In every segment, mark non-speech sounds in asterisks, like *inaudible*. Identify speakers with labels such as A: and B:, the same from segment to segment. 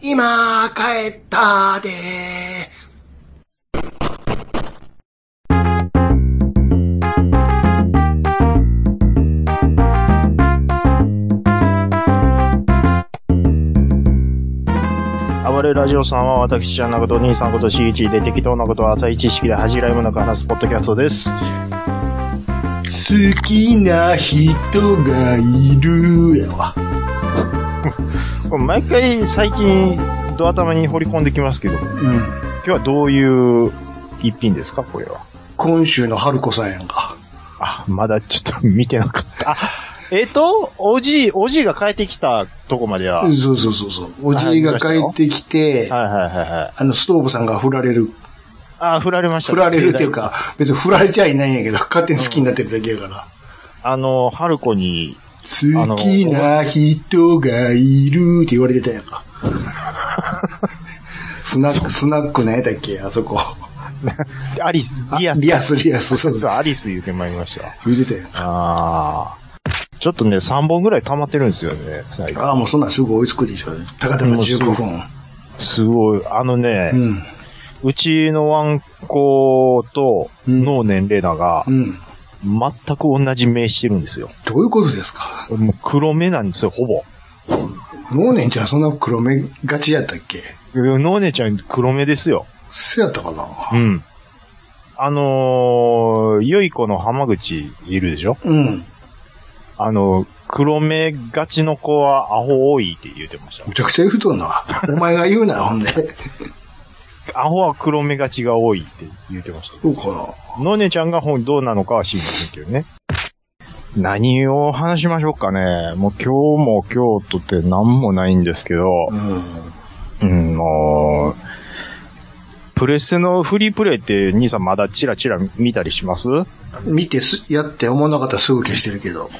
A: 今、帰ったで
B: 暴れラジオさんは私じゃなくてお兄さんことしいちで適当なことを浅い知識で恥じらいもなく話すポッドキャストです。
A: 好きな人がいるやわ。
B: これ毎回最近ドア玉に掘り込んできますけど、今
A: うん。
B: 日はどういう一品ですかこれは。
A: 今週の春子さんやんか。
B: あ、まだちょっと見てなかった。あ、えっ、と、おじい、おじいが帰ってきたとこまでは。はい
A: そうそうそうそう。おじいが帰ってきて、
B: はいはいはい。
A: あの、ストーブさんが振られる。
B: あ、振られました
A: 振
B: ね。
A: られるっていうか、別に振られちゃいないんやけど、勝手に好きになってるだけやから。
B: 盛大に。あの、春子に、あの
A: 好きな人がいるって言われてたやん
B: *laughs*
A: か。スナック、スナック何やったっけあそこ。
B: アリス、
A: あ
B: リアス。
A: リアス、リアス。そ
B: そううそう、
A: そう。
B: アリス言うてまいりました。
A: 言うてたやん。
B: ああ。ちょっとね、3本ぐらい溜まってるんですよね、最近
A: ああ、もうそんなんすぐ追いつくでしょ。たかたか
B: もうすぐ
A: 15分。
B: すごい。あのね、
A: う。
B: うんちのワンコと、
A: うん
B: 脳年齢だが、
A: うん。
B: 全く同じ名してるんですよ。
A: どういうことですか
B: もう黒目なんですよ、ほぼ。
A: 能年ちゃんそんな黒目がちやったっけ
B: 脳年ちゃん黒目ですよ。
A: そうやったかな
B: うん。あのー、良い子の浜口いるでしょ
A: うん。
B: あの、黒目がちの子はアホ多いって言うてました
A: む。ちゃくちゃ言うとんな。お前が言う *laughs* な、ほんで。
B: アホは黒目がちが多いって言うてました。
A: そうかな。
B: のねちゃんが本どうなのかは知りませんけどね。何を話しましょうかね。もう今日も今日とって何もないんですけど
A: う、ん。
B: うん、もう、プレステのフリープレイって兄さんまだチラチラ見たりします
A: 見てす、やって思わなかったらすぐ消してるけど。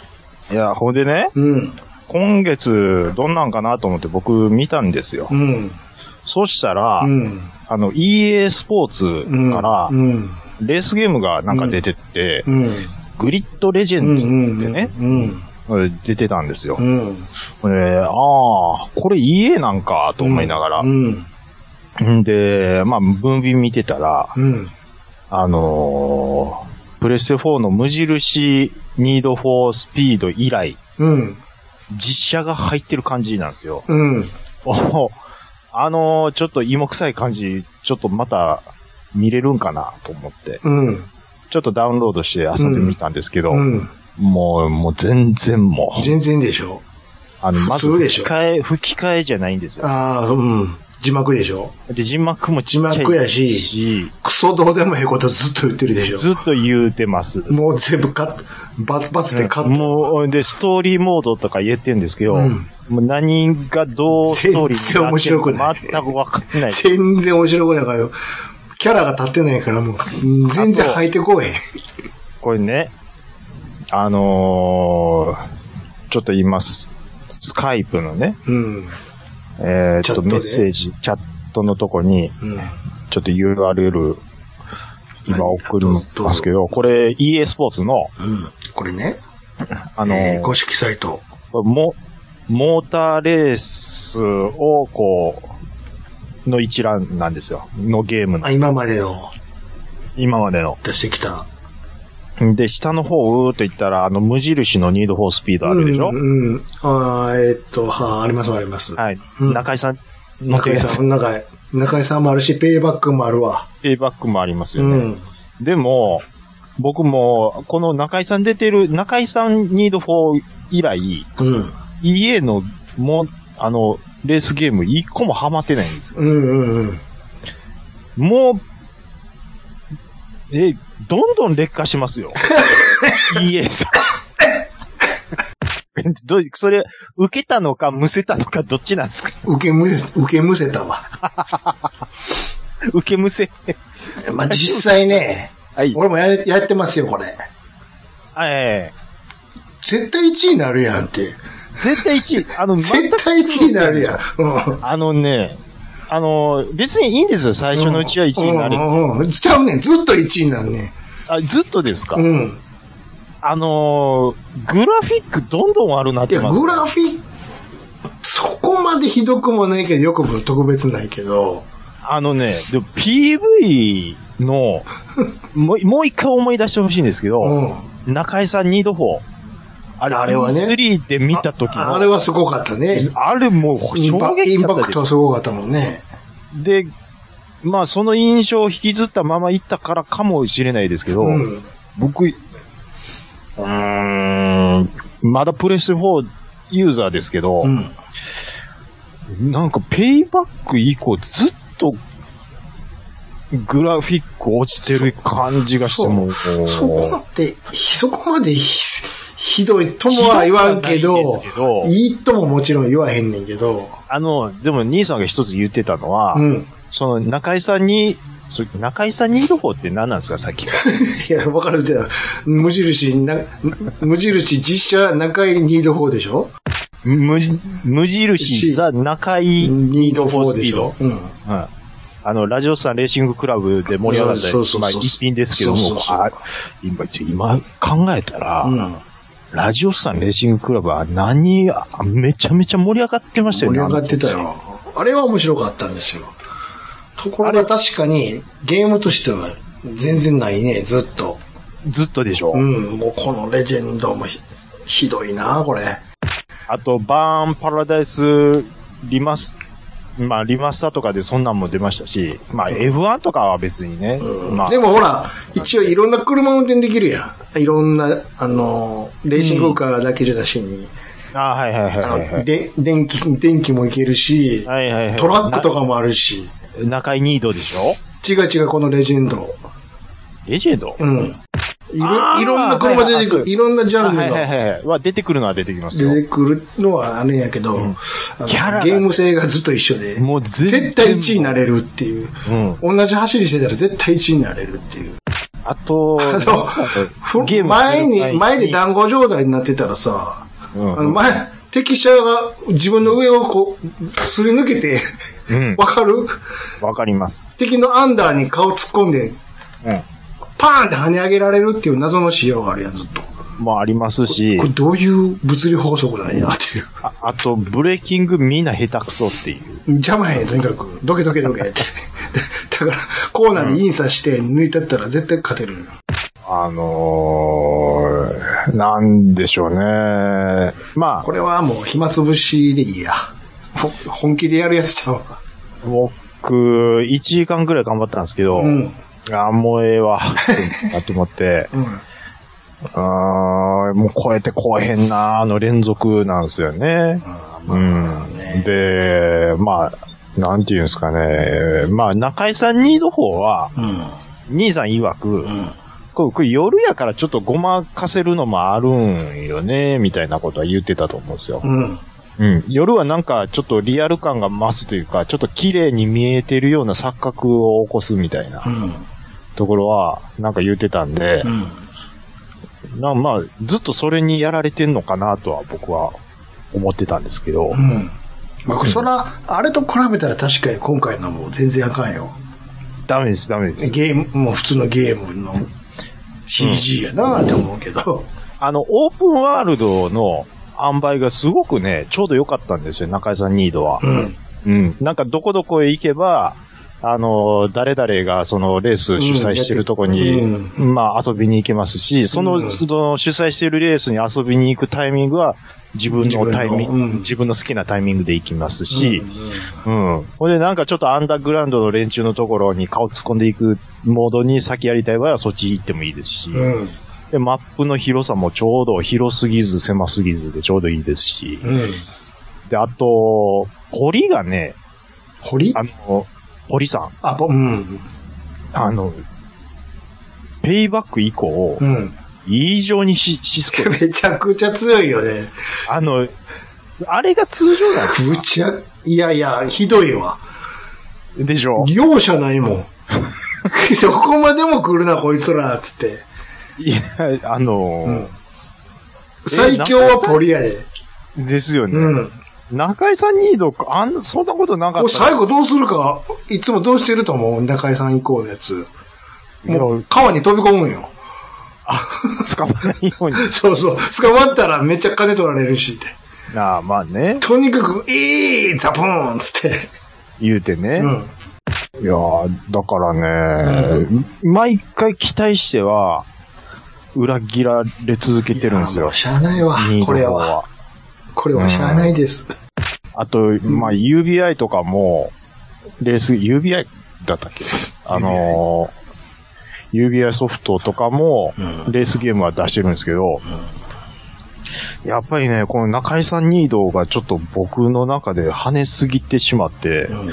B: いや、ほんでね、
A: うん。
B: 今月どんなんかなと思って僕見たんですよ
A: う。ん。
B: そしたら、
A: うん。
B: あの EA スポーツから
A: うん。
B: レースゲームがなんか出てって、
A: うん。
B: グリッドレジェ
A: うん。
B: ンドってね、
A: うん。
B: 出てたんですよ。
A: うん。
B: これ、ああ、これ EA なんかと思いながら。
A: うん。
B: ん、で、まあ、分便見てたら、
A: うん。
B: あのープレステ4の無印ニードフォースピード以来、
A: うん。
B: 実写が入ってる感じなんですよ。
A: うん。
B: おあのーちょっと芋臭い感じ、ちょっとまた見れるんかなと思って、
A: うん。
B: ちょっとダウンロードして遊んでみたんですけど、
A: うん。
B: もう、もう全然もう、
A: 全然でしょ。
B: あの、まず
A: 普通
B: 吹
A: でし
B: き
A: ょ
B: 替え、吹き替えじゃないんですよ。
A: ああ、うん。字幕でしょ。
B: で、字幕もちっちゃい
A: 字幕やしクソどうでもええことずっと言ってるでし
B: ずっと言うてます。
A: ょ。もう全部カット。ババツでカット。
B: もう、で、ストーリーモードとか言ってんですけど、
A: うん
B: もう何がどうストーリーになっ
A: 全然
B: てる
A: 面白くな
B: か
A: い
B: 全くわかんない。
A: 全然面白くないからよ。キャラが立ってないからもう、全然入ってこへん。
B: これね、あのー、ちょっと今、ススカイプのね、
A: うん。
B: えー、
A: チ
B: ち
A: ャッ
B: ょ
A: ト
B: っと
A: で
B: メッセージ、チャットのとこに、
A: うん。
B: ちょっと URL、今送りますけど、これ EA スポーツの、
A: うん。これね、
B: あのー
A: えー公式サイト。
B: も、モーターレースを、こう、の一覧なんですよ。のゲームの
A: あ。今までの
B: 今までの。
A: 出してきた。
B: で、下の方、うーっと行ったら、あの、無印のニードフォースピードあるでしょ、
A: うん、うん。あーえーっと、はあ、ありますあります。
B: はい、
A: うん
B: 中井さんの
A: 中井
B: ペー
A: さ
B: ス、
A: ん、中井。中井さんもあるし、ペイバックもあるわ。
B: ペイバックもあります
A: う
B: よね。
A: ん。
B: でも、僕も、この中井さん出てる、中井さんニードフォー以来、
A: うん。
B: EA の、もう、あの、レースゲーム一個もハマってないんですよ。
A: うんうんうん。
B: もう、え、どんどん劣化しますよ。EA *laughs* さん。どうそれ、受けたのか、むせたのか、どっちなんですか
A: 受けむ、受けむせたわ。
B: 受けむせ。
A: まあ、実際ね、
B: はい。
A: 俺もやれやってますよ、これ。
B: ええ
A: 絶対1位になるやんって。
B: 絶対1位。あの、全く
A: 絶対1位になるやん。うん。
B: あのね、あの、別にいいんですよ。最初のうちは1位になれ
A: う。んうんうん。ちゃうねん。ずっと1位になんね
B: あずっとですか、
A: ん。うん。
B: あのー、グラフィックどんどん悪なっ
A: い
B: て
A: や、
B: ます
A: グ。ラフィック、そこまでひどくもないけど、よくも特別ないけど、
B: あのね、でも PV の、もうもう一回思い出してほしいんですけど、
A: うん。
B: 中井さんニード4。あれ、
A: あれはね
B: E3 で見た時の。
A: あれはすごかったね。
B: あれもう
A: イン
B: 衝
A: パ
B: 撃
A: イン
B: だ
A: パ
B: った
A: ク
B: で
A: トはすごかったもんね。
B: で、まあその印象を引きずったまま行ったからかもしれないですけど、
A: うん。
B: 僕、うーん、まだプレステ4ユーザーですけど、
A: うん。
B: なんかペイバック以降ずっとグラフィック落ちてる感じがして
A: そう
B: もう、
A: そこまで、そこまでひひどいともは言わんけど
B: ひどくはないですけど、
A: いいとももちろん言わへんねんけど、
B: あの、でも兄さんが一つ言ってたのは、
A: うん。
B: その中井さんに、そ中井さんにいる方って何なんですか、さっきから。
A: いや、わかるじゃん。無印な、無印実写中井ニード4でしょ
B: 無無印
A: し
B: ザ中井
A: ニード4でしょうん。
B: うんあの、ラジオさんレーシングクラブで盛り上がった
A: いやそうそうそう
B: まあ一品ですけども、
A: そうそうそう
B: あ今、今考えたら、
A: うん。
B: ラジオさんレーシングクラブは何、あめちゃめちゃ盛り上がってました
A: 盛
B: よ
A: り
B: ね。
A: 上がってた
B: あの
A: よ。あれは面白かったんですよ。ところが確かにゲームとしては全然ないね、ずっと。
B: 時。ずっとでしょ。
A: うん、もうこのレジェンドもひひどいな、これ。
B: あと、バーンパラダイスリマス、まあ、リマスターとかでそんなんも出ましたし、まあ、F1 とかは別にね、
A: うん
B: まあ
A: で、もほら、一応いろんな車運転できるやん。いろんな、あの、レーシングカーだけじゃなしに、
B: あはいはいはい
A: あ
B: はいは
A: の
B: い。
A: で電気、電気もいけるし、
B: はいはいはい。
A: トラックとかもあるし、
B: な。中井ニードでしょ
A: 違う違う、このレジェンド。
B: レジェンド
A: うん。い
B: あ
A: ろ
B: ー
A: いろんな車出てく
B: はいはいはい
A: る、いろんなジャ
B: は
A: ン
B: い
A: ル
B: はい
A: の
B: はいはい。は出てくるのは出てきますよ。
A: 出てくるのはあれやけど、あの
B: キャラが
A: ゲーム性がずっと一緒で、
B: もう全然
A: 絶対1位になれるっていう。
B: うん。
A: 同じ走りしてたら絶対1位になれるっていう。
B: あと、
A: あ
B: そう
A: の、
B: ゲームする
A: 前
B: 前
A: に、前で団子状態になってたらさ、
B: うん
A: あの前、敵車が自分の上をこう、すり抜けて、
B: うん。
A: わかる
B: わかります。
A: 敵のアンダーに顔突っ込んで、
B: う
A: パーンって跳ね上げられるっていう謎の仕様があるやん、ずっと。
B: ん。もありますし
A: これ、どういう物理法則なんやっていう。
B: ああと、ブレーキングみんな下手くそっていう。
A: 邪魔やねとにかく。どけどけどけって。 *laughs* だから、コーナーでインサして抜いてったら絶対勝てるのよ。
B: あのー、なんでしょうね。ま
A: これはもう暇つぶしでいいや。ほ本気でやるやつちゃうわ。
B: あ、僕、1時間くらい頑張ったんですけど、
A: うん。
B: あ、もうええわ、だと思って、
A: *laughs* うん。
B: あーもう超えて超えへんな、あの連続なんですよね。
A: あーまあ
B: うん。
A: ね。
B: で、まあ、なんていうんですかね。まあ、中井さん2の方は、
A: うん。
B: 兄さん曰く
A: う、ん。
B: これこれ夜やからちょっとごまかせるのもあるんよね、みたいなことは言ってたと思うんですよ。
A: うん。
B: うん。夜はなんかちょっとリアル感が増すというか、ちょっと綺麗に見えてるような錯覚を起こすみたいな
A: うん。
B: ところは、なんか言ってたんで、なまあ、ずっとそれにやられてんのかなとは僕は思ってたんですけど、
A: うん。うん。まあ、そら、あれと比べたら確かに今回のも全然あかんよ。
B: ダメです、ダメです。
A: ゲーム、もう普通のゲームの CG やなって思うけど。
B: あの、オープンワールドの塩梅がすごくね、ちょうど良かったんですよ、中井さんニードは。
A: うん。
B: うん。なんかどこどこへ行けば、あの、誰々がそのレース主催してるとこに、
A: うんやって
B: まあ遊びに行けますし、その、
A: うん
B: その主催してるレースに遊びに行くタイミングは、自分のタイミ
A: 自分の
B: ング、
A: うん
B: 自分の好きなタイミングで行きますし
A: う、ん
B: うん。ほ、んでなんかちょっとアンダーグラウンドの連中のところに顔突っ込んでいくモードに先やりたい場合はそっち行ってもいいですし、
A: うん。うん。
B: で、マップの広さもちょうど広すぎず狭すぎずでちょうどいいですし、
A: うん。
B: で、あと、コリがね、
A: 堀
B: あの、堀さん。
A: あ、ぼ、うん。
B: あの、ペイバック以降
A: う、ん。
B: 異常にし、しつこい。
A: *laughs*
B: *laughs*
A: めちゃくちゃ強いよね。
B: あの、あれが通常なん
A: むちゃ、いやいや、ひどいわ。
B: でしょ
A: 容赦ない *laughs* もん。どこまでも来るな、こいつら、つって。
B: いや、あの
A: 最強はポリやで。
B: ーですよね。
A: うん。
B: 中井さんニード、あん、そんなことなか
A: もう
B: ったら。
A: 最後どうするか、いつもどうしてると思う中井さん以降のやつ。も、
B: いう
A: 川に飛び込むんよ。
B: 捕まらないよ
A: *laughs*
B: うに。
A: そうそう。捕まったらめっちゃ金取られるしって。
B: なあ、まあね。
A: とにかく、えー、ザポーンつって。
B: 言うてね。
A: うん。
B: いやーだからね、毎回期待しては、裏切られ続けてるんです
A: いやも
B: よ
A: う。しゃあないわ
B: ニー。ド
A: これ
B: の方
A: は。。これはしゃあないです。
B: あと、まあ、UBI とかも、レース、UBI だったっけあのー、UBI ソフトとかも、
A: うん
B: レースゲームは出してるんですけど、やっぱりね、この中井さんニードがちょっと僕の中で跳ねすぎてしまって、
A: うん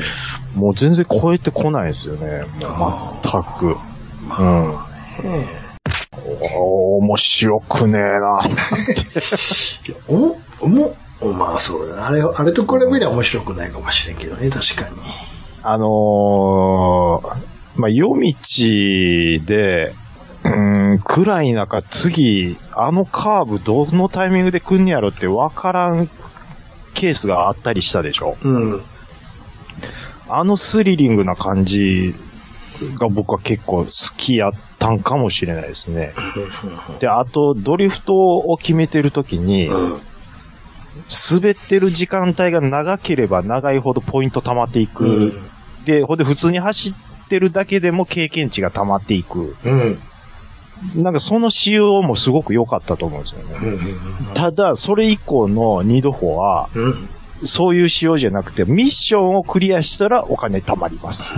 B: もう全然超えてこないですよね。もう全く。うん。おー面白くねえな。
A: お、おも、おまあそうだな。あれ、あれと比べりゃ面白くないかもしれんけどね、確かに。
B: あのーまあ、夜道で、うーん、暗い中、次、あのカーブどのタイミングで来んねやろってわからんケースがあったりしたでしょ。
A: うん。
B: あのスリリングな感じが僕は結構好きやったんかもしれないですね。で、あと、ドリフトを決めてる時に、
A: うん。
B: 滑ってる時間帯が長ければ長いほどポイント溜まっていく。
A: うん。
B: で、ほんで普通に走ってるだけでも経験値が溜まっていく。
A: うん。
B: なんかその仕様もすごく良かったと思うんですよね。
A: うん。
B: ただ、それ以降の二度歩は、
A: うん。
B: そういう仕様じゃなくて、ミッションをクリアしたらお金貯まります。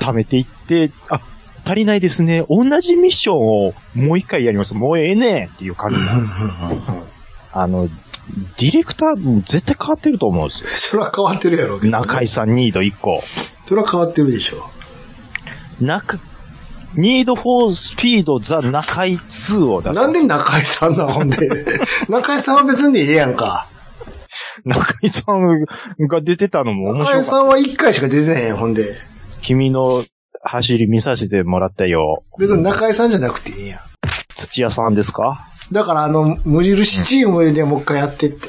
B: 貯めていって、あ、足りないですね。同じミッションをもう一回やります。もうええねんっていう感じなんです。あの、ディレクター絶対変わってると思うんですよ。
A: それは変わってるやろうけどね、
B: 中井さんニード以降。
A: それは変わってるでしょ。
B: 中、ニードフォースピードザ中井2をだ。
A: なんで中井さんなほん
B: *laughs*
A: で。中井さんは別にええやんか。
B: *laughs* 中井さんが出てたのも
A: 中
B: 面白
A: 井
B: か
A: さ
B: っ
A: んは一回しか出てないやん、ほんで。
B: た。君の走り見させてもらったよ。
A: 別に中井さんじゃなくていいやん。
B: 土屋さんですか
A: だからあの、無印チームでもう一回やってって。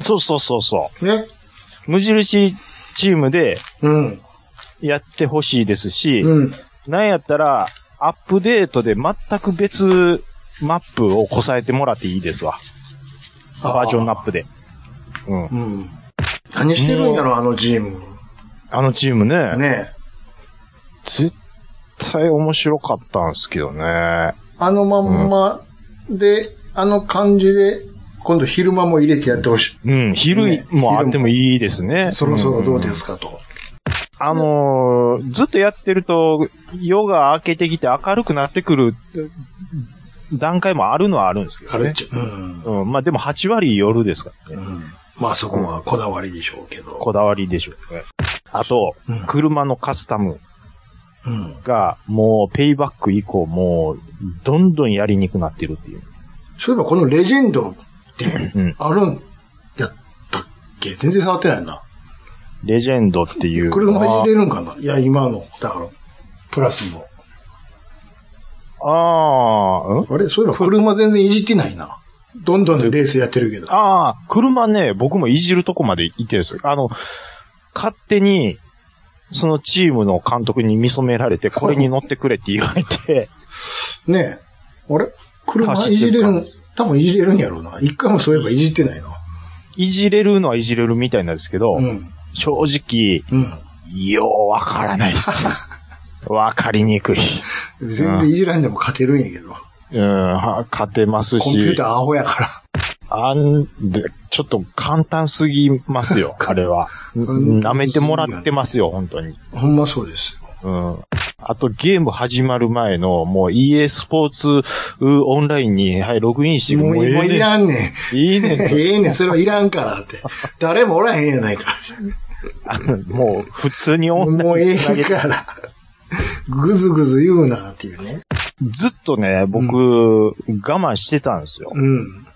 B: そうそうそうそ
A: ね。
B: う。無印チームで
A: うん。
B: やってほしいですし、
A: うん。
B: なんやったら、アップデートで全く別マップをこさえてもらっていいですわ。バージョンアップで。う
A: う
B: ん。
A: ん。何してるんやろ、あのチーム。
B: あのチームね、
A: ね
B: 絶対面白かったんですけどね。
A: あのまんまで、あの感じで、今度昼間も入れてやってほしい。
B: うん、昼
A: ね
B: もあってもいいですね。
A: そろそろどうですすかと。
B: あのーずっとやってると、夜が明けてきて明るくなってくる段階もあるのはあるんですけ
A: あ
B: ど
A: れ
B: ね
A: っ。ちゅうん。
B: うん、まあでも8割夜ですから
A: う
B: ね。
A: んまあそこはこだわりでしょうけど。
B: こだわりでしょうね。あと、
A: うん
B: 車のカスタム
A: うん。
B: がもうペイバック以降もうどんどんやりにくくなってるっていう。
A: そういえばこのレジェンドって
B: うん、
A: あるんやったっけ全然触ってないな。
B: レジェンドっていうの
A: 車い
B: は。
A: じれるんかないや、今の、だから、プラスも。
B: ああ、うん
A: あれそういえば車全然いじってないな。どんどんレースやってるけど。
B: ああ、車ね、僕もいじるとこまで行ってるんですよあの、勝手に、そのチームの監督に見初められて、これに乗ってくれって言われて、 *laughs*
A: ねえ。あれ車
B: 走
A: い
B: っ
A: じ
B: てる
A: れる
B: 感じ
A: ん
B: です、
A: 多分いじれるんやろうな。一回もそういえばいじってないな。
B: いじれるのはいじれるみたいなんですけど、
A: うん。
B: 正直、
A: うん。
B: ようわからない
A: *laughs*
B: です。わかりにくい。
A: 全然いじらんでも勝てるんやけど。
B: うん、は勝てます
A: コンピュー
B: し
A: ター、アホやか
B: あんで、ちょっと簡単すぎますよ、あれは。
A: うん
B: 舐めてもらってますよ、本当に。
A: ら。ほんまそうですよ。
B: うん。あとゲーム始まる前の、もう EA スポーツオンラインに、はい、ログインして、
A: もう
B: ええ
A: もういらんね
B: ん。いいねん *laughs*
A: ん。 *laughs* ええねん、それはいらんからって。誰もおらへんやない
B: *laughs*
A: か。
B: あのもう普通にオンライン
A: もうえ
B: につな
A: え
B: げて
A: から。ぐずぐず言うなっていうね。
B: ずっとね、僕、我慢してたんですよ。
A: うん。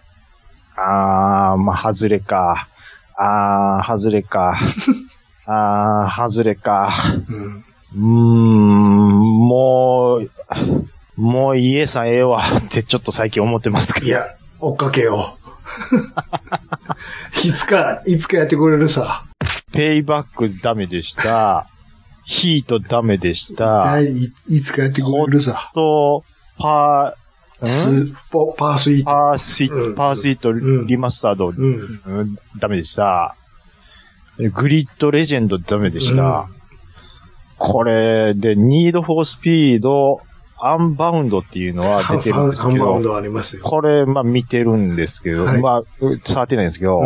B: あー、まあ、外れか。あー、外れか。 *laughs* あー、外れか。
A: うん。
B: うーん、もう、もう家さんええわってちょっと最近思ってますけど。
A: いや、追っかけよう。い *laughs* つか、いつかやってくれるさ。
B: ペイバックダメ
A: *laughs*
B: でした。ヒートダメでした。
A: いいつかやってくれるさ。
B: と、パー、ん
A: スポパースイート。
B: パースイー
A: うん
B: ト、パースイート
A: ん
B: リマスタード、
A: うん。
B: うんダメでした。グリッドレジェンドダメでした。これで、ニードフォースピード、アンバウンドっていうのは
A: ハン
B: 出てるんです
A: ハン
B: け
A: バウン
B: ど、
A: ドありますよ。
B: これ、まあ見てるんですけど、
A: はい
B: まあ、う触ってないんですけど、
A: う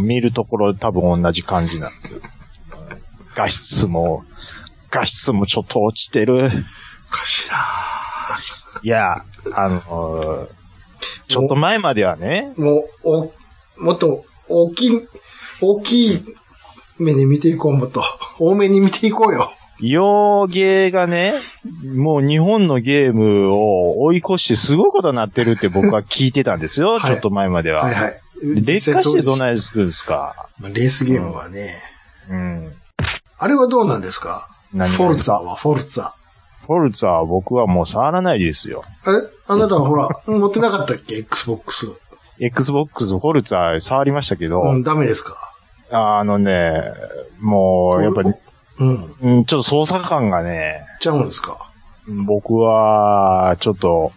A: ん。
B: 見るところ多分同じ感じなんですよ。画質も、画質もちょっと落ちてる。
A: おかしいない
B: や、あのーちょっと前まではね、
A: もう、お、もっと、大きい、大きい目に見ていこう、もっと。多めに見ていこうよ。
B: 洋芸がね、もう日本のゲームを追い越してすごいことになってるって僕は聞いてたんです
A: は
B: よ、
A: い
B: ちょっと前までは。
A: はいはい。
B: 劣化してど
A: い
B: ないするんですか
A: レースゲームはね、
B: うん。
A: あれはどうなんですか
B: 何が
A: フォルツァは、フォルツァ。
B: フォルツァは僕はもう触らないですよ。
A: あれあなたはほ
B: *laughs*
A: ら、持ってなかったっけ ?Xbox。
B: Xbox フォルツァ触りましたけど、
A: うん、ダメですか
B: あのね、もう、やっぱり、
A: うん。
B: うん、ちょっと操作感がね、
A: ちゃうんですか
B: 僕は、ちょっと、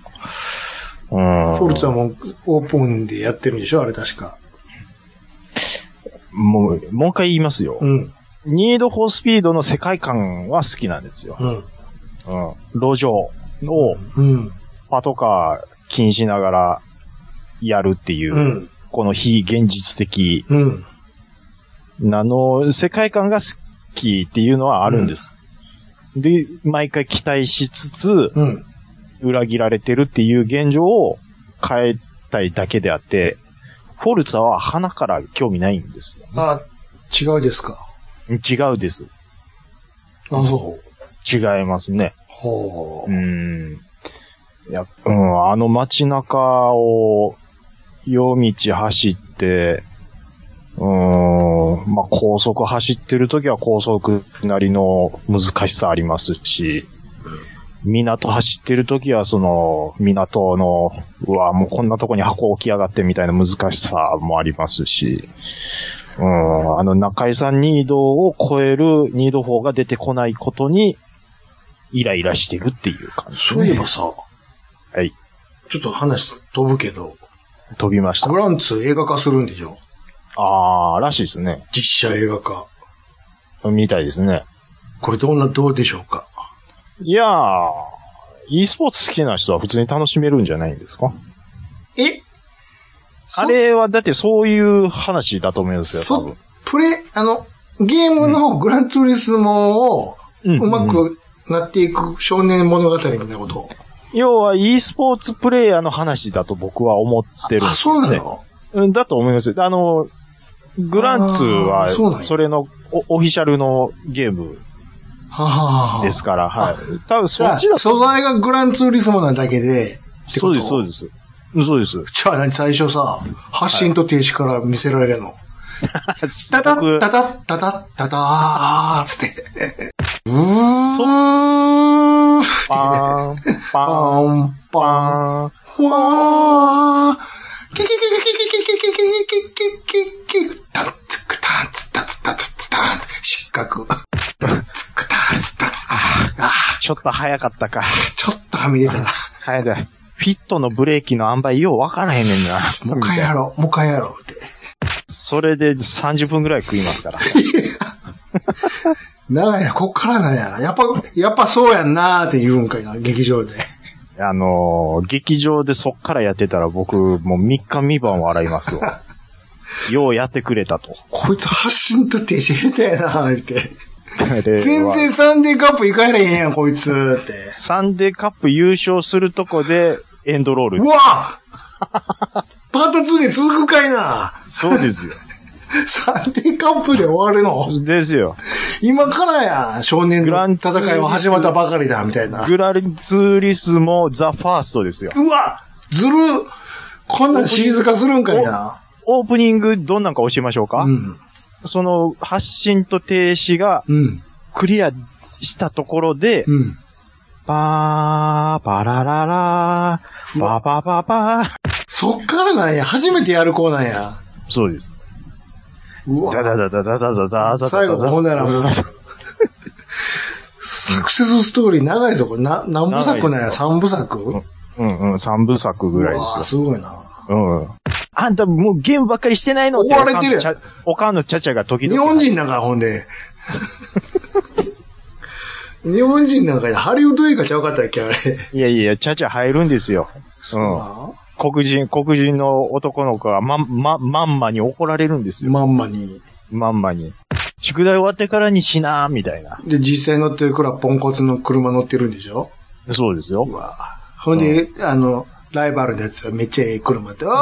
B: うん。
A: フォルツァもオープンでやってるんでしょあれ確か。
B: もう、もう一回言いますよ
A: う。ん、
B: ニードフォースピードの世界観は好きなんですよ。
A: うん。
B: うん。路上を
A: うん、
B: パトカー気にしながらやるっていう、
A: うん、
B: この非現実的
A: うん。
B: なの、世界観が好きっていうのはあるんです。で、毎回期待しつつ、
A: うん。
B: 裏切られてるっていう現状を変えたいだけであって、フォルツァは花から興味ないんですよ。
A: あ、違うですか。
B: 違うです。
A: あ、そう。
B: 違いますね。
A: ほ
B: うーん。いや、うん、あの街中を夜道走って、うーん、まあ、高速走ってる時は高速なりの難しさありますし、港走ってる時はその、港の、うわ、もうこんなとこに箱置きやがってみたいな難しさもありますし、うん、あの中井さんニードを超えるニード法が出てこないことに、イライラしてるっていう感
A: う。
B: じ、
A: そういえばさ、
B: はい。
A: ちょっと話飛ぶけど、
B: 飛びました
A: グ。ランツー映画化するんでしょ
B: あー、らしいですね。
A: 実写映画化。
B: みたいですね。
A: これどんな、どうでしょうか
B: いやー、e スポーツ好きな人は普通に楽しめるんじゃないんですか
A: えそ
B: あれはだってそういう話だと思いますよ、多
A: そ
B: 分。
A: プレ、あの、ゲームのグランツーリスモを
B: うん
A: うま。くなっていく少年物語みたいなこと。
B: 要は e スポーツプレイヤーの話だと僕は思ってるん
A: あ、
B: ですけ
A: そう
B: どね
A: なの
B: うんだと思いますよ。あの、グランツー
A: あーそうなん
B: は、
A: や
B: それのオオフィシャルのゲーム
A: はははは
B: ですから、はい。多分
A: じ
B: そ
A: ゃ
B: っ
A: あ、
B: ちだと
A: 素
B: 思う。
A: 材がグランツーリスモなだけで、ってこ
B: そう
A: と
B: です、そうです。そうです。
A: じゃあ何最初さ、発信と停止から見せられるの。タタ
B: 僕
A: ッタタッタタッタターっつって。うー
B: そ
A: ん。
B: パーン、パーン、
A: パン
B: パ
A: パン。
B: ーン。
A: ほわー。キキキキキキキキキキキキキキタンツクタンツタツタツツタン失格。ツクタンツタツタン。あ
B: ちょっと早かったか。
A: ーちょっとはみ出たな。
B: 早いだ。フィットのブレーキの塩梅よう分からへんねん
A: も
B: な。
A: う一回やろう。もう一回やろうって。
B: それで30分くらい食いますから。
A: 長いな、こっからなんやな。やっぱ、やっぱそうやんなーって言うんかいな、劇場で。
B: あのー劇場でそっからやってたら僕、もう3日三晩笑
A: *laughs*
B: いますわ。ようやってくれたと。
A: こいつ発信と停止下手やなーって。全
B: 全
A: 然サンデーカップ行かれへんやん、こいつって。
B: サンデーカップ優勝するとこでエンドロール
A: う。わパート2に続くかいな
B: そうですよ。
A: サンデーカップで終わるの
B: ですよ。
A: 今からや、少年の戦いは始まったばかりだ、みたいな。
B: グランツーリスモザ・ファーストですよ。
A: うわずるこんなんシリーズ化するんかいな。
B: オープニングどんなんか教えましょうか、
A: うん。
B: その発進と停止が
A: うん。
B: クリアしたところで、
A: うん。
B: パー、パラララー、パパパパー。
A: そっからなんや。初めてやる子なんや。
B: そうです。
A: うわ
B: ダダダダダダダダダ
A: 最後こうなるサクセスストーリー長いぞ、これ。な、何部作なん
B: 長い
A: や
B: です
A: 三部作う
B: うんうん、三部作ぐらいです
A: わ
B: よ。
A: すごいな。
B: うん。あんたもうゲームばっかりしてないの
A: 追われてるやん
B: おかんのちゃおかんのちゃちゃが時
A: 日
B: 々。
A: 本人なんか、ほん
B: *laughs*
A: で。日本人なんかハリウッド映画ちゃうかったっけあれ。
B: いやいや、ちゃちゃ入るんですよ。うん。
A: あ
B: 黒人、黒人の男の子がまん、ま、まんまに怒られるんですよ。
A: まんまに。
B: まんまに。宿題終わってからにしなー、みたいな。
A: で、実際乗ってるからポンコツの車乗ってるんでしょ
B: そうですよ。
A: ほんで、あの、ライバルのやつはめっちゃええ車って。おい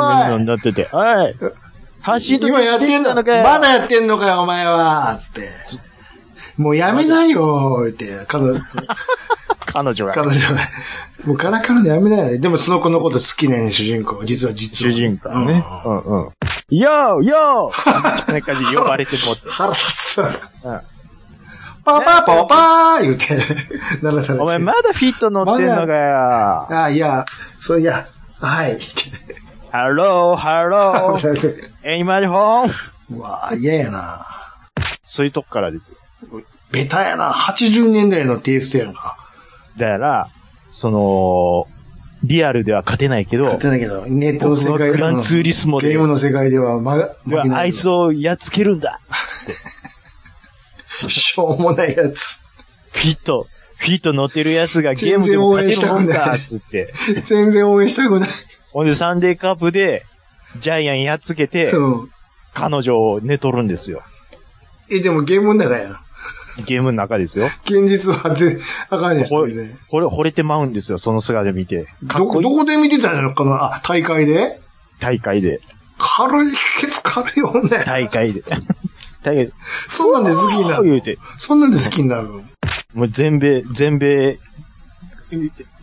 B: なってて。おい発信と
A: 今やってんの
B: の
A: か
B: か
A: よ
B: よ
A: まだやってんのかよ、お前はつって。もうやめないよって、彼女、
B: 彼女が。
A: 彼女が。もうからかるのやめないよ。でもその子のこと好きなんや、主人公。実は実
B: 主
A: は。
B: 人公ね。うんうん。よーよーそんな感じで呼ばれてもって。
A: 腹立つわ。
B: うん
A: パパパパー言うて、ならされて。
B: お前まだフィット乗ってんのかよ。
A: あ、いや、そういや、 *laughs* はい。って
B: ハロー、ハロー、
A: ならされて
B: エニマルホーム。
A: うわぁ、嫌やな
B: そういうとこからですよ。
A: ベタやな。80年代のテイストやんか。
B: だから、その、リアルでは勝てないけど
A: 勝、てないけど、ネットの
B: 僕
A: 世
B: は
A: 界
B: グランツーリスモ
A: ゲ
B: で
A: ー、ムの世界では、ま、
B: ではあいつ
A: を。
B: をやっつけるんだ。
A: しょうもないやつ。
B: フィット、フィット乗ってるやつがゲームでも勝てるもんか、つって。
A: 全然応援したくない。
B: ほんでサンデーカップで、ジャイアンやっつけて、
A: うん。
B: 彼女を寝取るんですよ。
A: え、でもゲームの中やん。
B: ゲームの中ですよ。
A: 現実は全、あかんやん。
B: ほ
A: 全然
B: 惚れ、惚れてまうんですよ、その姿見て。かっ
A: どこ、
B: こい
A: ど
B: い
A: こで見てたんやろかなあ、大会で
B: 大会で。
A: 軽い、ケツ軽い女や。
B: 大会で。
A: *laughs*
B: 大会で。
A: そんなんで好きにな
B: こう言
A: る
B: う。て。
A: そんなんで好きになる。
B: もう全米、全米、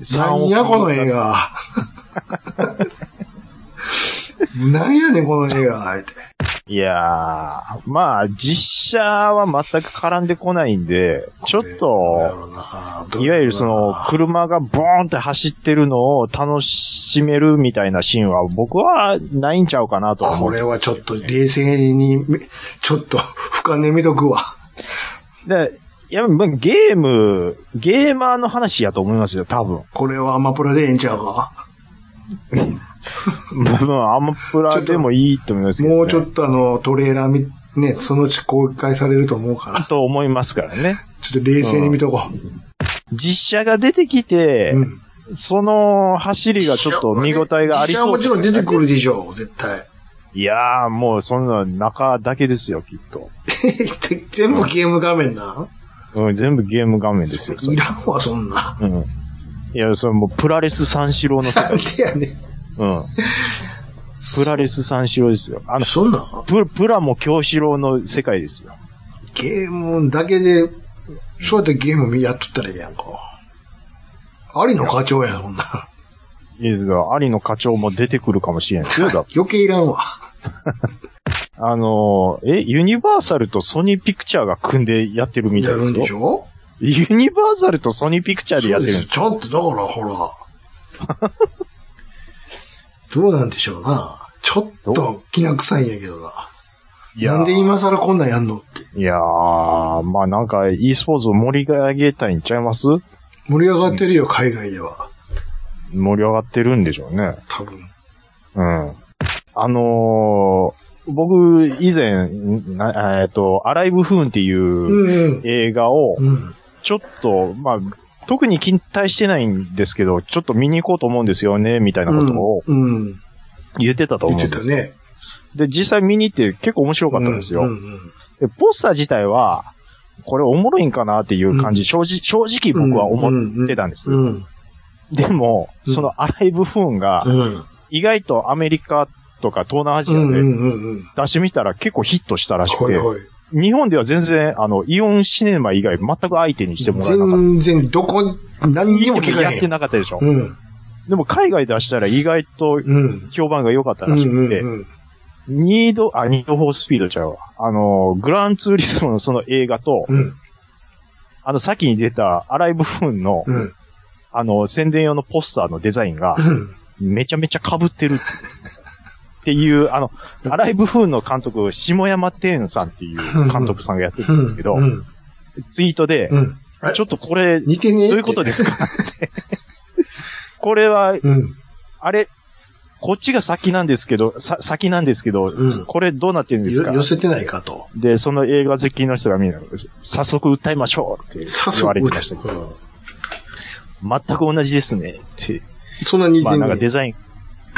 B: 3
A: なん
B: 億
A: やこの映
B: *laughs*
A: 画。なんやねんこの映画、って。
B: いやー、まあ、実写は全く絡んでこないんで、ちょっと、
A: と
B: いわゆるその、車がボーンって走ってるのを楽しめるみたいなシーンは僕はないんちゃうかなと思
A: こ
B: う。
A: れはちょっと冷静にめ、ちょっと *laughs* 俯瞰で見とくわ。
B: で、いや、まあゲーム、ゲーマーの話やと思いますよ、多分。
A: これはアマプラでええんちゃうか
B: *laughs* まあまあ、アマプラでもいいと思いますけど、ね。
A: もうちょっとあの、トレーラーみ、ね、そのうち公開されると思うから、
B: と思いますからね。
A: ちょっと冷静に見とこう。
B: 実写が出てきて、
A: うん。
B: その走りがちょっと見応えがあり
A: 実写
B: そう、
A: はもちろん出てくるでしょう、絶対。
B: いやー、もうそんな中だけですよ、きっと。
A: *laughs* 全部ゲーム画面な。
B: うん、全部ゲーム画面ですよ。そ
A: い
B: れ
A: らんわ、そんな。
B: うん。いや、それもうプラレス三四郎の
A: *laughs*
B: 世
A: なん
B: 界。
A: でやねん。
B: うん。プラレス三四郎ですよ。あの、
A: そんなん
B: ププラも京四郎の世界ですよ。
A: ゲームだけで、そうやってゲームやっとったらええやんか。ありの課長やん、そんな。
B: いいですよ。有野課長も出てくるかもしれないですよ。だって
A: 余計いらんわ。
B: あのーえ、ユニバーサルとソニーピクチャーが組んでやってるみた
A: や
B: いで
A: るん
B: すよ
A: でし。ょ
B: ユニバーサルとソニーピクチャーでやってるんです
A: ちゃんと、だから、ほら。 *laughs* どうなんでしょうな。ちょっと気な臭いんやけどな。
B: いやー
A: なんで今更こんなんやんのって。
B: いやー、まあなんか e スポーツを盛り上げたいんちゃいます
A: 盛り上がってるよ、海外では。
B: 盛り上がってるんでしょうね。
A: 多分。
B: うん。あのー、僕、以前、んなえっと、アライブフーンって
A: う
B: いう
A: うん。
B: ん映画を、
A: うん。
B: ちょっと、まあ、特に期待してないんですけど、ちょっと見に行こうと思うんですよね、みたいなことを
A: うん。
B: 言ってたと
A: 言
B: 思
A: っ
B: う
A: て
B: んで
A: た
B: す。
A: ね。
B: で、実際見に行って結構面白かったんですよ。
A: うんうん
B: で、ポスター自体は、これおもろいんかなっていう感じ、正直、正直僕は思ってたんです。
A: うん。
B: でも、
A: うん
B: そのアライブフーンが
A: う、ん。
B: 意外とアメリカとか東南アジ
A: う
B: ア
A: んう
B: で
A: んうんうん。
B: 出してみたら結構ヒットしたらしく
A: ほい
B: て、
A: ほい。
B: 日本では全然、あの、イオンシネマ以外全く相手にしてもらえなかった。
A: 全然、どこ、何にも聞か
B: や
A: へ
B: って
A: ん。
B: なかったでしょ。
A: うん。
B: でも海外出したら意外と
A: うん。
B: 評判が良かった
A: うん
B: らし
A: う
B: く
A: ん
B: て
A: う、ん。
B: ニード、あ、ニードフォースピードちゃうわ。あの、グランツーリスモのその映画と、
A: うん。
B: あの、先に出たアライブフーンの、
A: うん。
B: あの、宣伝用のポスターのデザインが
A: う、ん。
B: めちゃめちゃ被ってる。っていう、あの、アライブフーンの監督、下山天さんっていう監督さんがやってるんですけど
A: う、ん。
B: ツイートで
A: う、ん。あ
B: ちょっとこれ、ど
A: 似てねえ
B: う
A: って
B: いうことで
A: *laughs*
B: すかってこれは、
A: うん。
B: あれ、こっちが先なんですけど、さ、先なんですけど、
A: うん
B: これどうなってるんですか
A: よ寄せてないかと。
B: で、その映画好きの人がみんな、早速訴えましょうって言われてましたけど、
A: うん
B: 全く同じですねって。
A: そんな似
B: ま
A: てね
B: あなんか
A: え
B: デ。ザイン、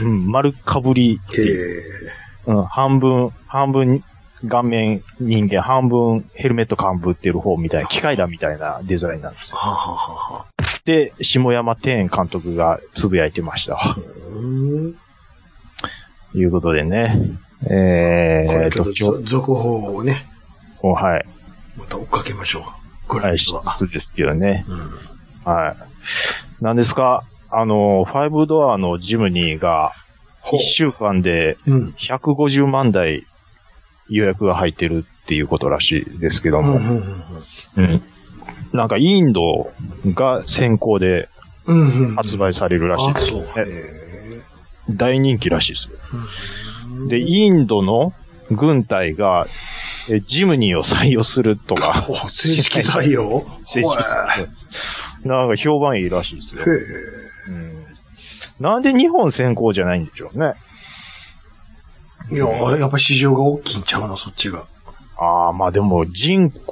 B: うん、丸かぶりって
A: え
B: いう、うん、半分、半分顔面人間、半分ヘルメットかぶってる方みたいな、機械だみたいなデザインなんです
A: ー
B: よ。
A: はあはあはあはあ。
B: で、下山天監督がつぶやいてましたわ。 *laughs*
A: うん。
B: ということでね、
A: こ
B: え
A: れ
B: ー、
A: ちょっ
B: 特
A: と
B: 徴、
A: ぞ続報をね、
B: はい、
A: また追っかけましょう。こ
B: は
A: れ
B: い、
A: 実は。
B: 質ですけどね。
A: うん。
B: はい。なんですかあの、ファイブドアのジムニーが、
A: ほ
B: 1週間で
A: う。うん。
B: 150万台予約が入ってるっていうことらしいですけ
A: う
B: ど
A: んう、
B: も
A: ん
B: うんなんかインドが先行で
A: うんうん。うん。
B: 発売されるらしい
A: あ、
B: です。
A: そう。
B: え
A: え
B: 大人気らしいですよ。
A: え
B: で、、インドの軍隊が、えジムニーを採用するとか
A: お、正式採用
B: *laughs* 正式採用なんか評判いいらしいですよ
A: ほ。えへ
B: うんなんで日本先行じゃないんでしょうね。
A: えいや、やっぱ市場が大きいんちゃうの、そっちが。
B: ああ、まあでも人口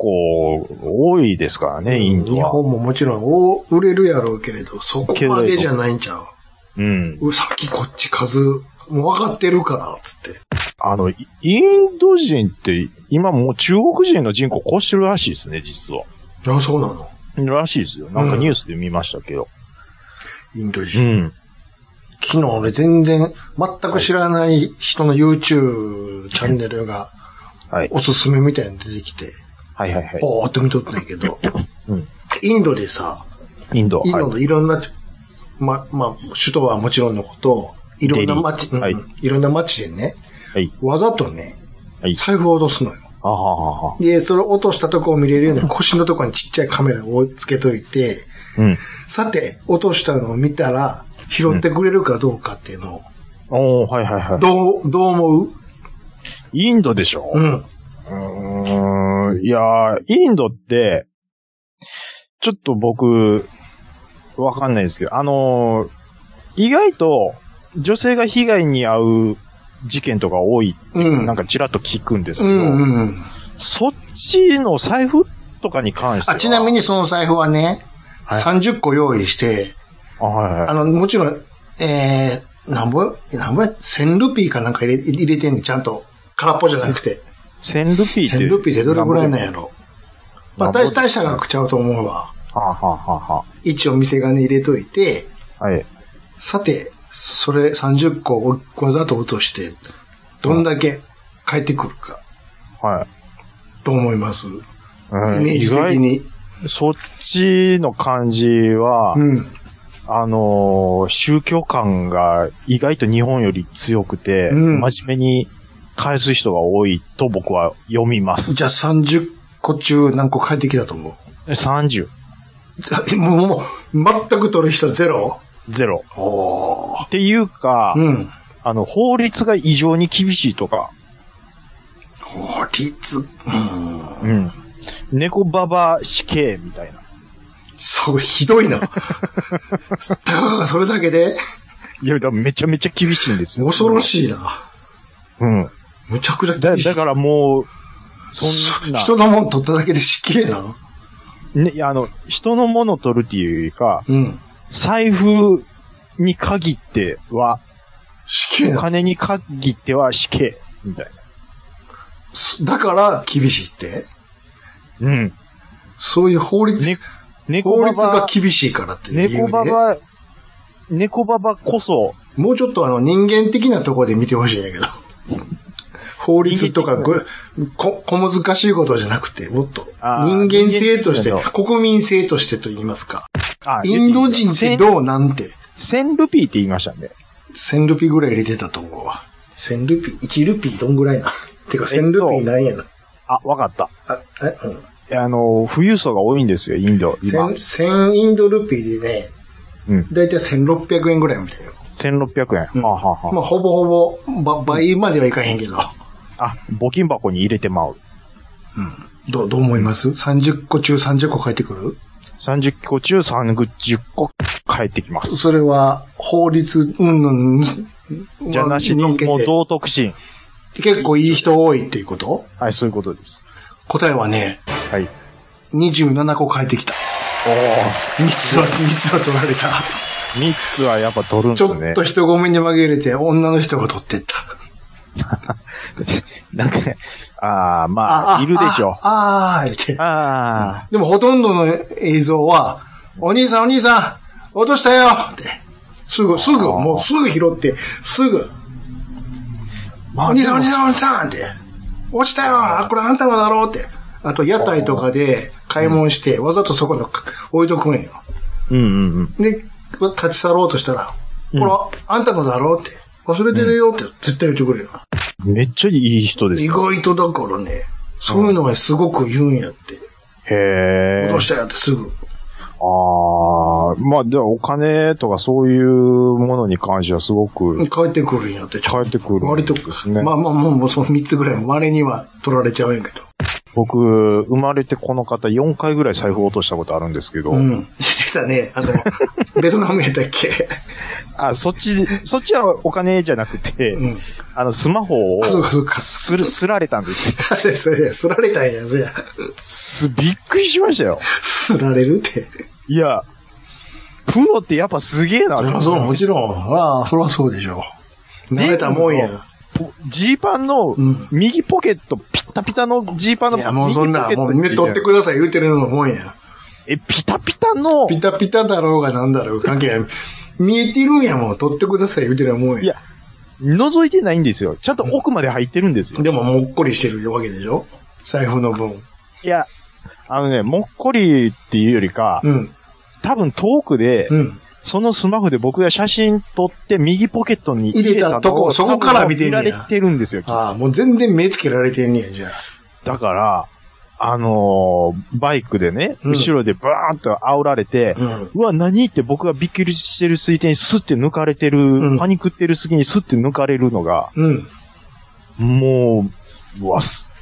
B: 多いですからね、インド
A: 日
B: は。
A: 本ももちろんお売れるやろうけれど、そこまでじゃないんちゃう。
B: うん。
A: うさっきこっち数、もう分かってるから、つって。
B: あの、イインド人って今もう中国人の人口越してるらしいですね、実は。
A: あ、そうなの。
B: らしいですよ。なんかニュースで見ましたけど。
A: インド人
B: う。ん。
A: 昨日俺全然、全く知らない人の YouTube チャンネルが、
B: はい。
A: おすすめみたいに出てきて、
B: はいはいはい。
A: おーっと見とったんやけど、
B: うん
A: インドでさ、
B: インド。
A: インド
B: はい。
A: のいろんな、ま、まあ、首都はもちろんのこと、いろんな街、
B: デリーはい
A: うんうんいろんな街でね、
B: はい。
A: わざとね、
B: はい
A: 財布を落とすのよ。
B: あははは。
A: で、それを落としたとこを見れる
B: *laughs*
A: ように腰のとこにちっちゃいカメラをつけといて、
B: うん。
A: さて、落としたのを見たら、拾ってくれるかどうかっていうのを、
B: おー、はいはいは
A: どう、どう思う
B: い。インドでしょ
A: うん。
B: うーん。いやー、インドって、ちょっと僕、わかんないですけど、あのー意外と女性が被害に遭う事件とか多い、
A: うん。
B: なんかちらっと聞くんです
A: う
B: けど、
A: んうんうん。
B: そっちの財布とかに関しては。
A: あ、ちなみ
B: に、
A: にその財布はね、
B: はい
A: 30個用意して、
B: あ、はいは
A: あ
B: い。
A: の、もちろん、えー、なんぼ、なんぼや、1000ルピーかなんか入れ入れてんねんちゃんと。空っぽじゃなくて。
B: 1000ルピーって。
A: 1000ルピーってどれぐらいなんやろ。まあ、
B: なんぼ
A: 大大した額ちゃうと思うわ。
B: はあ、はあはあは
A: 一応店金入れといて、
B: あ、はい。
A: さて、それ30個をわざと落として、どんだけ返ってくるか、
B: はい。
A: と思います。イ
B: うん
A: メージ的に。
B: そっちの感じは、
A: うん。
B: あのー宗教観が意外と日本より強くて、
A: うん
B: 真面目に返す人が多いと僕は読みます。
A: じゃあ30個中何個返ってきたと思う
B: 30、
A: もう、 *laughs* もう、全く取る人ゼロ
B: 0。
A: お
B: っていうか、
A: うん。
B: あの、法律が異常に厳しいとか、
A: 法律。うん。
B: うん。猫ババ死刑みたいな。
A: そう、ひどいな。たかがそれだけで、
B: いや、だからめちゃめちゃ厳しいんですよ。
A: 恐ろ
B: い。
A: しいな。
B: うん。
A: むちゃくちゃ
B: だ、
A: 厳しい
B: だからもう、そんな、
A: 人のもん取っただけで死刑なの
B: ね、いやあの、人のもの取るっていうよりか、
A: うん。
B: 財布に限っては、
A: 死刑
B: お
A: なの
B: 金に限っては死刑、みたい
A: すだから厳しいって
B: な。うん。
A: そういう法律、
B: ね、猫
A: 法
B: バ
A: 律が
B: バ、
A: 厳しいからっていう理由
B: 猫
A: で
B: ババ、猫ババこそ
A: もうちょっとあの人間的なところで見てほしいんやけど。法律とか
B: 人
A: ごこ、小難しいことじゃなくて、もっと
B: あー
A: 人間性として
B: 人間的な、
A: 国民性としてと言いますか。
B: あ
A: インド人ってどうなんて、
B: 1000ルピーって言いましたね。
A: 1000ルピーぐらい入れてたと思うわ。1000ルピー ?1 ルピーどんぐらいな。 *laughs* てか
B: えっと
A: 1000ルピーなんやな。
B: あ、わかった。
A: あ、え、うん。
B: あの、富裕層が多いんですよ、インド。今
A: 1000、。1000インドルピーでね、
B: うん。
A: だいたい1600円ぐらいみたいよ。
B: 1600円。
A: うん
B: はあはあはあ
A: まあ、ほぼほぼ、ば、倍まではいかへんけど。
B: あ、募金箱に入れてまう。
A: どう、どう思います ?30 個中30個返ってくる
B: 30個中30個返ってきます。
A: それは、法律、うんうん、
B: じゃなしに、
A: 乗っけて
B: もう道徳心。
A: 結構いい人多いっていうこと
B: はい、そういうことです。
A: 答えはね、
B: はい。
A: 27個返ってきた。
B: おお
A: 3つは、三つは取られた。
B: 3つはやっぱ取るん
A: ち
B: で
A: ょ
B: す
A: っ
B: ね
A: と。人混みに紛れて、女の人が取ってった。
B: *laughs* なんかね、ああ、まあ、いるでしょう。
A: ああ、言って。
B: ああ
A: でもほとんどの映像は、お兄さんお兄さん、落としたよって。すぐ、すぐ、
B: あー
A: もうすぐ拾って、すぐ、
B: ー、ま
A: お
B: あ、
A: 兄
B: で
A: さんお
B: も
A: 兄さんお兄さんって。落ちたよあ、これあんたのだろうって。あと、屋台とかで買い物して、わざとそこの置いとくんよ。
B: うんうんうん。
A: で、立ち去ろうとしたら、これ、あんたのだろうって。忘れてるよって絶対言ってくれる。
B: めっちゃいい人です
A: 意
B: よ。
A: 外とだからね、そういうのがすごく言うんやって。
B: へえ
A: 落。としたよってすぐ。
B: ああ、まあ、ではお金とかそういうものに関してはすごく
A: 帰ってくるんやって。
B: 返ってくる
A: 割と
B: んですね。
A: まあまあもう、もうその3つぐらい、稀には取られちゃうんやけど。
B: 僕、生まれてこの方4回ぐらい財布落としたことあるんですけど、
A: うん。言ってたね。あの、 *laughs* ベトナムやったっけ *laughs*
B: あ、そっち、そっちはお金じゃなくて、
A: うん。
B: あの、スマホを
A: あそうかそうか
B: する、すられたんですよ。
A: それ、すられたんや、そりゃ。
B: す、びっくりしましたよ。
A: すられるって。
B: いや、プロってやっぱすげえなって
A: そう、もちろん。ああ、そりゃそうでしょう。慣れたもんや。
B: ポジーパンの
A: うん
B: 右ポケット、ピッタピタのジーパンの
A: い
B: 右
A: や、もうそんな、
B: ポケット
A: もうね、取ってください言うてるのもんや。
B: え、ピタピタの、
A: ピ
B: い
A: タピタだろうがなんだろう関係ない。見えてるんやもん、取ってください言うてるもんや。
B: や、覗いてないんですよ。ちゃんと奥まで入ってるんですよ。
A: でも、もっこりしてるわけでしょ財布の分。
B: いや、あのね、もっこりっていうよりか、
A: うん。
B: 多分遠くで、
A: うん。
B: そのスマホで僕が写真撮って右ポケットに
A: 入れたとこ
B: を
A: そこから見てんねや
B: られてるんですよ。
A: ああ、もう全然目つけられてんねや、じゃあ。
B: だから、あのーバイクでね、
A: うん
B: 後ろでバーンと煽られて、
A: うん。
B: うわ、何って僕がびっくりしてる推定にスッて抜かれてる、
A: ん
B: パニクってる隙にスッて抜かれるのが、
A: うん。
B: もう、うわ、す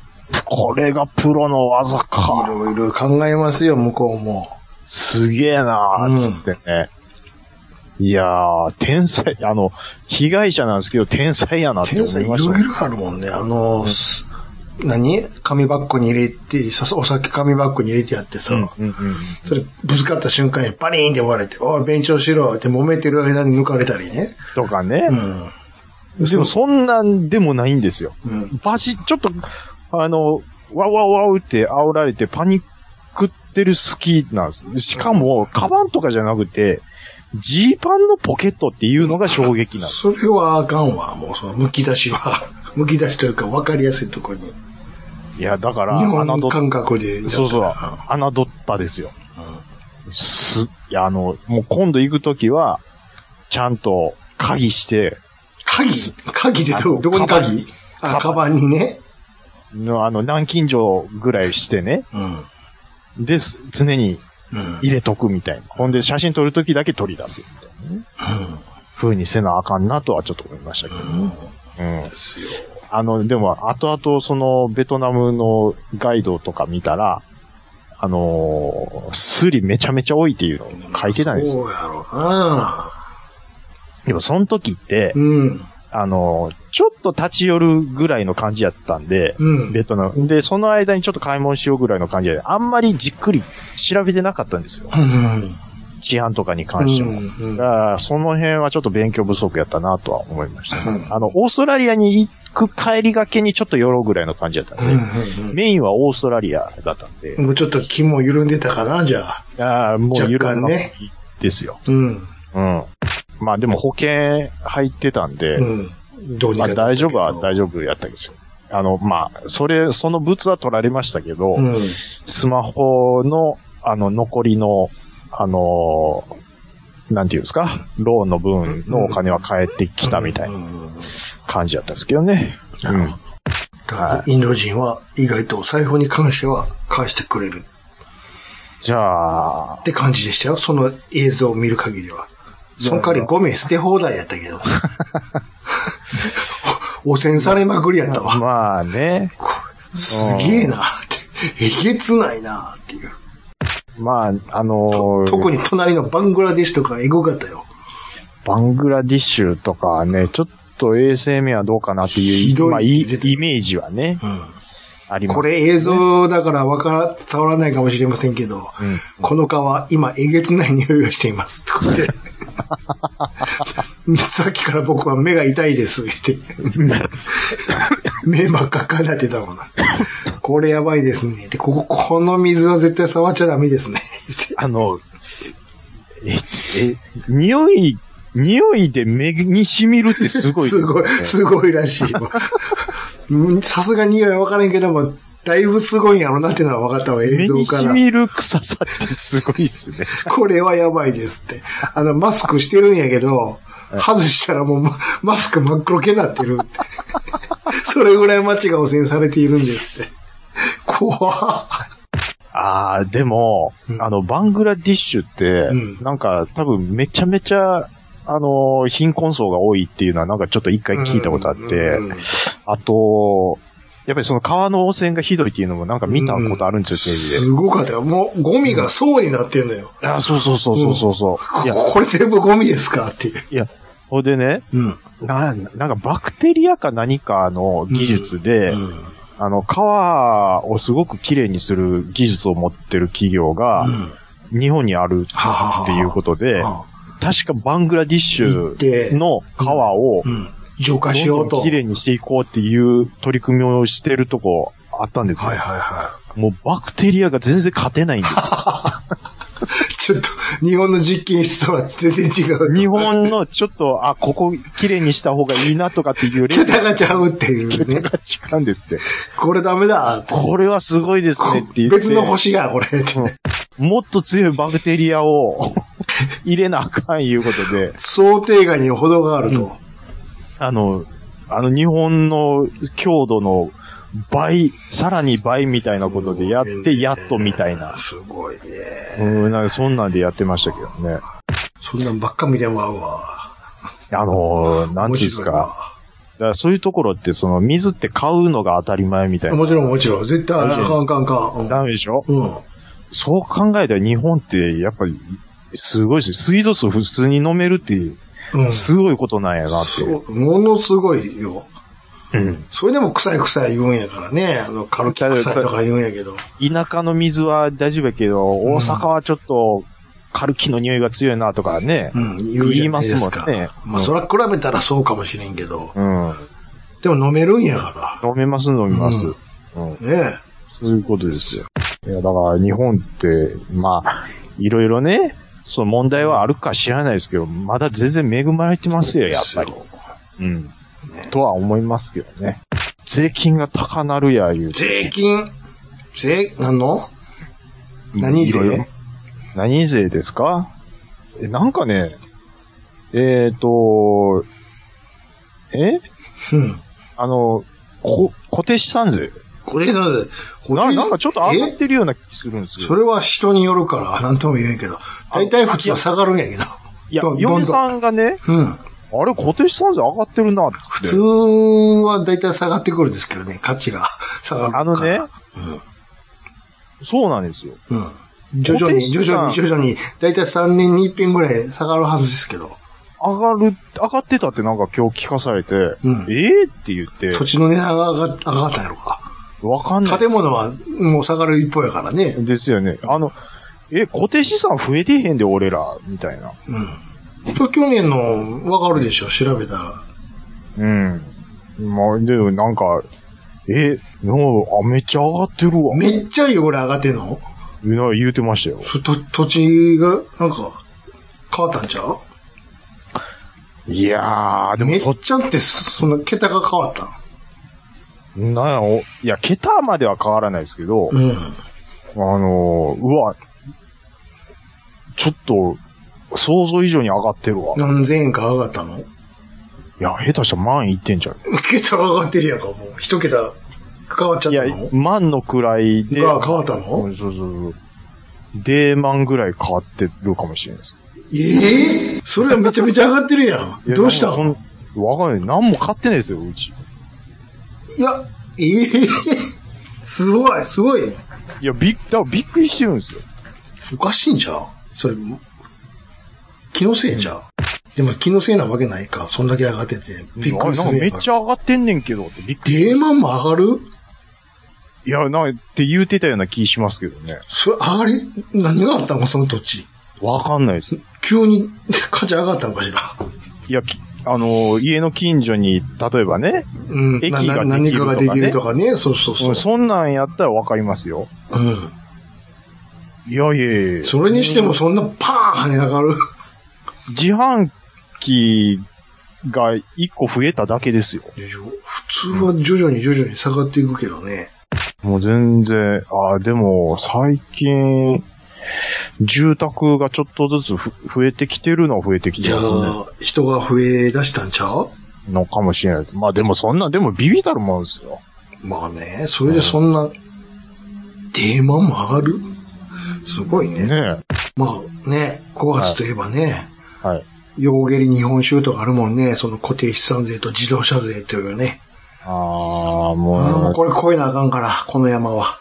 B: これがプロの技
A: い
B: か。
A: ろいろ考えますよ、向こうも。
B: すげえな
A: うん
B: ー、つってね。いやー、天才、あの、被害者なんですけど、天才やなって
A: 天
B: 思
A: 才い
B: い
A: ろ
B: ま
A: い
B: した
A: ろ
B: ね。
A: あるもんね。あの、す何紙バッグに入れて、さお酒紙バッグに入れてやってさ、
B: うんうんうん
A: それぶつかった瞬間にパリーンって割れて、おい、勉強しろって揉めてる間に抜かれたりね。
B: とかね
A: う。ん。
B: でもそんなんでもないんですよ。
A: うん。
B: バシ、ちょっと、あの、わわわうって煽られてパニックってる好きなんです。しかも、カバンとかじゃなくて、ジーパンのポケットっていうのが衝撃なんです。
A: それはあかんわ、もうその、剥き出しは。 *laughs* 剥き出しというか分かりやすいところに。日
B: いや、だから、
A: 本
B: 侮っ
A: 感覚でやったら。
B: そうそう、侮ったですよ。す、いや、あの、もう今度行くときは、ちゃんと鍵して、
A: 鍵鍵で
B: あ
A: ど、
B: の
A: どこに
B: カバン
A: 鍵あ、
B: カ
A: カバンにね。
B: のあの、南京錠ぐらいしてね、
A: うん。
B: です、常に
A: うん。
B: 入れとくみたいな。ほんで、写真撮るときだけ取り出すみたいなね。風にせなあかんなとはちょっと思いましたけど
A: うん。うん
B: ね。。うん。
A: ですよ。
B: あの、でも、後々、その、ベトナムのガイドとか見たら、あのースリめちゃめちゃ多いっていうのを書いてたんですよ。
A: そうやろうな。
B: でも、その時って、
A: うん。
B: あのーちょっと立ち寄るぐらいの感じやったんで、
A: うん。
B: ベトナム。で、その間にちょっと買い物しようぐらいの感じで、あんまりじっくり調べてなかったんですよ。
A: うん。
B: 治安とかに関しても。
A: うん
B: だから、その辺はちょっと勉強不足やったなとは思いました、
A: うん
B: あの、オーストラリアに行く帰りがけにちょっと寄ろうぐらいの感じだったんで、
A: うん
B: メインはオーストラリアだったんで、
A: うんもうちょっと気も緩んでたかな、じゃあ。
B: ああ、もう
A: 若
B: 緩
A: 干
B: ん
A: ね
B: ですよ。
A: うん。
B: うん。まあでも保険入ってたんで、
A: うん。どうに
B: まあ
A: か。
B: 大丈夫は大
A: 丈
B: 丈夫やったんですよ。あの、まあ、それ、そのブツは取られましたけど、
A: うん。
B: スマホの、あの、残りの、あのーなんていうんですか、ローンの分のお金は返ってきたみたいな
A: うん
B: 感じだったんですけどね。
A: なるほどだからインド人は意外とお財布に関しては返してくれる
B: じゃあ
A: っ、て感じでしたよ。その映像を見る限りは。その代わり5名捨て放題やったけど。 *laughs* 汚染されまくりやったわ。
B: まあね、
A: すげえなって。えげつないなっていう。
B: まあ、あのー
A: 特に隣のバングラディッシュとかエゴかったよ。
B: バングラディッシュとかはね、ちょっと衛生面はどうかなってい、
A: ひどいう
B: まあ、い
A: 出てた
B: イメージはね、あります。
A: これ映像だからわから、伝わらないかもしれませんけど、
B: うん
A: この蚊は今えげつない匂いがしています。と
B: *laughs*
A: かって。さっきから僕は目が痛いです。って。目ばっかかなってたもんな。これやばいですね。で、ここ、この水は絶対触っちゃダメですね。って
B: あの、え、え、匂い、匂いで目に染みるってすごいです
A: す
B: よ
A: ごい、すごいらしいわ。
B: *laughs*
A: うんさすがに匂いはわからんけども、だいぶすごいんやろなっていうのは分かったわ、映
B: 目
A: 像
B: に
A: から
B: 染。みる臭さってすごいっすね。
A: *laughs* これはやばいですって。あの、マスクしてるんやけど、外したらもうママスク真っ黒けになってるって。 *laughs* それぐらい街が汚染されているんですって。怖っ
B: ああ、でも、
A: うん
B: あの、バングラディッシュって、
A: うん
B: なんか多分めちゃめちゃ、あの、貧困層が多いっていうのはなんかちょっと一回聞いたことあって、
A: うんうん
B: あと、やっぱりその川の汚染がひどいっていうのもなんか見たことあるんですよ、テレビで。
A: すごかったよ。もうゴミが層になってんのよ。
B: あーそうそうそうそうそうそう。いや、
A: これ全部ゴミですかっていう。
B: いや、ほんでね、
A: うん。
B: な、なんかバクテリアか何かの技術で、
A: うん
B: あの、川をすごくきれいにする技術を持ってる企業が、日本にある
A: ははは
B: っていうことで、
A: は
B: 確かバングラディッシ
A: 行って
B: ュの川を
A: う、ん。浄化しようと。
B: きれいにしていこうっていう取り組みをしてるとこあったんですよ。
A: はいはいは
B: もうバクテリアが全然勝てない
A: *laughs*
B: んですよ。
A: い。ちょっと、日本の実験室とは全然違う。
B: 日本のちょっと、あ、ここきれいにした方がいいなとかっていうレベル
A: 桁がちゃうっていうね。
B: が違うんですって。
A: これダメだって。
B: これはすごいですねって言って。
A: 別の星や、これ。
B: もっと強いバクテリアを *laughs* 入れなあかんいうことで、
A: 想定外に程があると。
B: あの、あの日本の強度の倍、さらに倍みたいなことでやっ
A: すごい
B: て、
A: ね
B: やっとみたいな。
A: すごいね。
B: うん、なんかそんなんでやってましたけどね。
A: そんなんばっか見ても合うわ。
B: あのー、なんちゅうんですか。だからそういうところって、その水って買うのが当たり前みたいな。
A: 面白いわ。もちろん、もちろん。絶対、あかんあかんあか
B: ダメでしょ
A: ん。うん。うん。
B: そう考えたら日本って、やっぱり、すごいし、水道水普通に飲めるって、
A: うん。
B: すごいことなんやなって。
A: そうものすごいよ。
B: うん。
A: それでも臭い臭い言うんやからね。あの、カルキ臭いとか言うんやけど。
B: 田舎の水は大丈夫やけど、
A: ん
B: 大阪はちょっと、カルキの匂いが強いなとかね。
A: うん、言うじゃないですか。
B: 言いますもんね
A: まあ、それは比べたらそうかもしれんけど。
B: うん。
A: でも飲めるんやか
B: 飲めます、飲めます。
A: う
B: うん。
A: ら。ね
B: そういうことですよ。いや、だから日本って、まあ、いろいろね、その問題はあるか知らないですけど、まだ全然恵まれてますよ、やっぱり。うん。とは思いますけどね。税金が高なるや、いう。
A: 税金、税、なんの何
B: いろいろ
A: 税
B: 何税ですかえ、なんかね、えっ、と、え
A: うん。
B: あの、こ、固定資産税
A: これさ、こ
B: な
A: れ
B: なんかちょっと上がっ
A: え
B: てるような気するんですけ
A: そ
B: ど。
A: れは人によるから、なんとも言えんけど。大体普通は下がるんやけど。
B: いや
A: どん、どんどん
B: 嫁さんがね、
A: うん。
B: あれ固定資産税上がってるな、つっ
A: 普
B: て。
A: 通は大体下がってくるんですけどね、価値が下がるから。
B: あのね、そうなんですよ。
A: うん。徐々
B: 固定
A: に、
B: 資
A: 徐
B: 産
A: 々に、徐々に、大体3年に一遍ぐらい下がるはずですけど。
B: 上がる、上がってたってなんか今日聞かされて、
A: うん
B: ええって言って、
A: 土地の値段が上が上がったんやろか。
B: わかんない。
A: 建物はもう下がる一方やからね。
B: ですよね。あの、え、固定資産増えてへんで、俺ら、みたいな。
A: うん。去年のわかるでしょ、調べたら。
B: うん。まあ、でもなんか、え、もう、あ、めっちゃ上がってるわ。
A: めっちゃいいよ、これ上がってんの
B: な言うてましたよ。
A: そと土地が、なんか、変わったんちゃう
B: いやー、で
A: め
B: も
A: っ
B: と、
A: ちゃって、その桁が変わった
B: なんやろいや、桁までは変わらないですけど、
A: の。うん。
B: あのーうわ、ちょっと、想像以上に上がってるわ。い
A: 何千円か上がったの
B: や、下手したら万いってんじゃん。
A: 桁が上がってるやんか、もう。一桁変わっちゃっ
B: い
A: た
B: や
A: の、
B: 万の位で、
A: が変わった
B: う
A: の
B: んそうそうそう。デーマンぐらい変わってるかもしれないです。
A: ええそれはめちゃめちゃ上がってるや
B: *laughs* い
A: ん。
B: や
A: どうした
B: そん
A: の
B: わかんない。何も買ってないですよ、うち。
A: いや、ええ *laughs* すごい、すごいね。
B: いや、びっ、だからびっくりしてるんですよ。
A: おかしいんじゃうそれ、気のせいじゃう、でも気のせいなわけないか。そんだけ上がってて。びっくりす
B: あなんか
A: るや
B: め
A: ん
B: っちゃ上がってんねんけどってびっくり。
A: デーマンも上がる
B: いや、なんかって言うてたような気しますけどね。
A: それ、上がり、何があったのその土地。
B: わかんないです。
A: 急に *laughs* 価値上がったのかしら。
B: いや、きあのー、家の近所に、例えばね、
A: うん。
B: 駅が
A: なな何
B: できると
A: か
B: かね
A: ができるとかね。そうそうそう。
B: そんなんやったらわかりますよ。
A: うん。
B: いやいやいや
A: それにしてもそんなパーン跳ね上がる。
B: 自販機が一個増えただけですよ。
A: でしょ普通は徐々に徐々に下がっていくけどね。
B: もう全然、ああ、でも、最近、住宅がちょっとずつふ増えてきてるのは増えてき
A: い
B: て
A: や
B: るね
A: ー、人が増え出したんちゃう
B: のかもしれないです。まあでもそんな、でもビビたるもんですよ。
A: まあね、それでそんな、デーマンも上がるすごいね。
B: ね
A: まあね、5月といえばね、
B: え。はい。
A: 洋下痢日本酒とかあるもんね、その固定資産税と自動車税というね。
B: ああ、も
A: あーもう
B: う、
A: これ超えなあかんから、この山
B: *laughs*
A: は。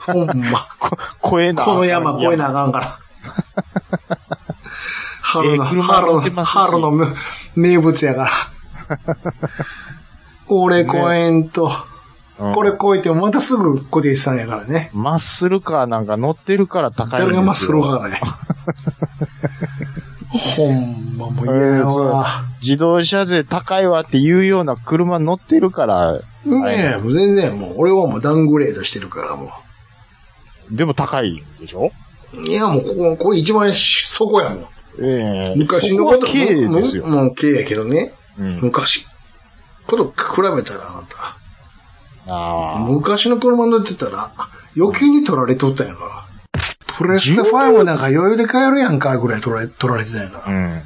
A: ほんま、
B: こ超えな。
A: この山
B: いや
A: 超え。なあかん
B: *laughs*
A: から。春の、
B: ええ車
A: 春
B: 乗
A: の
B: って、ますし
A: 春の名名物やから。
B: *laughs*
A: これ超えんと、
B: うん
A: これ超えてもまたすぐ固定資産やからね。
B: マッスルカーなんか乗ってるから高いんですよ。
A: 誰がマッスル
B: *laughs*
A: がね。ほんまもう嫌
B: え
A: や
B: ーそう
A: わ。
B: 自動車税高いわっていうような車乗ってるから、
A: ねえ、もう全然もう、俺はもうダウングレードしてるからも
B: でも高いんでしょ
A: う。いやもうここ、これ一番しそこやもん。
B: ええ
A: 昔のこと、
B: そこは軽ですよ。
A: もうもう軽やけどね。
B: うん。
A: 昔。こと比べたらあなた。
B: あ
A: 昔の車乗ってたら、余計に取られとったんやから。プレステ5なんか余裕で買えるやんか、ぐらい取られ、取られてたんやか
B: あ。うん。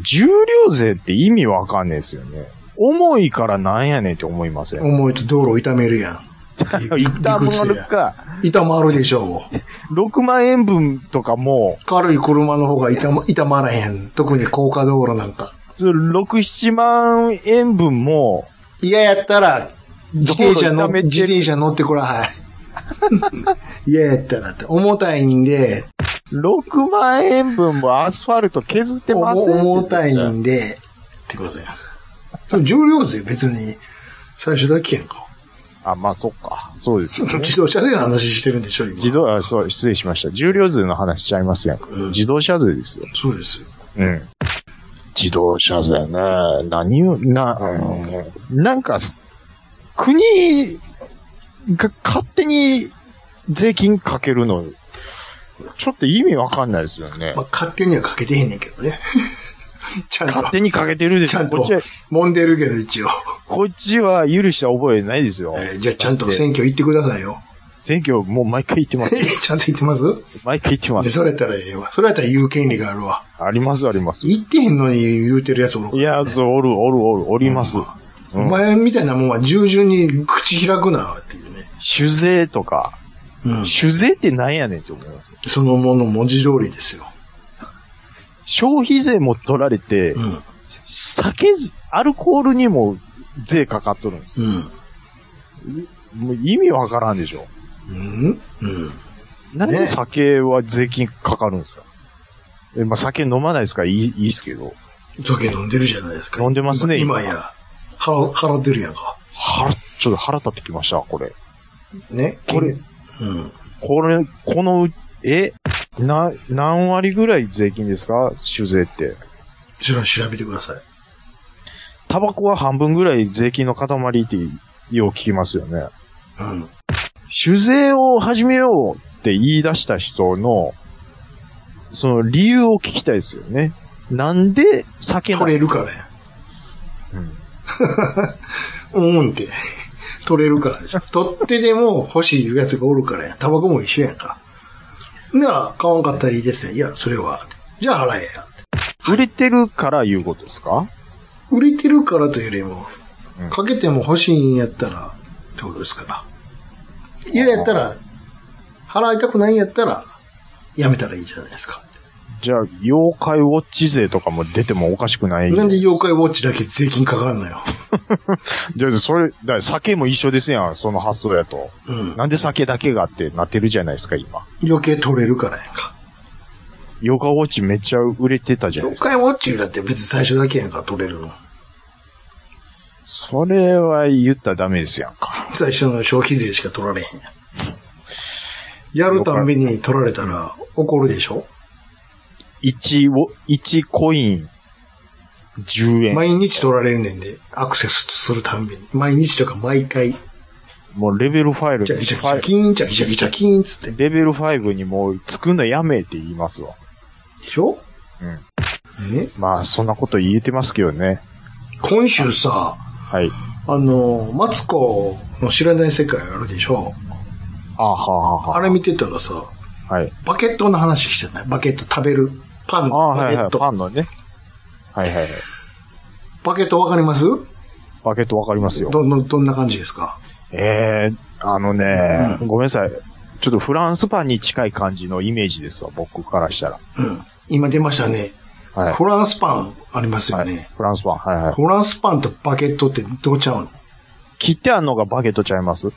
B: 重量税って意味わかんないですよね。重いからなんやねんって思いませ
A: ら。
B: ん。
A: 重いと道路痛めるやん。
B: *laughs* 一旦
A: 理屈
B: 回る
A: や
B: か、
A: 痛まるでしょう、もう。
B: 6万円分とかも、
A: 軽い車の方が
B: *laughs*
A: 痛ま、痛まらへん。特に高架道路なんか。
B: その6、7万円分も、
A: 嫌やったら、自転車
B: 道路
A: の、
B: 痛めてる
A: 自転車乗ってこら
B: *laughs*
A: はい。嫌やったらって。重たいんで、
B: 6万円分もアスファルト削ってませんって
A: 重重たいんで、ってことや。でも重量税別に、最初だけやんか。
B: あ、まあそっか。そうですよ *laughs* ね。
A: 自動車税の話してるんでしょ、今。
B: 自動、あ、そう、失礼しました。重量税の話しちゃいますやんか。
A: うん
B: 自動車税ですよ。
A: そうですよ。
B: うん。自動車税ね。何を、な、うん、なんか、国が勝手に税金かけるの、ちょっと意味わかんないですよね
A: ま。あ、勝手にはかけてへんねんけどね。 *laughs* ちゃんと
B: 勝、手にかけてるでし
A: ちゃ
B: ょ。
A: ん
B: ことっちは、
A: 揉んでるけど、一応。
B: こっちは許した覚えないですよ。
A: えーじゃあ、ちゃんと選挙行ってくださいよ。 *laughs*
B: 選挙もう毎回言ってます。
A: ちゃんと行ってます
B: 毎回言ってま
A: で、
B: す。
A: それやったらええわ。それやったら言う権利があるわ。
B: ありますあります。い
A: 言ってへんのに言うてるやつおるから
B: や、そう、おるおるおる、おります。
A: お前みたいなもんは従順に口開くな、っていうね。
B: 酒税とか。
A: うん。
B: 酒税って何やねんって思いますよ。
A: そのもの文字通りですよ。
B: 消費税も取られて、
A: う
B: 酒ず、アルコールにも税かかっとるんですよ。
A: ん。
B: もう意味わからんでしょ。
A: うん。うん。うん。
B: なんで
A: ね
B: 酒は税金かかるんですか、えまあ酒飲まないですからいい、いいっすけど。
A: 酒飲んでるじゃないですか。
B: 飲んでますね
A: 今今や。払う、払ってるやんか。
B: 腹、ちょっと腹立ってきました、これ。
A: ね。
B: これ
A: うん。
B: これ、この、え、な、何割ぐらい税金ですか酒税って。
A: ちろん調べてください。
B: タバコは半分ぐらい税金の塊ってよう聞きますよね。
A: うん。
B: 酒税を始めようって言い出した人の、その理由を聞きたいですよね。なんで酒な
A: 取れるからや。
B: うん
A: うんって。 *laughs* 取れるから
B: *laughs*
A: でしょ。取ってでも欲しいやつがおるからや。タバコも一緒やんか。なら、買わんかったらいいですね。いや、それは。じゃあ払えや。
B: 売れてるからいうことですか
A: 売れてるからというよりも
B: うん、
A: かけても欲しいんやったら、ってことですから。嫌やったら、払いたくないんやったら、やめたらいいじゃないですか。
B: じゃあ、妖怪ウォッチ税とかも出てもおかしくない。
A: なんで妖怪ウォッチだけ税金かかんのよ。
B: じゃあ、それ、だから酒も一緒ですやん、その発想やと。
A: うん。
B: なんで酒だけがってなってるじゃないですか、今。
A: 余計取れるからやんか。
B: 妖怪ウォッチめっちゃ売れてたじゃな
A: 妖
B: いですか。
A: 怪ウォッチだって別に最初だけやんか、取れるの。
B: それは言ったらダメですやんか。
A: 最初の消費税しか取られへんやん。やるたんびに取られたら怒るでしょ
B: 1を、1コイン、10円。
A: 毎日取られんねんで、アクセスするたんびに。毎日とか毎回、
B: もうレベルファイル、
A: チャキチャキチャ
B: ファイ
A: キーン、チャキチャキチャキーンつって。
B: レベル5にもう作るのやめって言いますわ。
A: でしょ
B: う
A: ね。
B: まあ、そんなこと言えてますけどね。
A: 今週さ、
B: はい。
A: あの、マツコの知らない世界あるでしょ
B: あはあはあは
A: あれ見てたらさ、
B: あ。はい。
A: バケットの話してないバケット食べる。パン、
B: ああ、
A: バ
B: は
A: ケ
B: いは
A: ッ
B: い。パ
A: ト。
B: ンのね。はいはいはい。
A: バケットわかります
B: バケットわかりますよ。
A: ど、ど、どんな感じですか
B: ええあのね、
A: う
B: ごめんなさい。ちょっとフランスパンに近い感じのイメージですわ、僕からしたら。
A: うん。今出ましたね。
B: はい。
A: フランスパンありますよ
B: はい
A: ね。
B: フランスパン。はいはい。
A: フランスパンとバケットってどうちゃうの
B: 切ってあんのがバケットちゃいます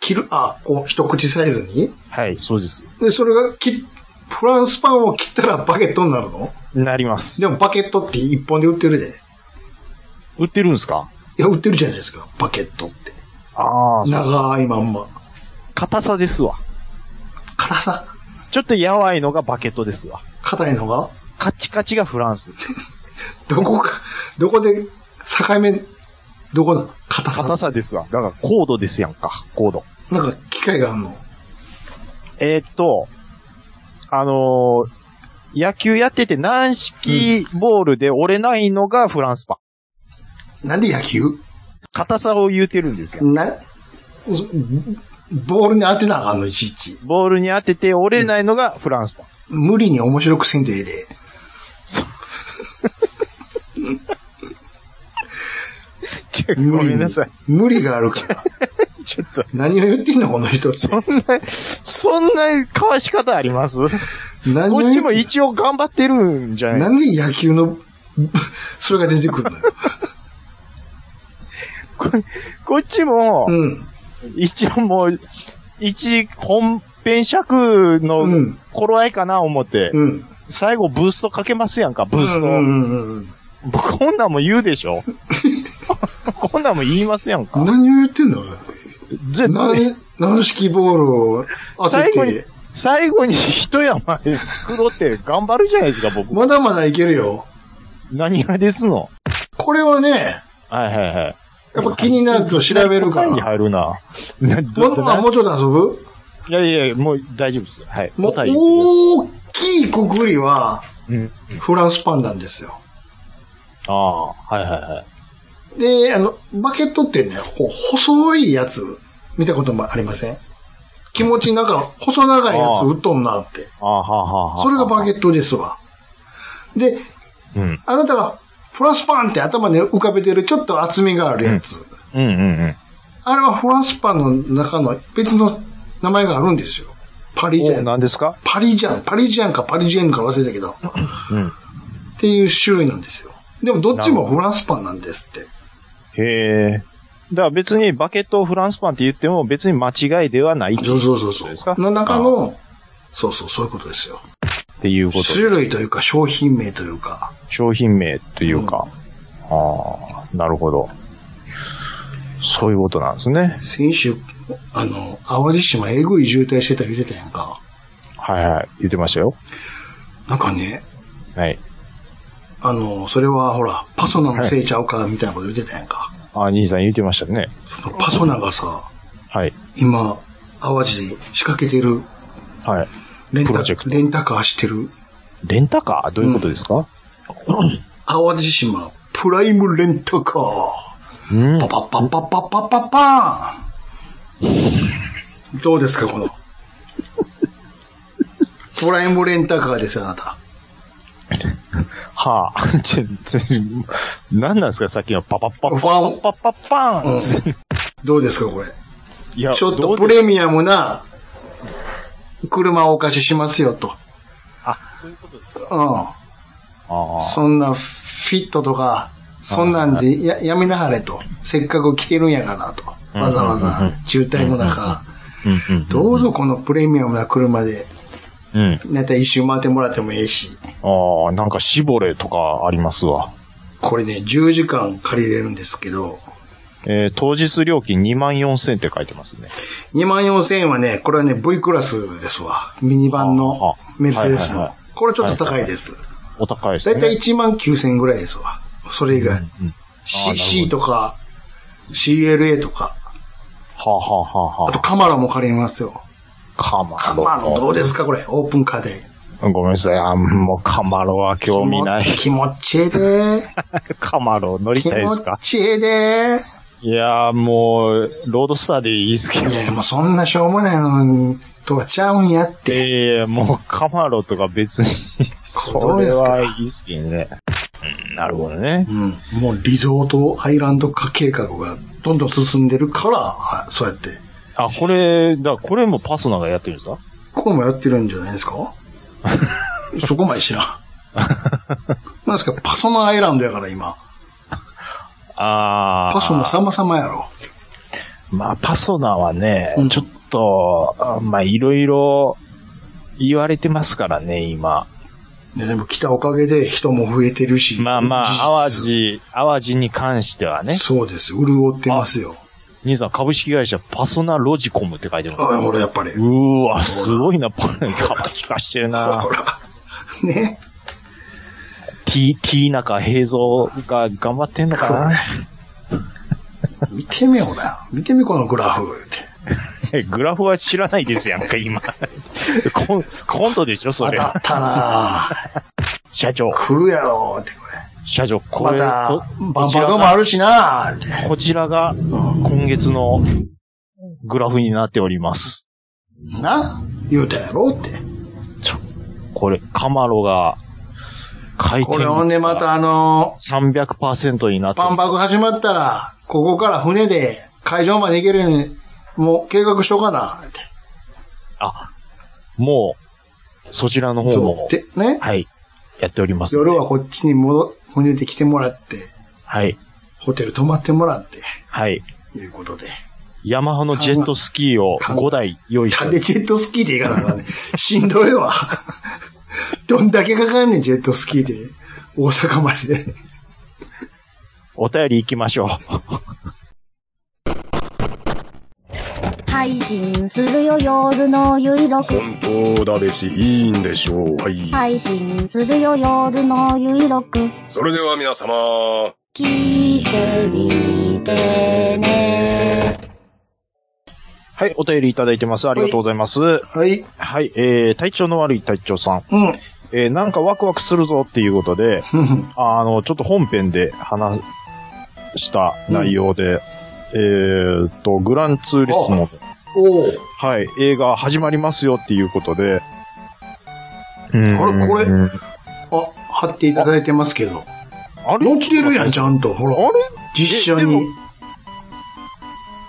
A: 切る、あ、こう、一口サイズに
B: はい、そうです。
A: で、それが切、フランスパンを切ったらバケットになるの
B: なります。
A: でもバケットって一本で売ってるで。い
B: 売ってるんですか
A: や、売ってるじゃないですか、バケットって。
B: ああ、
A: 長いまんま。
B: 硬さですわ。
A: 硬さ、
B: ちょっとやわいのがバケットですわ。
A: 硬いのが、
B: カチカチがフランス。
A: どこか、どこで、境目、どこなの硬さ。
B: 硬さですわ。だからコードですやんか、コード。
A: なんか、機械があんの
B: えーっと、あのー野球やってて軟式ボールで折れないのがフランスパン。
A: なんで野球
B: 硬さを言うてるんですよ。
A: な、そボールに当てなあかんの、いちいち。
B: ボールに当てて折れないのがフランスパン。
A: 無理に面白くせんでええで。
B: ちょ
A: 無
B: ご
A: 理
B: めんなさい。
A: に無理がある
B: *laughs*
A: から。
B: ちょっと、
A: 何を言ってんの、この人。
B: そんな、そんな交わし方ありますこ
A: 何を
B: っち
A: 言
B: も
A: って
B: 一応頑張ってるんじゃない
A: なんで野球の、それが出てくる
B: *laughs*
A: のよ。
B: ここっちも、
A: うん。
B: 一応もう、一本編尺
A: う
B: の
A: ん。
B: 頃合いかな思って、
A: うん。
B: 最後ブーストかけますやんか、ブースト。
A: うんうんうん
B: 僕こんなんも言うでしょ *laughs* こんなんも言いますやん
A: うん
B: か。
A: 何を言ってんの
B: 絶対、
A: 何、何式ボールを当て
B: 最後に
A: て、
B: 最後に一山作ろうって頑張るじゃないですか、僕。
A: まだまだいけるよ。
B: 何がですの
A: これはね、
B: はいはいはい。
A: やっぱ気になると調べるから。
B: 答えに
A: も
B: 入るな。な *laughs* ど
A: うあもうちょっと遊ぶ
B: いやいやいや、もう大丈夫です。はい。
A: もう
B: 答え言って
A: 大きいくくりは
B: くださいうん。
A: フランスパンなんですよ。
B: ああ、はいはいはい。
A: で、あの、バケットってね、こう細いやつ、見たこともありません気持ちなんか細長いやつ打っとんなって。
B: ああ、はあはあはあ。
A: それがバケットですわ。で、
B: うん。
A: あなたがフランスパンって頭に浮かべてるちょっと厚みがあるやつ。
B: うんうんうん。
A: あれはフランスパンの中の別の名前があるんですよ。パリジ
B: お、
A: ャン。
B: 何ですか
A: パリジャン。パリジャンかパリジェンヌか忘れたけど。
B: うん。
A: っていう種類なんですよ。でもどっちもフランスパンなんですって。
B: へえ。だから別にバケットをフランスパンって言っても別に間違いではないっ
A: そうそうそう
B: そう
A: そ
B: ですか
A: う。の中の、そうそう、そういうことですよ。
B: ていうこと。
A: 種類というか商品名というか。
B: 商品名というか。ああ、なるほど。そういうことなんですね。
A: 先週、あの、淡路島えぐい渋滞してた言うてたやんか。
B: はいはい。言ってましたよ。
A: なんかね、
B: はい。
A: あの、それはほら、パソナのせいちゃうか、みたいなこと言ってたやんか。
B: ああ、兄さん言ってましたね。
A: そのパソナがさ、
B: はい。
A: 今、淡路で仕掛けてる、
B: はい。
A: レン
B: プ
A: タ
B: ロジェクト
A: レンタカーしてる、
B: レンタカーどういうことですか、
A: 淡路島プライムレンタカー。
B: うん
A: パ。パパパパパパパーンどうですか、この。プライムレンタカーですよ、あなた。
B: はあ、ちょ、ちょ何なんですかさっきのパパパパ
A: ワン
B: パパパーン、
A: どうですか、これ。
B: いや
A: ちょっ
B: ど
A: と
B: うで
A: プレミアムな車をお貸ししますよ、と。
B: あ、そういうことですか。
A: う
B: あ
A: ん。
B: あ。
A: そんなフィットとか、そんなんでややめなはれと。せっかく来てるんやからと。わざわ
B: うんうん
A: ざ
B: う
A: 渋滞の中。
B: うんうんん
A: どうぞこのプレミアムな車で、
B: うん。
A: なた一周回ってもらってもええし。
B: ああ、なんかシボレとかありますわ。
A: これね、10時間借りれるんですけど、
B: えー当日料金2万4000って書いてますね。
A: 2万4000円はね、これはね、V クラスですわ。ミニバンの
B: ああ
A: メルセデス
B: はいはい
A: の
B: は。
A: これちょっと高いです。
B: お高いです
A: だ
B: ね。
A: いたい1万9000円ぐらいですわ。それ以外。
B: うん。ああな
A: C,
B: るほど
A: C とか、CLA とか、
B: はあ、はあはあは
A: あとカマラも借りますよ。
B: あ、カマ
A: カ
B: ロ。
A: マラどうですかこれ、オープンカーで。
B: ごめんなさい。あもうカマロは興味ない。
A: 気持ちいいで。
B: カマロ乗り
A: 気
B: たいです
A: 持
B: か
A: ちいいで。
B: いやーもう、ロードスターでいいですけ
A: い
B: ど。
A: や、もうそんなしょうもないのとはちゃうんやって。
B: いやもうカマロとか
A: *laughs*
B: 別に、
A: ど
B: そう
A: で
B: れ
A: すか
B: はいいですけどね。うんなるほどね
A: う。ん。もうリゾートアイランド化計画がどんどん進んでるから、あそうやって。
B: あ、これ、だこれもパソナがやってるんですか
A: これもやってるんじゃないです
B: *laughs*
A: かそこまで知らん。なんですか、パソナアイランドやから今。
B: ああ。
A: パソナ様々やろ。
B: まあ、パソナはね、
A: うん
B: ちょっと、あまあ、いろいろ言われてますからね、今。
A: ね、でも来たおかげで人も増えてるし。
B: まあまあ、淡
A: 事実
B: 路、淡路に関してはね。
A: そうです。潤ってますよ。
B: 兄さん、株式会社パソナロジコムって書いてます。
A: あ、ほら、やっぱり。
B: うーわ、すごいな、パン、聞かしてるな
A: ほ。ら。 *laughs* ね。
B: T、T 中平蔵が頑張ってんのかな
A: 見てみような。見てみ、このグラフ。って。
B: え *laughs* グラフは知らないですやんか、今。コンコントでしょ、そ
A: 当
B: れ。
A: たったなぁ。
B: 社長、
A: 来るやろ、ってこ
B: 社長、
A: れ。ま
B: これ、
A: た
B: こ、
A: バ
B: こ
A: ン
B: ち
A: バ
B: ら
A: ド
B: が
A: もあるしなぁ。って
B: こちらが
A: う
B: 今月のグラフになっております。
A: んな言うたやろって。
B: ちょ、これ、カマロが回
A: こ
B: 転率
A: れ
B: が
A: ほんでまたあの、
B: 300%になってお
A: 万
B: り
A: 博始まったら、ここから船で会場まで行けるように、もう計画しとかな。って
B: あ、もう、そちらの方
A: そう
B: も、
A: で、ね。
B: はい、やっておりますので。
A: 夜はこっちに戻、船で来てもらって、
B: はい、
A: ホテル泊まってもらって、
B: はい。
A: いうことで。
B: ヤマハのジェットスキーを5台用意し
A: なん
B: て
A: で、ジェットスキーで行かなあかんねん。 *laughs* しんどいわ。どんだけかかんねん、ジェットスキーで。大阪まで。
B: お便り行きましょう。
C: 配信するよ夜のゆいろく
D: 本当だべし、いいんでしょう。はい。
C: 配信するよ夜のゆいろく
D: それでは皆様、
C: 聞いてみてね
B: はい、お便りいただいてます。ありがとうございます。
A: はい。
B: はい、えー、体調の悪い隊長さん。
A: うん。
B: えー、なんかワクワクするぞっていうことで、
A: うん
B: あの、ちょっと本編で話した内容で、えーっと、グランツーリスモ、
A: おう
B: はい、映画始まりますよっていうことで、あれ
A: あれこれあ、貼っていただいてますけど。
B: あれ
A: 乗ってるやん、ち
B: ゃ
A: ゃんと。ほ
B: あ
A: ら。
B: れ
A: 実写
B: えでも
A: に。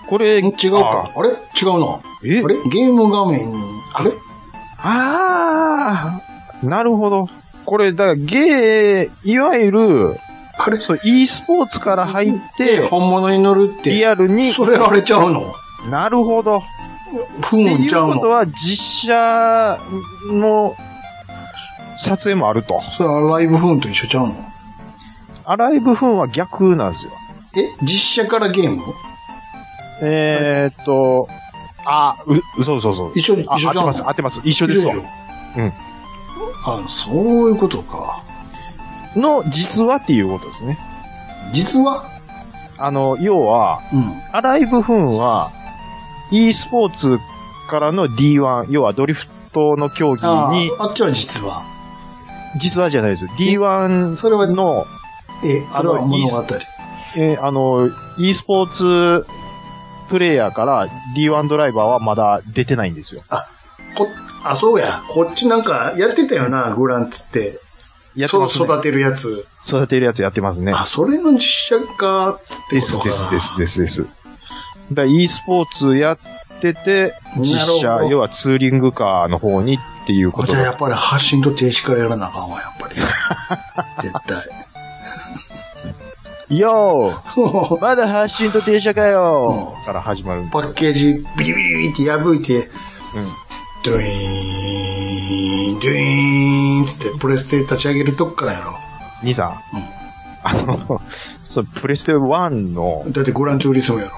B: これ、
A: ん違うか。あれ違うな。
B: あ。え
A: あれゲーム画面。あれ
B: ああなるほど。これ、だから、ゲー、いわゆる、
A: あれ
B: そう、e スポーツから入って、
A: 本物に乗るって。
B: リアルに、
A: それあれちゃうの
B: なるほど。
A: ふ
B: っ
A: ー
B: て
A: ん
B: い
A: ちゃ
B: う
A: う
B: こと
A: の
B: は、実写の撮影もあると。
A: それはライブフーンと一緒ちゃうの
B: アライブフーンは逆なんですよ。
A: え実写からゲーム
B: えー、っと、あ、う、嘘そうそう。
A: 一緒、一
B: あ、
A: 緒ちゃう
B: 合って
A: の
B: ます、合ってます。一緒ですわ
A: 一。緒
B: うん
A: あ、そういうことか。
B: の、実話っていうことですね。
A: 実は、
B: あの、要は、
A: うん。
B: アライブフーンは、e スポーツからの D1、要はドリフトの競技
A: あ
B: に、
A: あ、あっちは実は。
B: 実話じゃないです。D1
A: それは
B: の、
A: え、それは
B: あの
A: 物
B: いいっす
A: 語。
B: えーあの、e スポーツプレイヤーから D1 ドライバーはまだ出てないんですよ。
A: こあ、そうや。こっちなんかやってたよな、グランツって。
B: やって
A: そう
B: ます、ね
A: 育。てるやつ。
B: 育てるやつやってますね。
A: あ、それの実写化ってことか
B: ですですですですです。だ e スポーツやってて、実
A: なるほ
B: 写、
A: ど
B: 要はツーリングカーの方にっていうこ
A: あ
B: と
A: じゃあや
B: で。
A: っぱり発信と停止からやらなあかんわ、やっぱ
B: *laughs*
A: り。絶対。 *laughs*
B: よー
A: もう
B: まだ発信と停車かよ
A: う
B: から始まるんで。
A: パッケージビリビリビリって破いて、
B: うん。
A: ドゥイーン、ドゥイーンつってプレステ立ち上げるとこからやろ。
B: 兄さん。
A: うん
B: あの、そう、プレステ1の、
A: だってグランツーリスムやろ。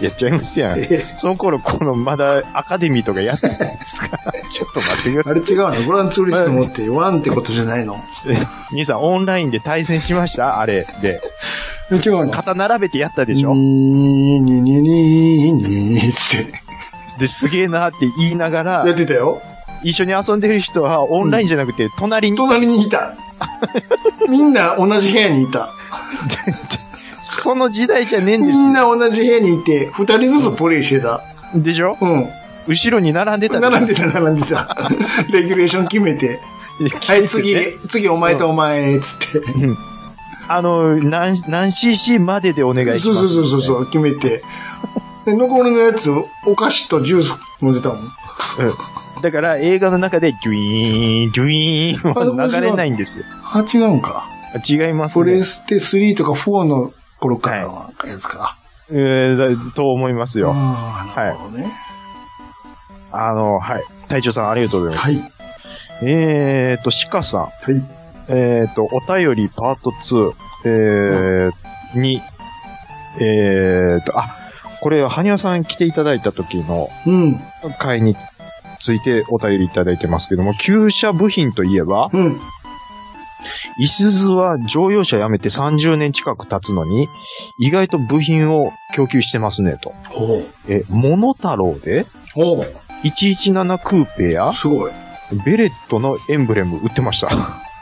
B: やっちゃいますやん。その頃、この、まだ、アカデミーとかやってないで
A: *laughs*
B: すから、ちょっと待ってくだ
A: あ
B: さ
A: れ
B: い。
A: 違うのグランツーリスムってワンってことじゃないの
B: 兄さん、オンラインで対戦しましたあれで。
A: 違うの
B: 肩並べてやったでしょ
A: にーにーにーにーにーつって。
B: で、すげえなって言いなが
A: やっ
B: ら、
A: てたよ。
B: 一緒に遊んでる人は、オンラインじゃなくて、隣に、
A: 隣にいた。みんな同じ部屋にいた。
B: *laughs* その時代じゃねえんで
A: み
B: す
A: んな同じ部屋にいて、二人ずつプレイしてた。
B: よ。でしょ
A: うん。
B: 後ろに並んでた
A: 並んでた、並んでた。レギュレーション決めて。はい、次、次お前とお前、つって。
B: あの、何、何 cc まででお願いします。
A: そうそうそうそう、決めて。で、残りのやつ、お菓子とジュース飲んでたもん。
B: うんだから映画の中で、ジュイーン、ジュイーンは流れないんですよ。
A: あ、違うんか。
B: 違います
A: プレ
B: ね。
A: ステ3とか4の頃からのやつか。
B: えーだと思いますよ。
A: ああ、なるほどね。
B: あの、はい。隊長さんありがとうございま
A: はい。は
B: す。えーと、シカさ
A: い。
B: ん、えーと、お便りパート2、えー、に、えーと、あ、これ、羽生さん来ていただいた時の
A: うん。
B: 回についてお便りいただいてますけども、旧車部品といえば、
A: うん。
B: いすずは乗用車やめて30年近く経つのに、意外と部品を供給してますね、と。
A: ほう。
B: え、モノタロウで、
A: ほう。
B: 117クーペや、
A: すごい。
B: ベレットのエンブレム売って
A: *laughs*
B: ました。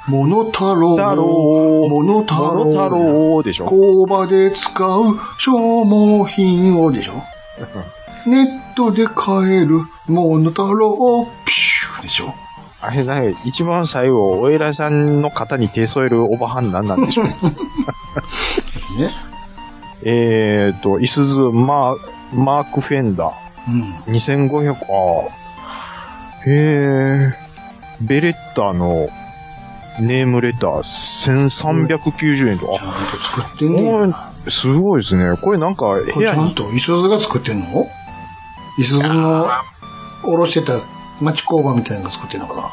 A: モノタロウ。
B: タロウ、モ
A: モノタロウ。
B: ノタロウでしょ。
A: 工場で使う消耗品をで *laughs* しょネットで買えるものだろう、ピシューでしょ
B: あれなんか一番最後、お偉いさんの方に手添えるおばはんなんなんでし
A: *laughs*
B: ょうね。
A: ね。
B: えーと、いすずマー、マークフェンダー。
A: うん。
B: 2500、ああ。へえ。ベレッタのネームレター1390円と、
A: ちゃんと作って
B: あ、
A: んねやな。
B: もう、すごいですね。これなんか
A: こ
B: 部
A: れち
B: 屋
A: ゃん
B: に、
A: と、イスズが作ってんのイスズの、おろしてた町工場みたいなのが作ってんのかな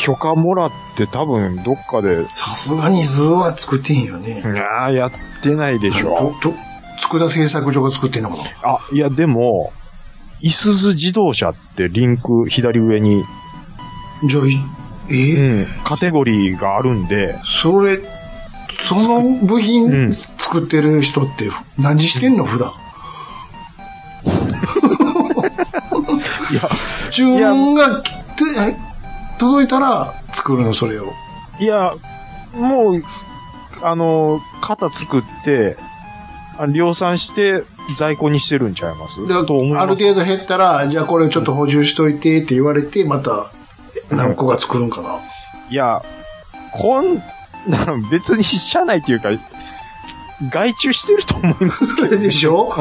B: 許可もらって多分どっかで、
A: さすがにイスズは作ってへんよね。
B: ああ、やってないでしょ。
A: ど、ど、佃製作所が作ってんのかな
B: あ、いやでも、いすず自動車ってリンク左上に、
A: じゃあい、え
B: うん、カテゴリーがあるんで、
A: それ、その部
B: うん
A: 品作ってる人って何してんの普段。 *laughs*
B: いや、
A: 注文が来て、え届いたら作るの、それを。
B: いや、もう、あの、型作って、あ量産して在庫にしてるんちゃいます
A: である
B: と思います。
A: 程度減ったら、じゃあこれちょっと補充しといてって言われて、また何個か作るんかな。
B: いや、こんな、別に社内っていうか、外注してると思います
A: それでしょ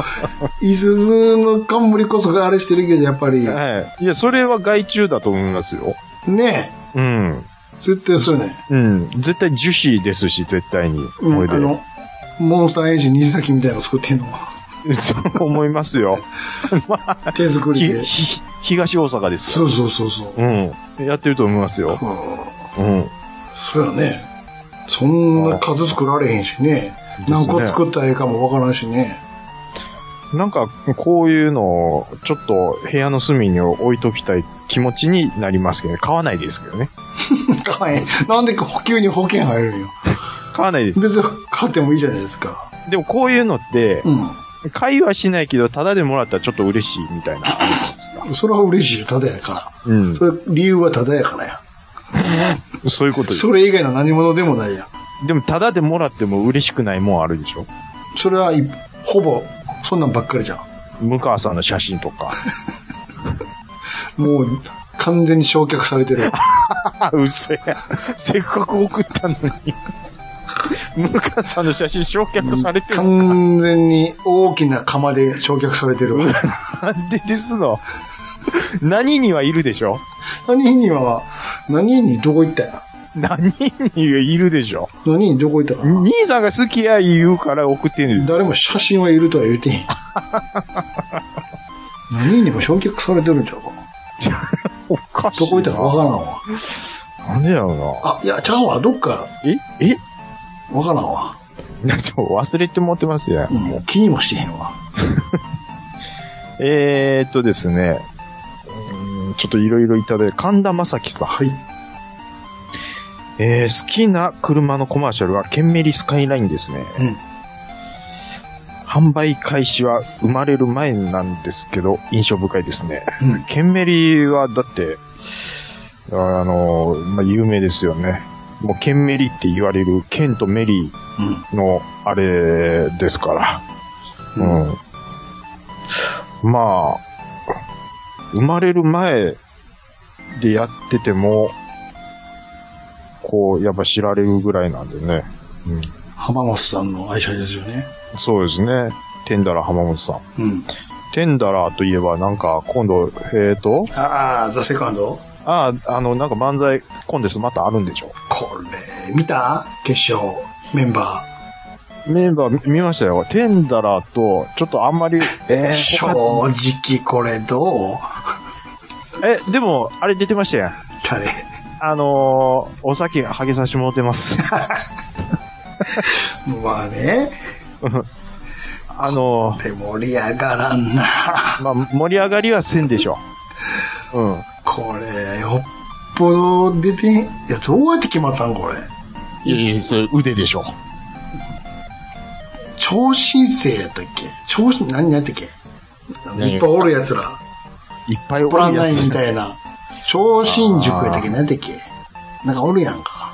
A: いすずの冠こそがあれしてるけど、やっぱり
B: け、ど。はい。いや、それは外注だと思いますよ。
A: ね
B: うん。
A: 絶対そうね。
B: うん。絶対樹脂ですし、絶対に。
A: うん
B: これ
A: あ
B: で。
A: の、モンスターエンジン西崎みたいなの作ってんの。
B: *laughs* そう思いますよ。
A: 手作り
B: ひ
A: で。
B: ひ東大阪です
A: そ
B: よ。
A: うそうそうそう。
B: うん。やってると思いますよ。
A: うん
B: うん。
A: そうやね。そんな数作られへんしね。何個作ったらええかもわからんしね。
B: なんか、こういうのを、ちょっと部屋の隅に置いときたい気持ちになりますけどね。買わないですけどね。
A: 買えん。なんで急に保険入るんよ。
B: 買わないです。
A: 別に買ってもいいじゃないですか。
B: でもこういうのって
A: う、
B: 会話しないけど、タダでもらったらちょっと嬉しいみたいな。
A: ん。それは嬉しいよ。ただやから。
B: うん。
A: それ、理由はただやからや。
B: そういうことです
A: それ以外の何者でもないやん。
B: でも、ただでもらっても嬉しくないもんあるでしょ
A: それはいほぼ、そんなんばっかりじゃん。
B: 向川さんの写真とか。
A: もう、完全に焼却されてる。
B: あ、嘘や。せっかく送ったのに。向川さんの写真焼却されてるんすか、
A: 完全に大きな釜で焼却されて
B: *laughs*
A: るわ。
B: なんでですの何にはいるでしょ
A: 何には、何にどこ行ったや
B: 何にいるでしょ
A: 何にどこ行ったかな
B: 兄さんが好きや言うから送ってるんです。
A: 誰も写真はいるとは言うて
B: *laughs*
A: へん。何にも焼却されてるんちゃうか。
B: おかしい
A: ど
B: な。
A: こ行ったかわからんわ。
B: なんでやろうな。
A: あ、いや、ちゃうわ。どっか
B: ええ
A: わからんわ。
B: なんかちょっと忘れてもってますね
A: う。んもう気にもしてへんわ。
B: えーっとですね。うーんちょっといろいろいただいて、神田正輝さん。
A: はい。
B: えー、好きな車のコマーシャルは、ケンメリスカイラインですね。
A: うん
B: 販売開始は生まれる前なんですけど、印象深いですね。
A: うん
B: ケンメリは、だって、あの、まあ、有名ですよね。もう、ケンメリって言われる、ケンとメリーの、あれですから。うん。まあ、生まれる前でやってても、こう、やっぱ知られるぐらいなんでね。うん。
A: 浜本さんの愛車ですよね。
B: そうですね。テンダラー浜本さん。
A: うん。
B: テンダラーといえば、なんか、今度、えーと、
A: ああ、ザ・セカンド
B: ああ、あの、なんか漫才コンテストまたあるんでしょ
A: これ、見た決勝、メンバ
B: メンバー見見ましたよ。テンダラーと、ちょっとあんまり、え
A: ー。
B: ー
A: 正
B: 他
A: 直これどう
B: え、でも、あれ出てましたやん。
A: 誰
B: あのー、お酒、ハゲさせてもらって *laughs* ます。
A: まあね、
B: あのー、
A: で盛り上がらんな。 *laughs*
B: まあ、盛り上がりはせんでしょう。うん。
A: これ、よっぽど出てへん、いや、どうやって決まったんこれ。
B: いやいや、それ腕でしょ。
A: 超新星やったっけ超新、何やったっけいっぱいおるやつら。
B: いっぱいお
A: プラン
B: るや
A: ナイン
B: つ
A: み。たいな。超新塾やったっけ何やったっけなんかおるやんか。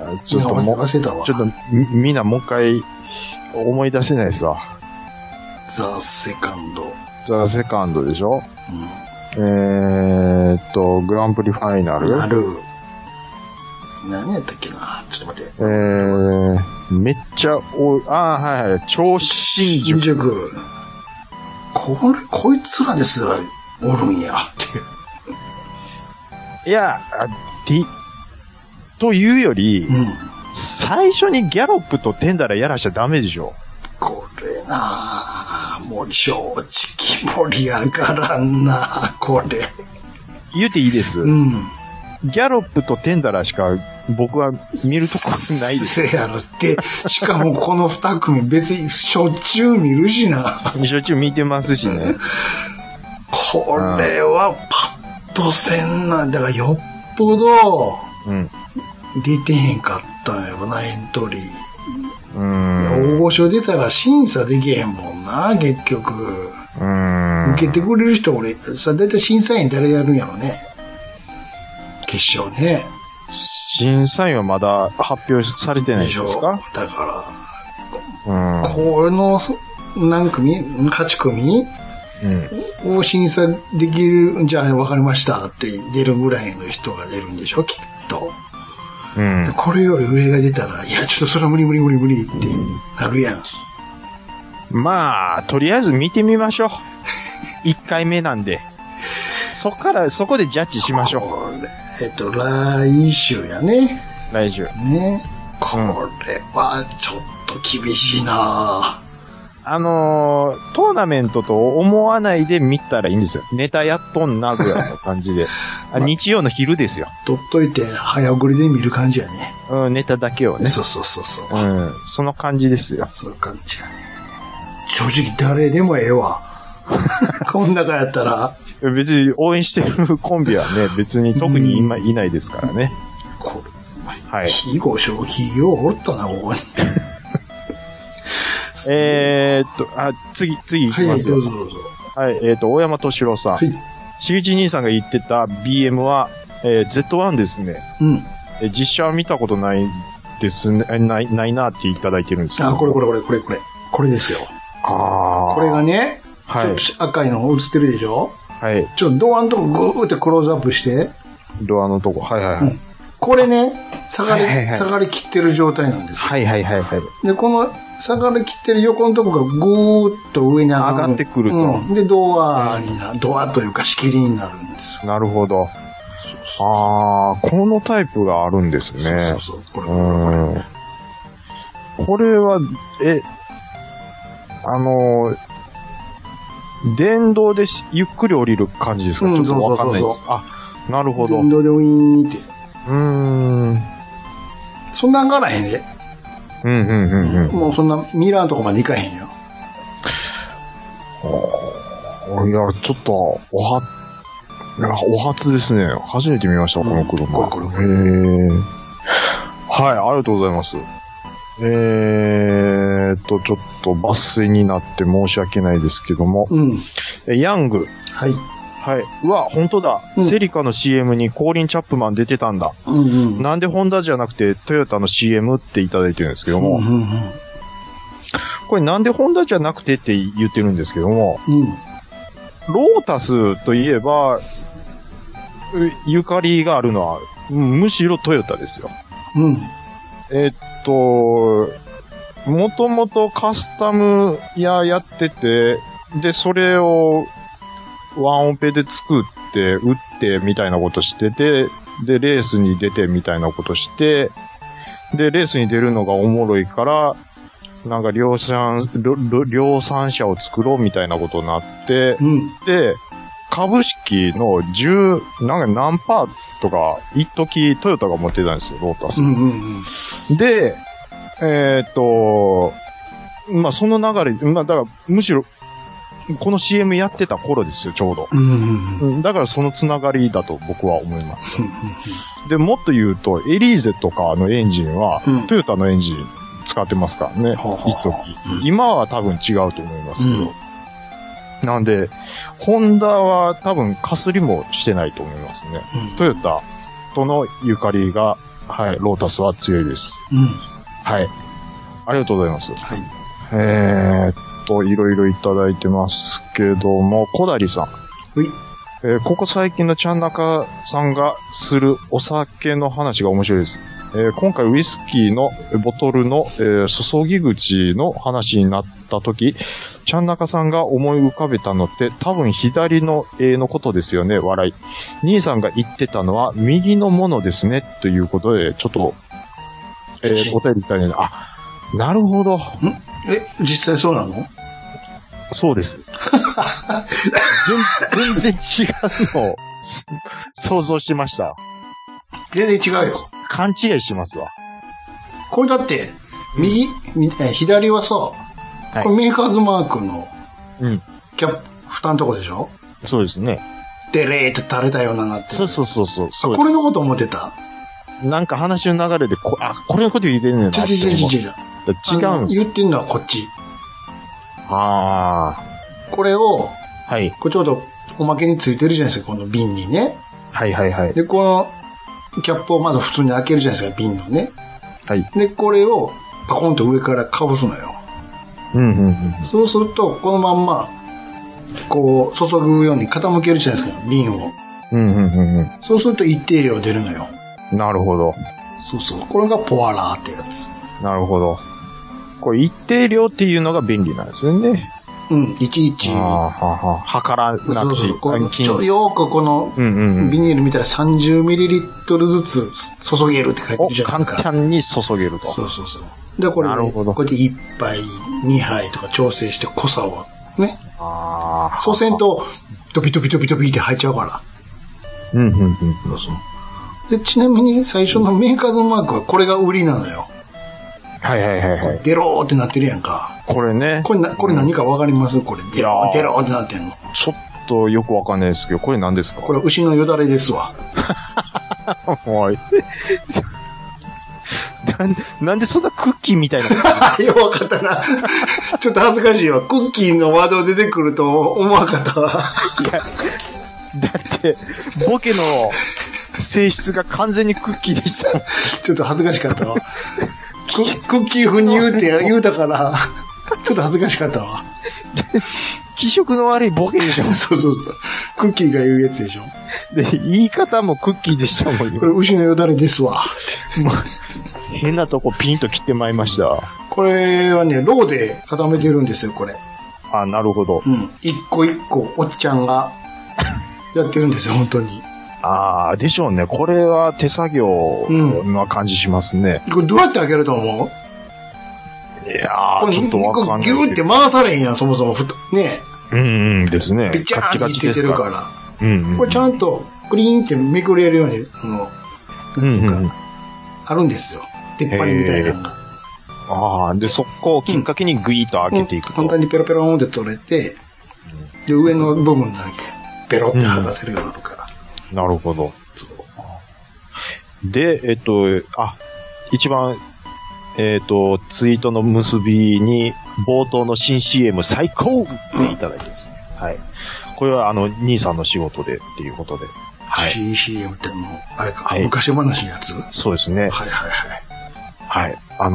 B: あちょっと
A: なん
B: も
A: か忘
B: う、ち
A: れたわ
B: ょ。っとみみんなもう一回思い出せないですわ。
A: ザ・セカンド。
B: ザ・セカンドでしょえーっと、グランプリファイナル
A: なる。何やったっけなちょっと待って。
B: えー、めっちゃ多い、あーはいはい、超新
A: 新
B: 塾。
A: 宿。これ、こいつらですらおるんや、っていう。
B: いや、あて、というより、
A: うん。
B: 最初にギャロップとテンダラやらしちゃダメでしょ。
A: これなあもう正直盛り上がらんなあこれ。
B: 言うていいです。
A: うん。
B: ギャロップとテンダラーしか僕は見るとこな
A: *laughs*
B: いです。
A: せやろって。しかもこの二組別にしょっちゅう見るしな。
B: しょっちゅう見てますしね。
A: これはパッとせんな。だからよっぽど
B: うん。
A: 出てへんかったんやろな、エントリー。
B: うん。
A: 大御所出たら審査できへんもんな、結局。
B: うん。
A: 受けてくれる人俺、さ、だいたい審査員誰やるんやろね。決勝ね。
B: 審査員はまだ発表されてないんですか
A: だか
B: うん。う
A: ら、このそ何組 ?8 組
B: ん。
A: を審査できる、じゃあ分かりましたって出るぐらいの人が出るんでしょ、きっと。
B: うん。
A: これより上が出たら、いや、ちょっとそれは無理無理無理無理ってなるやん。
B: まあ、とりあえず見てみましょう。 *laughs* 一回目なんで。そっから、そこでジャッジしましょ
A: これ、えっと、来週やね。
B: う。来週。
A: ね。これはちょっと厳しいな
B: あのー、トーナメントと思わないで見たらいいんですよ。ネタやっとんなぐらいの感じで。あ日曜の昼ですよ。
A: 取っといて早送りで見る感じやね。
B: うん、ネタだけをね。
A: そうそうそうそう。
B: うん、その感じですよ。
A: そういう感じやね。正直誰でもええわ。 *laughs* こん中やったら、
B: 別に応援してるコンビはね、別に特に今いないですからね。
A: これ、
B: はい
A: 非合商品ようおったな、ここに。
B: *laughs* えーっと、あ、次、次行
A: は
B: きま
A: い、
B: す
A: どう。
B: よ
A: ぞどうぞ。
B: はい、えーっと、大山敏郎さん。
A: はい。
B: しげち兄さんが言ってた BM は、えー Z1 ですね。
A: うん。
B: え実写は見たことないですね、えない、ないなっていただいてるんですけど
A: あ、これこれこれこれこれ。これですよ。
B: あー
A: これがね、
B: は
A: ちょ
B: い
A: っ。と赤いの映ってるでしょ
B: はい。
A: ちょっとドアのとこグーってクローズアップして、
B: ドアのとこ。はいはいはい。
A: うんこれね、下がり、
B: はいはいはい
A: 下がりきってる状態なんですよ。
B: はいはいはいはい。
A: で、この下がりきってる横のとこがぐーっと上に上がる
B: 上がってくると
A: うんで、ドアにな、ドアというか仕切りになるんですよ。
B: なるほど。
A: そうそ
B: あー、このタイプがあるんです
A: う。そ
B: ね
A: う。そうそう。これ、
B: うん。これは、え、あのー、電動でしゆっくり降りる感じですか、
A: うん
B: ちょっとわかんない
A: そ
B: で
A: う
B: す
A: そ。
B: あ、なるほど。
A: 電
B: う
A: 動でウィーンって。
B: ーん。うん
A: そんなんがらへんで。
B: うんうんうん。
A: もうそんなミラーのとこまで行かへんよ。
B: いや、ちょっと、おは、いやお初ですね。初めて見ました、この車。
A: うんこれこれこれ
B: へーはい、ありがとうございます。えーっと、ちょっと抜粋になって申し訳ないですけども。
A: うん。
B: えヤング。
A: はい。
B: はい。うわ、本当だ。
A: うん
B: セリカの CM にコーリン・チャップマン出てたんだ。
A: うんうん。
B: なんでホンダじゃなくてトヨタの CM っていただいてるんですけど
A: うん
B: も。
A: うん
B: これなんでホンダじゃなくてって言ってるんですけども。
A: うん。うん。
B: ロータスといえば、うゆかりがあるのは、うんむしろトヨタですよ。
A: うん。
B: えっと、もともとカスタムややってて、で、それをワンオペで作って、打ってみたいなことしてて、で、レースに出てみたいなことして、で、レースに出るのがおもろいから、なんか量産、量量産車を作ろうみたいなことになって、
A: うん。
B: で、株式の10、なんか何パーとか、一時トヨタが持ってたんですよ、ロータ
A: う
B: ス。
A: んうんうん。
B: で、えーっと、まあ、その流れ、まあ、だから、むしろ、この CM やってた頃ですよ、ちょうど。
A: うんうんうん。
B: うんだからそのつながりだと僕は思います。で、もっと言うと、エリーゼとかのエンジンは、
A: うん
B: トヨタのエンジン使ってますからね、
A: ほうほう
B: 一
A: ほう
B: 時。今は多分違うと思いますけど。なんで、ホンダは多分かすりもしてないと思いますね。トヨタとのゆかりが、はい、ロータスは強いです。
A: うん。うん。
B: はい。ありがとうございます。
A: はい。
B: えー、っと、いろいろいただいてますけども、小谷さん。
A: ほい。
B: えーここ最近のちゃんなかさんがするお酒の話が面白いです。えー今回ウイスキーのえーボトルの、えー注ぎ口の話になった時、ちゃんなかさんが思い浮かべたのって多分左の絵のことですよね、笑い。兄さんが言ってたのは右のものですね、ということで、ちょっと、えーお便りいただいて、あ、なるほど。
A: え、実際そうなの
B: そうです。全全然違うのをす想像してました。
A: 全然違うよ。
B: 勘違いしてますわ。
A: これだって、右、みえ左はさ、
B: い
A: これメーカーズマークの
B: うん。
A: キャップ、蓋のとこでしょ
B: そうですね。
A: でれーって垂れたようななってる
B: そうそうそうそう。そう
A: これのこと思ってた
B: なんか話の流れでこ、あ、これのこと言ってんねんなっ
A: ち
B: て
A: ょちょちょ
B: 思
A: ち
B: っ
A: ょ
B: て。
A: ちょ。
B: 違うんですよ。
A: 言ってんのはこっち。
B: あ
A: これを、
B: あ。はい。
A: これちょうどおまけについてるじゃないですか、この瓶にね。
B: はいはいはい。
A: で、このキャップをまず普通に開けるじゃないですか、瓶のね。
B: はい。
A: で、これをパコンと上からかぶすのよ。
B: うんうんうん。
A: そうすると、このまんま、こう、注ぐように傾けるじゃないですか、瓶を。
B: うんうんうんう
A: そうすると一定量出るのよ。
B: ん。なるほど。
A: そうそう。これがポアラーってやつ。
B: なるほど。これ一定量っていうのが便利なんですよね。
A: うん、いちいち。
B: あーはーはー測らな
A: そう
B: くてい
A: そ。
B: いう
A: これ
B: あ金
A: ちょよーくこの
B: うんうんうん
A: ビニール見たら 30ml ずつ注げるって書いて
B: を
A: るじゃない
B: 簡
A: ですか。
B: 単に注げると。
A: そうそうそう。で、これ、
B: なる
A: ね、
B: ほど
A: これで1杯、2杯とか調整して濃さをね。
B: ああ。
A: そうせんと、ドビドビドビドビって入っちゃうから。
B: うんうんうん。
A: そうそう。で、ちなみに最初のメーカーズマークはこれが売りなのよ。
B: はいはいはいはい。
A: デローってなってるやんか。
B: これね、
A: これな、これ何かわかりますこれ。デロ
B: いや
A: ー、
B: ー
A: デローってなってんの。
B: ちょっとよくわかんないですけど、これ何ですか
A: これ牛のよだれです
B: *laughs*
A: わ。
B: れ。はい。 *laughs* なんなんでそんなクッキーみたいな *laughs* こと
A: あ弱かったな。 *laughs* ちょっと恥ずかしいわ。クッキーのワード出てくると思わなかったわ。
B: だって、ボケの性質が完全にクッキーでした *laughs* もん。
A: ちょっと恥ずかしか
B: *laughs*
A: ったわ。ククッキー風に言うて、言うたから、ちょっと恥ずかしかったわ。
B: 気色の悪いボケでしょ。
A: そうそうそう。クッキーが言うやつでしょ。
B: で、言い方もクッキーでしたもん
A: これ、
B: よ。
A: 牛のよだれですわ。
B: *laughs* ま変なとこピンと切ってまいりました。
A: これはね、ローで固めてるんですよ、これ。
B: あ、なるほど。
A: うん。一個一個、おっちゃんが、やってるんですよ、本当に。
B: ああ、でしょうね。これは手作業な感じしますね。
A: これどうやって開けると思う
B: いや
A: こ
B: ー、
A: れ
B: ちょっとわかんないけ
A: ギ
B: ど。
A: ューって回されへんやん、そもそも。ふとね
B: うんうんですね。
A: ピチャーンってついてるから。
B: ら。うんうん、
A: これちゃんと、クリーンってめくれるように、あの、なんていうか、
B: うんうん
A: あるんですよ。出っ張りみたいなのが。
B: ああ、で、そこをきっかけにグイーと開けていくと。
A: 簡単にペロペロンって取れて、で、上の部分だけ、ペロって剥がせるようになるから。
B: なるほど。
A: そう。
B: で、えっと、あ、一番、えっと、ツイートの結びに、冒頭の新 CM 最高っていただいてますね。はい。これは、あの、兄さんの仕事でっていうことで。はい。
A: CCM ってもう、あれか、
B: はい
A: 昔話のやつ。
B: そうですね。
A: はいはいはい。
B: はい。あ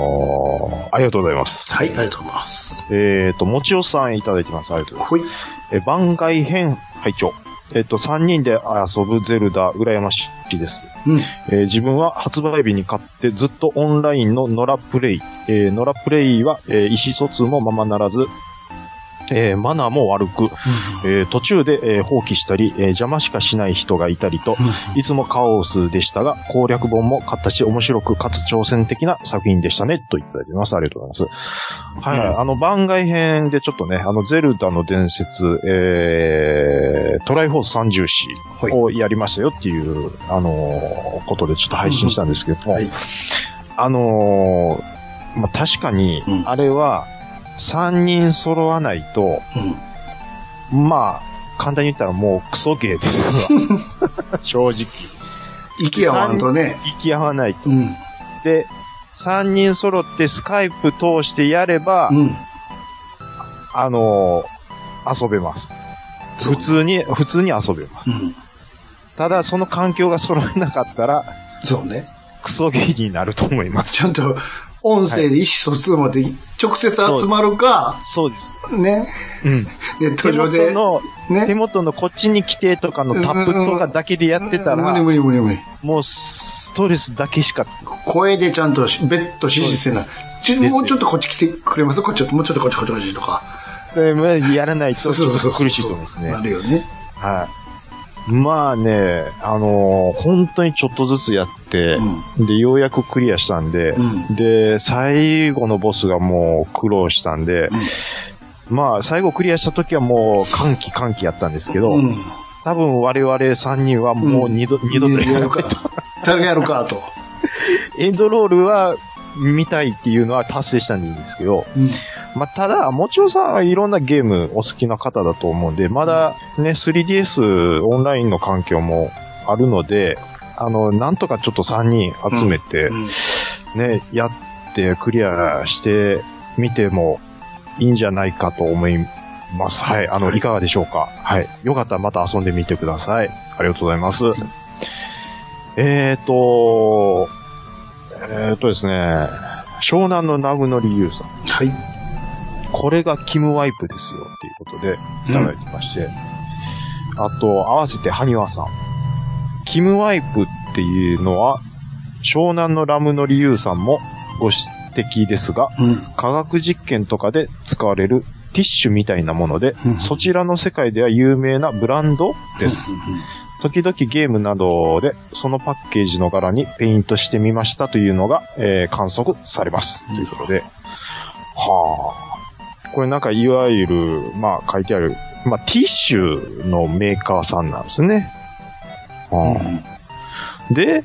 B: のー、ありがとうございます。
A: はい、ありがとうございます。
B: えっと、もちおさんいただいてます。ありがとうございます
A: ほい。
B: え、番外編、拝聴。えっと、3人で遊ぶゼルダ、羨ましいです。
A: うん。
B: えー自分は発売日に買ってずっとオンラインのノラプレイ。えーノラプレイは、えー意思疎通もままならず、えーマナーも悪く、えー途中で、えー放棄したり、えー邪魔しかしない人がいたりと、いつもカオスでしたが、攻略本も買ったし、面白くかつ挑戦的な作品でしたね、といただいてます。ありがとうございます。はい、あの、番外編でちょっとね、あの、ゼルダの伝説、えー、トライフォース三重視
A: はい
B: をやりましたよっていう、あのーことでちょっと配信したんですけども、
A: はい。
B: あのーまあ、確かに
A: う、ん
B: あれは、三人揃わないと、
A: うん。
B: まあ、簡単に言ったらもうクソゲーですわ。
A: *laughs*
B: 正直。
A: 息合わんとね。
B: 行き合わないと。
A: うん。
B: で、三人揃ってスカイプ通してやれば、
A: うん。
B: あのー遊べます。
A: そう
B: 普通に、普通に遊べます。
A: うん。
B: ただ、その環境が揃えなかったら、
A: そうね。
B: クソゲーになると思います。
A: ちゃんと、音声で意思疎通まで直接集まるか、
B: そうです。
A: ね。
B: うん。
A: ネッ
B: 手
A: ト上
B: 元
A: で。
B: の、
A: ね
B: 手元のこっちに来てとかのタップとかだけでやってた
A: 無理
B: ら、
A: 無理無理無理。
B: もうストレスだけしか、
A: 声でちゃんとし別途指示せな。ちょ
B: です
A: もうちょっとこっち来てくれますこっち、もうちょっとこっちこっちこっちとか。
B: やらないとちょっと苦しいと思いますね
A: な。るよね。
B: はい。まあね、あのー本当にちょっとずつやって、で、ようやくクリアしたんで、
A: う
B: で、最後のボスがもう苦労したんで、まあ、最後クリアした時はもう、歓喜歓喜やったんですけど、
A: うん。うん。
B: 多分我々3人はもう二度、二度とや
A: や
B: ら
A: る
B: ない
A: か。誰がやるかと。
B: エンドロールは見たいっていうのは達成したんでいいんですけど、
A: うん。
B: まあ、ただ、もちろさんはいろんなゲームお好きな方だと思うんで、まだね、3DS オンラインの環境もあるので、あの、なんとかちょっと3人集めて、
A: うん
B: ね、やってクリアしてみてもいいんじゃないかと思います。はい。あの、いかがでしょうか。はい。よかったらまた遊んでみてください。ありがとうございます。えーと、えーとですね、湘南のナグノリユウさん。
A: はい。
B: これがキムワイプですよっていうことでいただいてまして、あと、合わせてハニワさん。キムワイプっていうのは、湘南のラムの理由さんもご指摘ですが、
A: うん。
B: 科学実験とかで使われるティッシュみたいなもので、
A: うん
B: そちらの世界では有名なブランドです。時々ゲームなどで、そのパッケージの柄にペイントしてみましたというのが、えー観測されます。ということで。はあ。これなんかいわゆる、まあ書いてある、まあティッシュのメーカーさんなんですね。
A: うん。う
B: はあ
A: ん
B: で、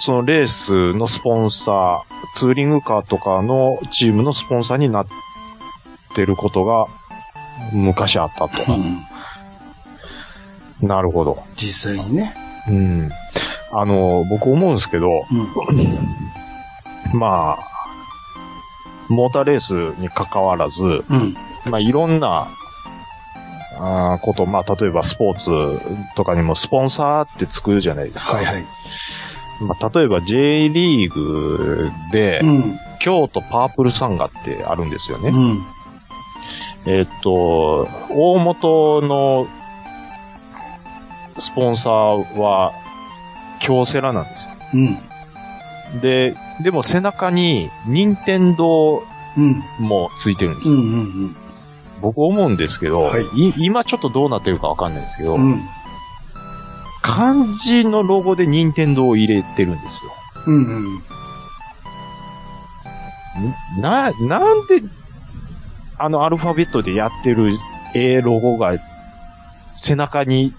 B: そのレースのスポンサー、ツーリングカーとかのチームのスポンサーになってることが昔あった
A: う
B: と。
A: ん。
B: なるほど。
A: 実際にね。
B: うん。あの、僕思うんですけど、
A: うん。
B: まあ、モーターレースに関わらず、
A: うん。
B: まあいろんな、あーこと、まあ、例えばスポーツとかにもスポンサーってつくじゃないですか。
A: はいはい。
B: まあ、例えば J リーグで、
A: うん。
B: 京都パープルサンガってあるんですよね。
A: うん。
B: えっと、大元のスポンサーは、京セラなんですよ。
A: うん。
B: で、でも背中に、任天堂
A: うん。
B: もついてるんです
A: うん。う
B: よ。
A: ん。
B: 僕思うんですけど、
A: はい
B: い今ちょっとどうなってるかわかんないですけど、
A: うん。
B: 漢字のロゴで任天堂を入れてるんですよ。
A: うん。うん。
B: んな、なんで、あのアルファベットでやってる A ロゴが、背中に、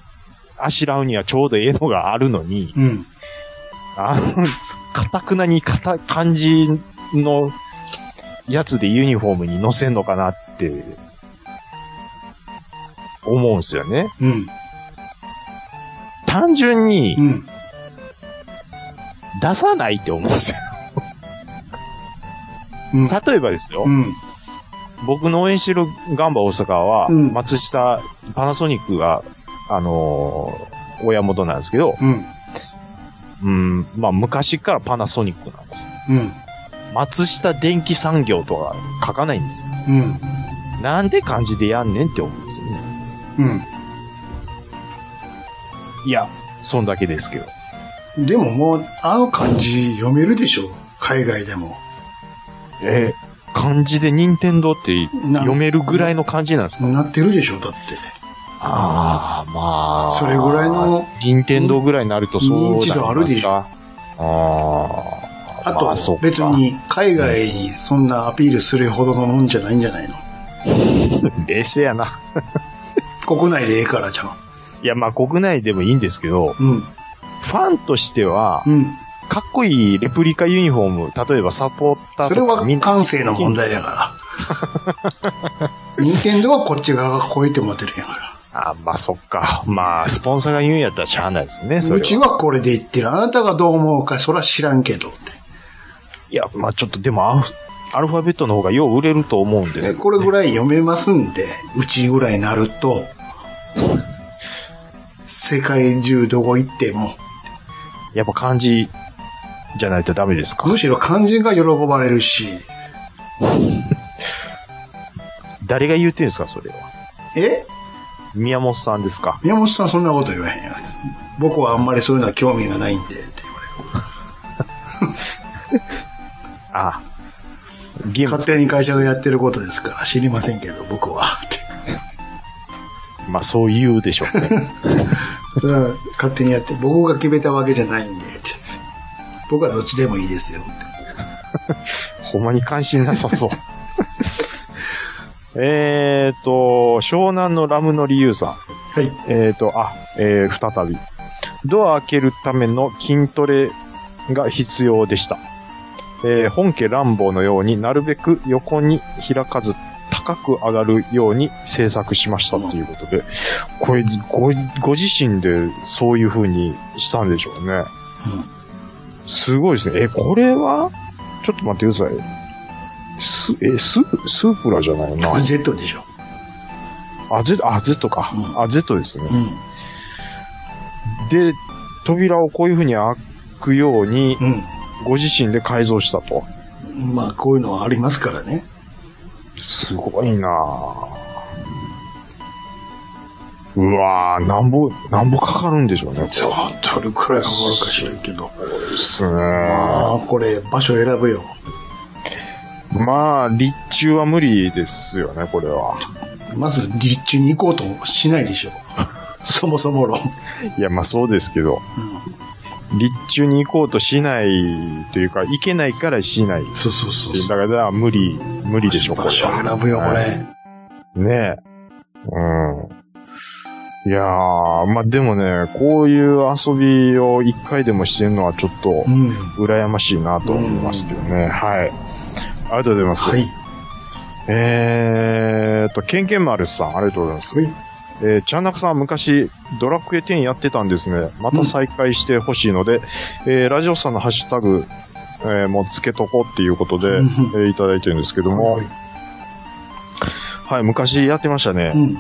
B: あしらうにはちょうどええのがあるのに、
A: うん。
B: あの、かたくなにかた、漢字のやつでユニフォームに載せんのかなって、思うんですよね。
A: うん。
B: 単純に
A: うん。
B: 出さないって思うんですよ。 *laughs*
A: うん。
B: 例えばですよ
A: う、ん。
B: 僕の応援してるガンバ大阪は、
A: うん
B: 松下、パナソニックが、あのー親元なんですけど、
A: うん。
B: うん、まあ昔からパナソニックなんですよ。
A: うん。
B: 松下電機産業とは書かないんですよ。
A: うん。
B: なんで漢字でやんねんって思うんですよね。
A: うん。
B: いや、そんだけですけど。
A: でももう、あの漢字読めるでしょ海外でも。
B: えー漢字で任天堂って
A: な
B: 読めるぐらいの漢字なんですか
A: なってるでしょだって。
B: ああ、まあ。
A: それぐらいの。
B: 任天堂ぐらいになるとそうなります
A: 認知
B: か。
A: 度あるで
B: ああ。
A: あ
B: まそ
A: と
B: う、か
A: 別。に海外にそんなアピールするほどのもんじゃないんじゃないの
B: *laughs* 冷静やな。
A: 国内でええからじゃん。
B: いや、まあ国内でもいいんですけど、
A: うん。
B: ファンとしては、
A: うん。
B: かっこいいレプリカユニフォーム、例えばサポーター
A: それ
B: と
A: は
B: かみんな、
A: 感性の問題だ
B: *laughs*
A: から。任天堂はこっち側が超えてもてるんやか
B: あまあそっか。まあ、スポンサーが言うんやったらしゃあないですね、そ
A: ら。う
B: れ
A: ち
B: は。
A: はこれで言ってる。あなたがどう思うか、そら知らんけどって。
B: いや、まあちょっとでもアルフ、アルファベットの方がよう売れると思うんですけどね、
A: これぐらい読めますんで、うちぐらいになると、世界中どこ行っても、
B: やっぱ漢字じゃないとダメですか
A: むしろ漢字が喜ばれるし、
B: 誰が言ってるんですかそれは。
A: え
B: 宮本さんですか
A: 宮本さんそんなこと言わへんやん。僕はあんまりそういうのは興味がないんで、って言われる。
B: ああ。ゲーム
A: 勝、手に会社がやってることですから、知りませんけど、僕は。 *laughs* って
B: まあそう言うでしょ
A: *laughs*
B: うね。
A: それは勝手にやって、僕が決めたわけじゃないんで、って僕はどっちでもいいですよ。って
B: ほんまに関心なさ
A: *laughs*
B: そう。えっと、湘南のラムの理由さん。
A: はい。
B: えっ、と、あ、えー再び。ドア開けるための筋トレが必要でした。えー本家乱暴のようになるべく横に開かず高く上がるように制作しましたということで、これ、ご、ご自身でそういう風にしたんでしょうね。すごいですね。え、これはちょっと待ってください。す、え、スープ、スープラじゃないよな
A: これ。Z でしょ。
B: あ、Z、あ、Z か。
A: うん
B: あ、Z ですね。
A: う
B: で、扉をこういう風に開くように、
A: ん。
B: ご自身で改造したと。
A: うん。まあ、こういうのはありますからね。
B: すごいなぁ。うわぁ、なんぼ、なんぼかかるんでしょうね、こ
A: そう、どれくらいかかるか知らんけど。
B: れですね。
A: ああ、これ、場所選ぶよ。
B: まあ、立中は無理ですよね、これは。
A: まず、立地に行こうとしないでしょ。そもそも論。
B: いや、まあそうですけど、
A: うん。
B: 立中に行こうとしないというか、行けないからしない。
A: そうそうそうそう。
B: だから、無理、無理でしょ、これ
A: 場所
B: は。
A: 選ぶよ、これ。
B: ねえ。うん。いやー、まあ、でもね、こういう遊びを一回でもしてるのはちょっと
A: う、ん。
B: 羨ましいなと思いますけどね。はい。ありがとうございます。
A: はい。
B: えーっと、ケンケンマルさん、ありがとうございます。
A: はい。
B: えー、チャンナクさん昔、ドラクエ10やってたんですね。また再開してほしいので、えーラジオさんのハッシュタグ、えーもうつけとこうっていうことで、え
A: うん
B: ーいただいてるんですけども、はい、昔やってましたね。
A: うん。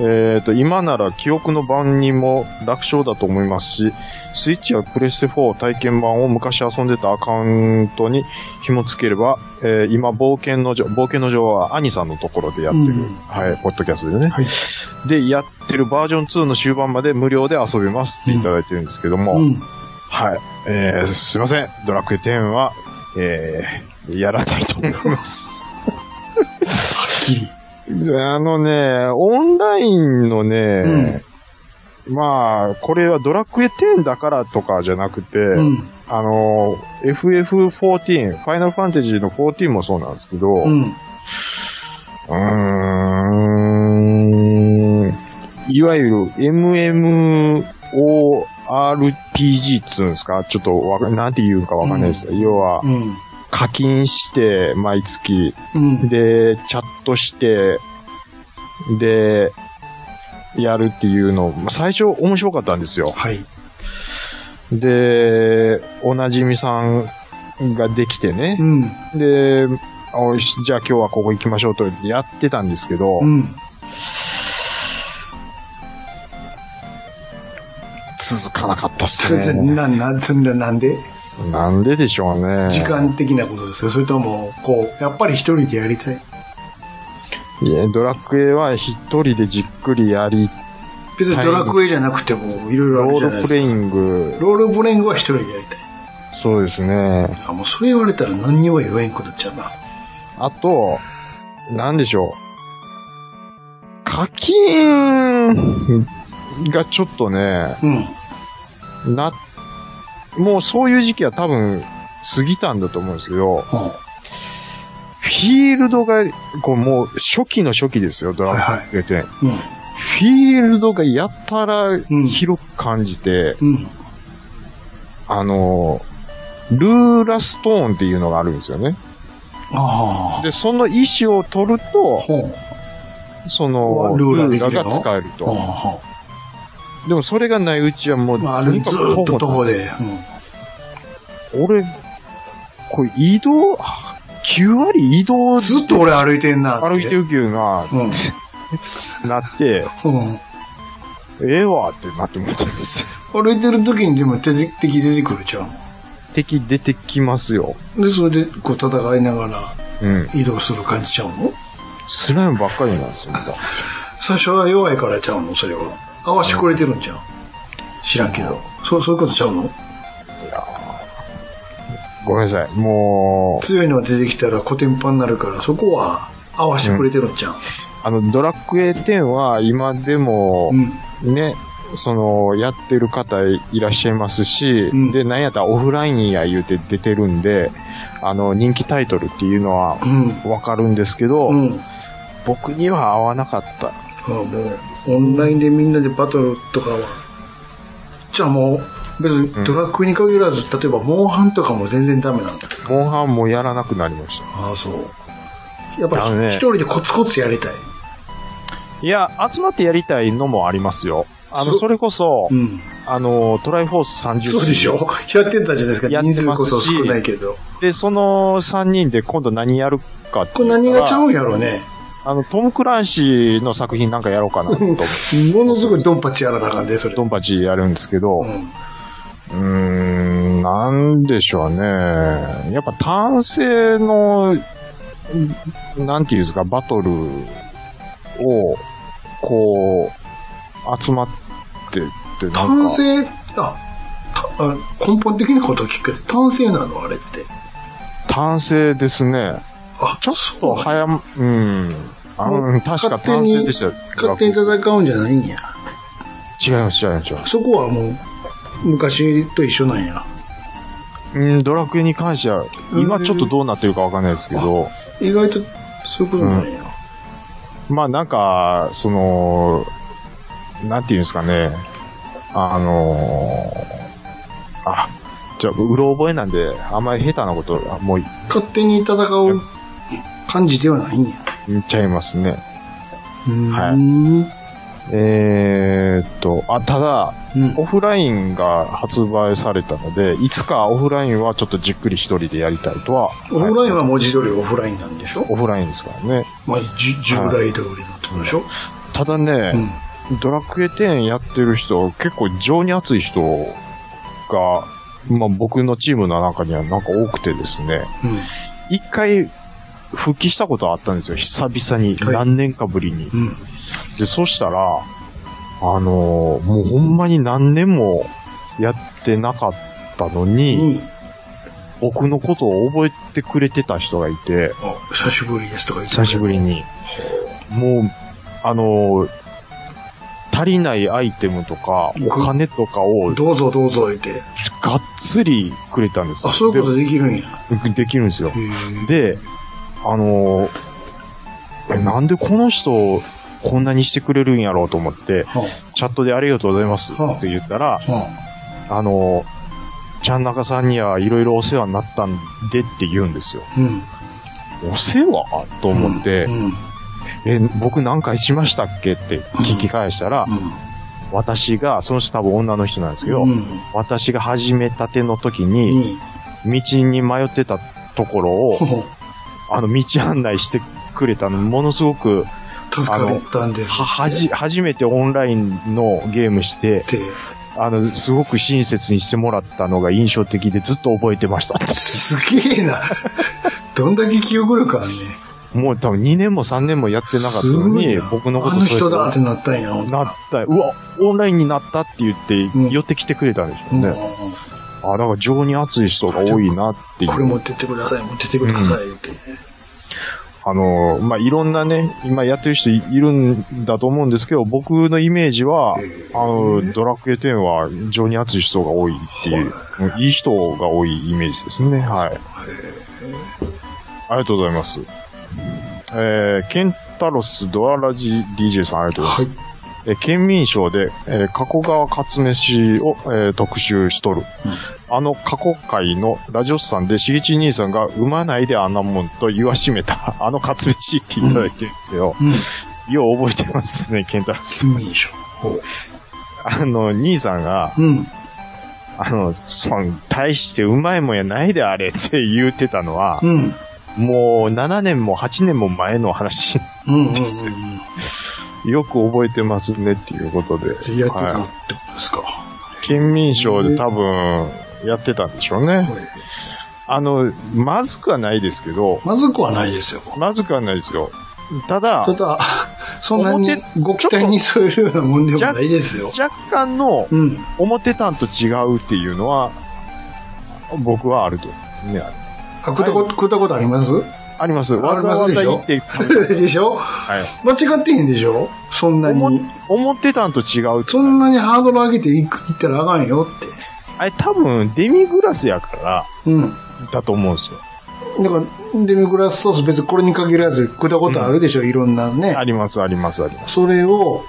B: えっ、と、今なら記憶の版にも楽勝だと思いますし、スイッチやプレステ4体験版を昔遊んでたアカウントに紐付ければ、えー今、冒険の女、冒険の女王は兄さんのところでやってる、
A: うん
B: はい、ポッドキャストでね。
A: はい。
B: で、やってるバージョン2の終盤まで無料で遊べますっていただいてるんですけども、
A: うん。
B: はい。えー、すいません。ドラクエ10は、えー、やらないと思います。
A: はっきり。
B: *laughs* あのね、オンラインのね、まあ、これはドラクエ10だからとかじゃなくて、
A: うん。
B: あの、FF14、ファイナルファンタジーの14もそうなんですけど、
A: う
B: う
A: ん。
B: ーん、いわゆる MMORPG っつうんですかちょっとわか、なんて言うんかわかんないです。要は
A: う、ん。
B: 課金して、毎月、
A: うん。
B: で、チャットして、で、やるっていうの、まあ最初面白かったんですよ。
A: はい。
B: で、おなじみさんができてね
A: う。ん。
B: で、あよしじゃあ今日はここ行きましょうとやってたんですけど、
A: うん。
B: 続かなかったっ
A: そ
B: す
A: れで、
B: ね。
A: な、な、それでなんで
B: *laughs* なんででしょうね。
A: 時間的なことですよ。それとも、こう、やっぱり一人でやりたい。
B: いやドラクエは一人でじっくりやり、
A: 別にドラクエじゃなくても、いろいろあ
B: ロ
A: るじゃな
B: ー
A: いで
B: ルプ
A: すか
B: レ。イング、
A: ロールプレイングは一人でやりたい。
B: そうですね。
A: あ、もうそれ言われたら何にも言えんくなっちゃうな。
B: あと、なんでしょう。課金がちょっとね、
A: うん。
B: な、もうそういう時期は多分過ぎたんだと思うんですけど、
A: は
B: フィールドが、こうもう初期の初期ですよ、ド
A: い
B: ラ
A: は
B: クエ10。
A: い。
B: フィールドがやたら広く感じて、
A: うん。うん。
B: あの、ルーラストーンっていうのがあるんですよね。
A: あ
B: で、その石を取る
A: あ。
B: と、
A: ほう。
B: その、
A: ル
B: ル
A: ーラで
B: ー
A: きるの
B: ラが使える
A: ほう
B: と。
A: ほう。
B: でもそれがないうちはもう、
A: まあ、あれ
B: と
A: ず
B: にかく
A: ーっとと
B: 本
A: こで。
B: 俺、これ移動、9割移
A: う
B: 動
A: ん、ずっと俺歩いてんなって。
B: 歩いてるけどな、
A: うん。
B: なって、
A: うん。
B: ええわってなって思ったんです。
A: *laughs* 歩いてる時にでも出て敵出てくるじゃん。
B: 敵出てきますよ。
A: で、それでこう戦いながら
B: うん。
A: 移動する感じちゃうの
B: スライムばっかりなんですよ。また
A: 最初は弱いからちゃうのそれは。合わしてくれてるんじゃん。知らんけど。そう、そういうことちゃうの
B: ごめんなさい。も
A: 強いのが出てきたらコテンパンになるから、そこは合わしてくれてるんじゃん。
B: う、あの、ドラクエ10は今でも
A: う、ん。
B: ね、その、やってる方いらっしゃいますし、
A: ん
B: で、なんやったらオフラインや言うて出てるんで、あの、人気タイトルっていうのは
A: うん。
B: わかるんですけど、
A: うん。うん
B: 僕には合わなかった。
A: ああもう、オンラインでみんなでバトルとかは、じゃあもう、別にドラッグに限らず、例えば、モンハンとかも全然ダメなんだ。
B: モンハンもやらなくなりました。
A: ああ、そう。やっぱ
B: あ
A: り、
B: のね
A: 一人でコツコツやりたい。
B: いや、集まってやりたいのもありますよ。あの、
A: そ
B: それこそ、
A: うん。
B: あの、トライフォース30
A: そうでしょやってたじゃないですか。
B: やって
A: 人
B: ます
A: 数
B: し
A: こそ少ないけど。
B: で、その3人で今度何やるかって
A: これ
B: いうから
A: 何がちゃうんやろうね。
B: あの、トム・クランシーの作品なんかやろうかなと
A: *laughs*
B: 思って、
A: ものすごいドンパチやらなあかんで、それ。
B: ドンパチやるんですけど、
A: う。
B: うんーん、なんでしょうね。やっぱ単性の、んなんていうんですか、バトルを、こう、集まってって、なんか。
A: 単性、あ、たあ根本的なことを聞くけど、単性なのあれって。
B: 単性ですね。
A: あ、
B: ちょっと早ま、うん。あ
A: も
B: の、確か単性でしたよ。
A: 勝手に戦うんじゃないんや。
B: 違います、違います、違います。
A: そこはもう、昔と一緒なんや。
B: うん、ドラクエに関しては、今ちょっとどうなってるかわかんないですけど、
A: 意外と、そういうことなんや。
B: まあなんか、その、なんていうんですかね、あのあ、じゃあ、うろ覚えなんで、あんまり下手なこと、あもう
A: 勝手に戦う感じではないんや。
B: 言っちゃいますね。
A: うーん。
B: はいえーっと、あ、ただ、
A: うん
B: オフラインが発売されたので、いつかオフラインはちょっとじっくり一人でやりたいとは。
A: オフライン
B: は
A: はい文字通りオフラインなんでしょ
B: オフラインですからね。
A: まあ、じ従来通りだったんでしょ、
B: ただね、ドラクエ10やってる人、結構情に熱い人が、まあ僕のチームの中にはなんか多くてですね、
A: うん。
B: 一回復帰したことはあったんですよ。久々に、
A: はい
B: 何年かぶりに。
A: うん。うん。
B: で、そしたら、あのーもうほんまに何年もやってなかったのに、
A: に、
B: 僕のことを覚えてくれてた人がいて、
A: あ、久しぶりですとか言って
B: 久しぶり
A: に。
B: に。もう、あのー足りないアイテムとか、お金とかをが
A: どうぞどうぞ言って。
B: っつりくれたんですよ
A: あ、そういうことできるんや。
B: でできるんですよ。
A: へー
B: で、あのーえなんでこの人、こんなにしてくれるんやろうと思って、
A: は
B: チャットでありがとうございます
A: はあ
B: って言ったら、
A: あ、は
B: あのーちゃんなかさんにはいろいろお世話になったんでって言うんですよ。
A: あ、うん。
B: お世話と思って、
A: うん。うん。
B: え、僕何回しましたっけって聞き返したら、私が、その人多分女の人なんですけど、
A: うん。
B: 私が始めたての時
A: うん。
B: に、
A: に、
B: 道に迷ってたところを
A: ほ、ほ
B: あの、道案内してくれたの、ものすごく、
A: 助かれたんです。
B: は、はじ、初めてオンラインのゲームして、
A: って、
B: あの、すごく親切にしてもらったのが印象的でずっと覚えてました。 *laughs*
A: すげえな。どんだけ記憶力あんねん。
B: もう多分2年も3年もやってなかったのに、僕のこと
A: あの
B: そう
A: 人だ
B: や
A: っ
B: って
A: なったんやろ
B: てなった。うわ、オンラインになったって言って
A: う、ん
B: 寄ってきてくれたんでしょう
A: うん
B: ね。あ、だから情に熱い人が多いなっていう。
A: これ持ってってください、持ってってください、言って。
B: あの、まあ、いろんなね、今やってる人いいるんだと思うんですけど、僕のイメージは、
A: え
B: あの、ドラクエ10は情に熱い人が多いっていう、うんいい人が多いイメージですね。はい。ありがとうございます。えー、ケンタロスドアラジ DJ さんありがとうございます。えー県民賞で、えー加古川勝飯を、えー特集しとる。あの過去回のラジオスさんで、しげち兄さんが産まないであんなもんと言わしめた、 *laughs* あの勝飯っていただいてるんですよ。
A: うん。
B: よう覚えてますね、ケンタロス。
A: 住民賞。ほう。
B: あの、兄さんが、
A: うん。
B: あの、そん、大してうまいもんやないであれって言ってたのは
A: う、ん。
B: もう7年も8年も前の話、
A: うん。
B: ですよよく覚えてますねっていうことで。
A: やってた
B: は
A: ってことですか。
B: い、県民賞で多分、やってたんでしょうね。
A: はい
B: あの、まずくはないですけど、
A: まずくはないですよ。
B: まずくはないですよ。ただ
A: た、だ、そんなに
B: 表
A: ご期待に添えるようなもんでもないですよ。
B: 若干の
A: うん。
B: 思ってたんと違うっていうのは、僕はあると思いますね。
A: あ、食ったこと、食ったことあります *laughs*
B: あります。
A: あ
B: わ
A: り
B: ざ
A: ま
B: わ
A: すで
B: ざ
A: しょ
B: 行って、
A: でしょ *laughs*
B: はい。
A: 間違ってへんでしょそんなに。
B: 思ってたんと違うって
A: そんなにハードル上げていく、いったらあかんよって。
B: あれ多分、デミグラスやから、
A: うん。
B: だと思うんですよ。
A: だから、デミグラスソース別にこれに限らず食ったことあるでしょ、いろんなね
B: あ。ります、あります、あります。
A: それを、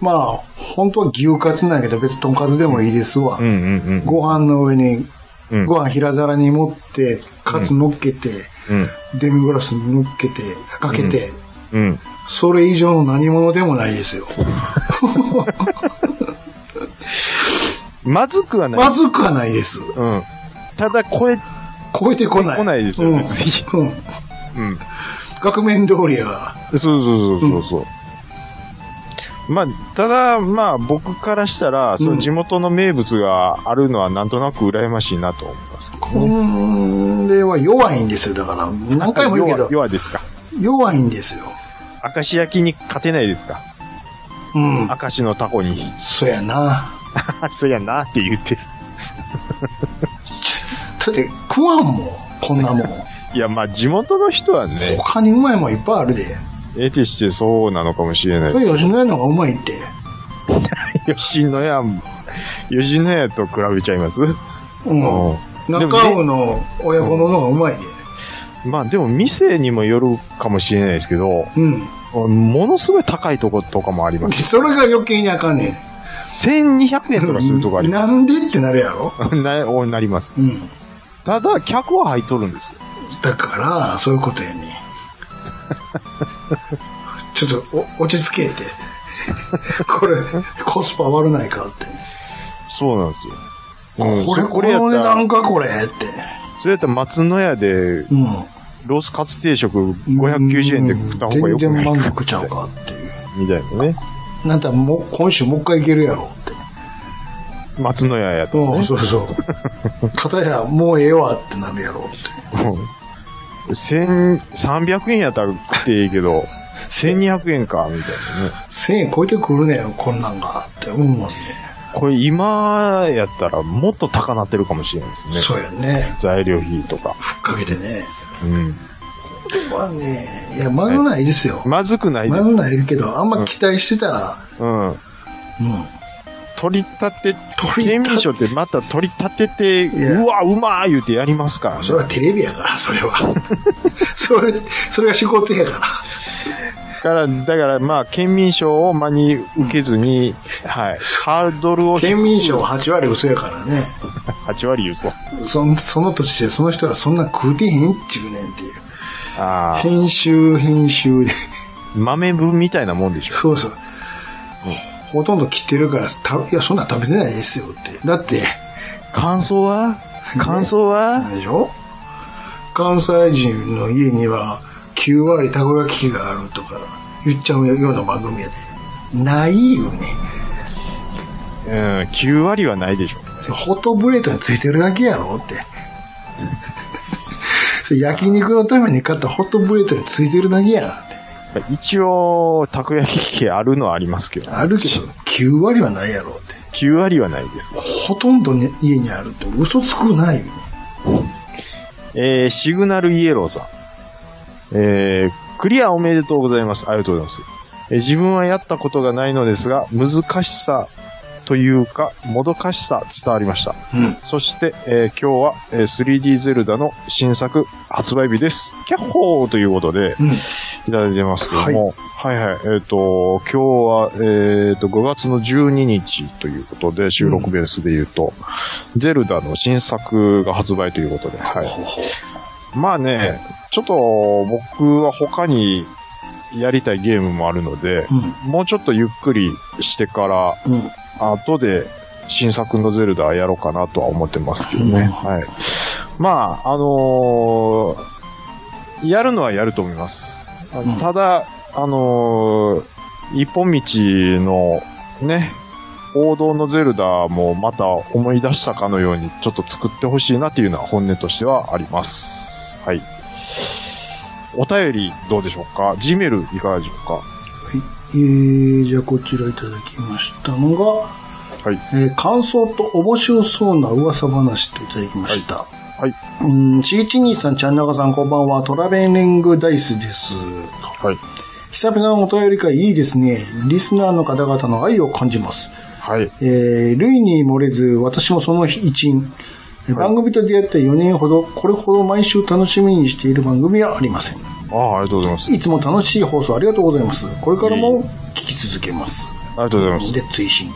A: まあ、本当は牛カツなんやけど別にトンカツでもいいですわ。
B: うんうんうん。
A: ご飯の上に、
B: うん
A: ご飯平皿に盛って、カツ乗っけて、
B: うん。
A: デミグラス乗っけて、かけて、
B: うん。
A: それ以上の何者でもないですよ。
B: まずくはない。
A: まずくはないです。
B: うん。ただ、超え、
A: 超えてこない。
B: 来ないですよ
A: うん
B: ね。次
A: うん。
B: うん。
A: 額面通りやか
B: そうそうそうそうそう。まあ、ただ、まあ、僕からしたら、その地元の名物があるのはなんとなく羨ましいなと思いますけ
A: ら。
B: どね。
A: これは弱いんですよ。だから、何回も言うけど
B: 弱、弱ですか。
A: 弱いんですよ。
B: 明石焼きに勝てないですか。
A: うん。
B: 明石のタコに。 *laughs*
A: そやな。
B: あ、そうやなって言ってる。
A: だって、食わんもん。こんなもん。
B: いや、まあ、地元の人はね、
A: 他にうまいもんいっぱいあるで。
B: 得てしてそうなのかもしれないです。
A: 吉野家の方がうまいって。
B: 吉野家、吉野家と比べちゃいます
A: うん。中
B: でも
A: 尾の親子ののがうまいで。
B: ねまあでも店にもよるかもしれないですけど、
A: うん。
B: ものすごい高いとことかもあります。
A: それが余計にあかんねん。
B: 1200円とかするとこありま
A: なんでってなるやろ
B: す。 *laughs* な、おなります。
A: うん。
B: ただ、客は入っとるんですよ。
A: だから、そういうことやねん。
B: *laughs*
A: ちょっと、お、落ち着けって。 *laughs* これ、コスパ悪ないかって。
B: そうなんですよ。うん
A: これ、
B: そ
A: これ
B: やっ
A: の値
B: たら
A: 段か、これって。
B: それやったら松野屋で、
A: うん。
B: ロースカツ定食590円で食った方がよく
A: 全
B: な
A: 然
B: い
A: 満足ちゃうかっていう。
B: *laughs* みたいなね。
A: なんたらもう、今週もう一回いけるやろって。
B: 松の家やと、
A: うん、*laughs*
B: ね。
A: そうそう。片や、もうええわってなるやろって。
B: うん1300円やったら食っていいけど、1200円か、みたいなね。
A: 1000円超えてくるねんこんなんが。って思うもんね。
B: これ今やったらもっと高なってるかもしれないですね。
A: そうやね。
B: 材料費とか。
A: ふっかけてね。
B: うん。
A: まあね、いや、まずないですよ。
B: まずくないで。
A: ますずないけど、あんま期待してたら、
B: うん。
A: うん。
B: 取り立て、
A: 取り
B: 県民
A: 立
B: 賞ってまた取り立てて、
A: いや
B: うわ、うまー言うてやりますからね
A: それはテレビやから、それは。それ、それが仕事やから。
B: から、だからまあ、県民賞を真に受けずに、はい。ハードルを
A: 県民賞8割嘘やからね。
B: 8割言うぞ。
A: そんその年でその人らそんな食うてへんっちゅうねんっていう。
B: ああ、
A: 編集、編集で。
B: 豆分みたいなもんでしょ。
A: そうそう。ほとんど切ってるから、たいや、そんなん食べてないですよって。だって、
B: 感想は感想
A: な
B: は、
A: んでしょ関西人の家には9割たこ焼き器があるとか言っちゃうような番組やで。ないよね。
B: うん、9割はないでしょ。
A: ホットプレートについてるだけやろって。 *laughs* それ焼肉のために買ったホットプレートについてるだけやんって。
B: 一応、たこ焼き器あるのはありますけど。
A: あるけど、9割はないやろって。
B: 9割はないです。
A: ほとんどね家にあるって嘘つくないよね。
B: えー、シグナルイエローさん。えー、クリアおめでとうございます。ありがとうございます。えー自分はやったことがないのですが、難しさというか、もどかしさ伝わりました。
A: うん。
B: そして、えー今日は、えー 3D ゼルダの新作発売日です。キャッホーということで、
A: うん。
B: いただいてますけども、はい、はいはいえっ、と、今日は、えっ、と、5月の12日ということで、収録ベースで言うと、ゼルダの新作が発売ということで、はい。
A: ほうほう
B: まあね、ちょっと僕は他にやりたいゲームもあるので、もうちょっとゆっくりしてから、
A: うん。うん。
B: 後で新作のゼルダやろうかなとは思ってますけどね。
A: うん
B: はい。まあ、あのーやるのはやると思います。
A: ん
B: ただ、あのー一本道のね、王道のゼルダもまた思い出したかのようにちょっと作ってほしいなというのは本音としてはあります。はい。お便りどうでしょうか ?G メールいかがでしょうか
A: はい。えー、じゃあこちらいただきましたのが、
B: はい。
A: えー感想と面白そうな噂話といただきました。
B: はい。
A: うん、C123 さん、ちゃんなかさん、こんばんは。トラベリングダイスです。
B: はい。
A: 久々のお便り会いいですね。リスナーの方々の愛を感じます。
B: はい。
A: えー、類に漏れず、私もその一員。えー番組と出会って4年ほど、これほど毎週楽しみにしている番組はありません。
B: ああ、ありがとうございます。
A: いつも楽しい放送ありがとうございます。これからも聞き続けます。
B: ありがとうございます。
A: で、追伸。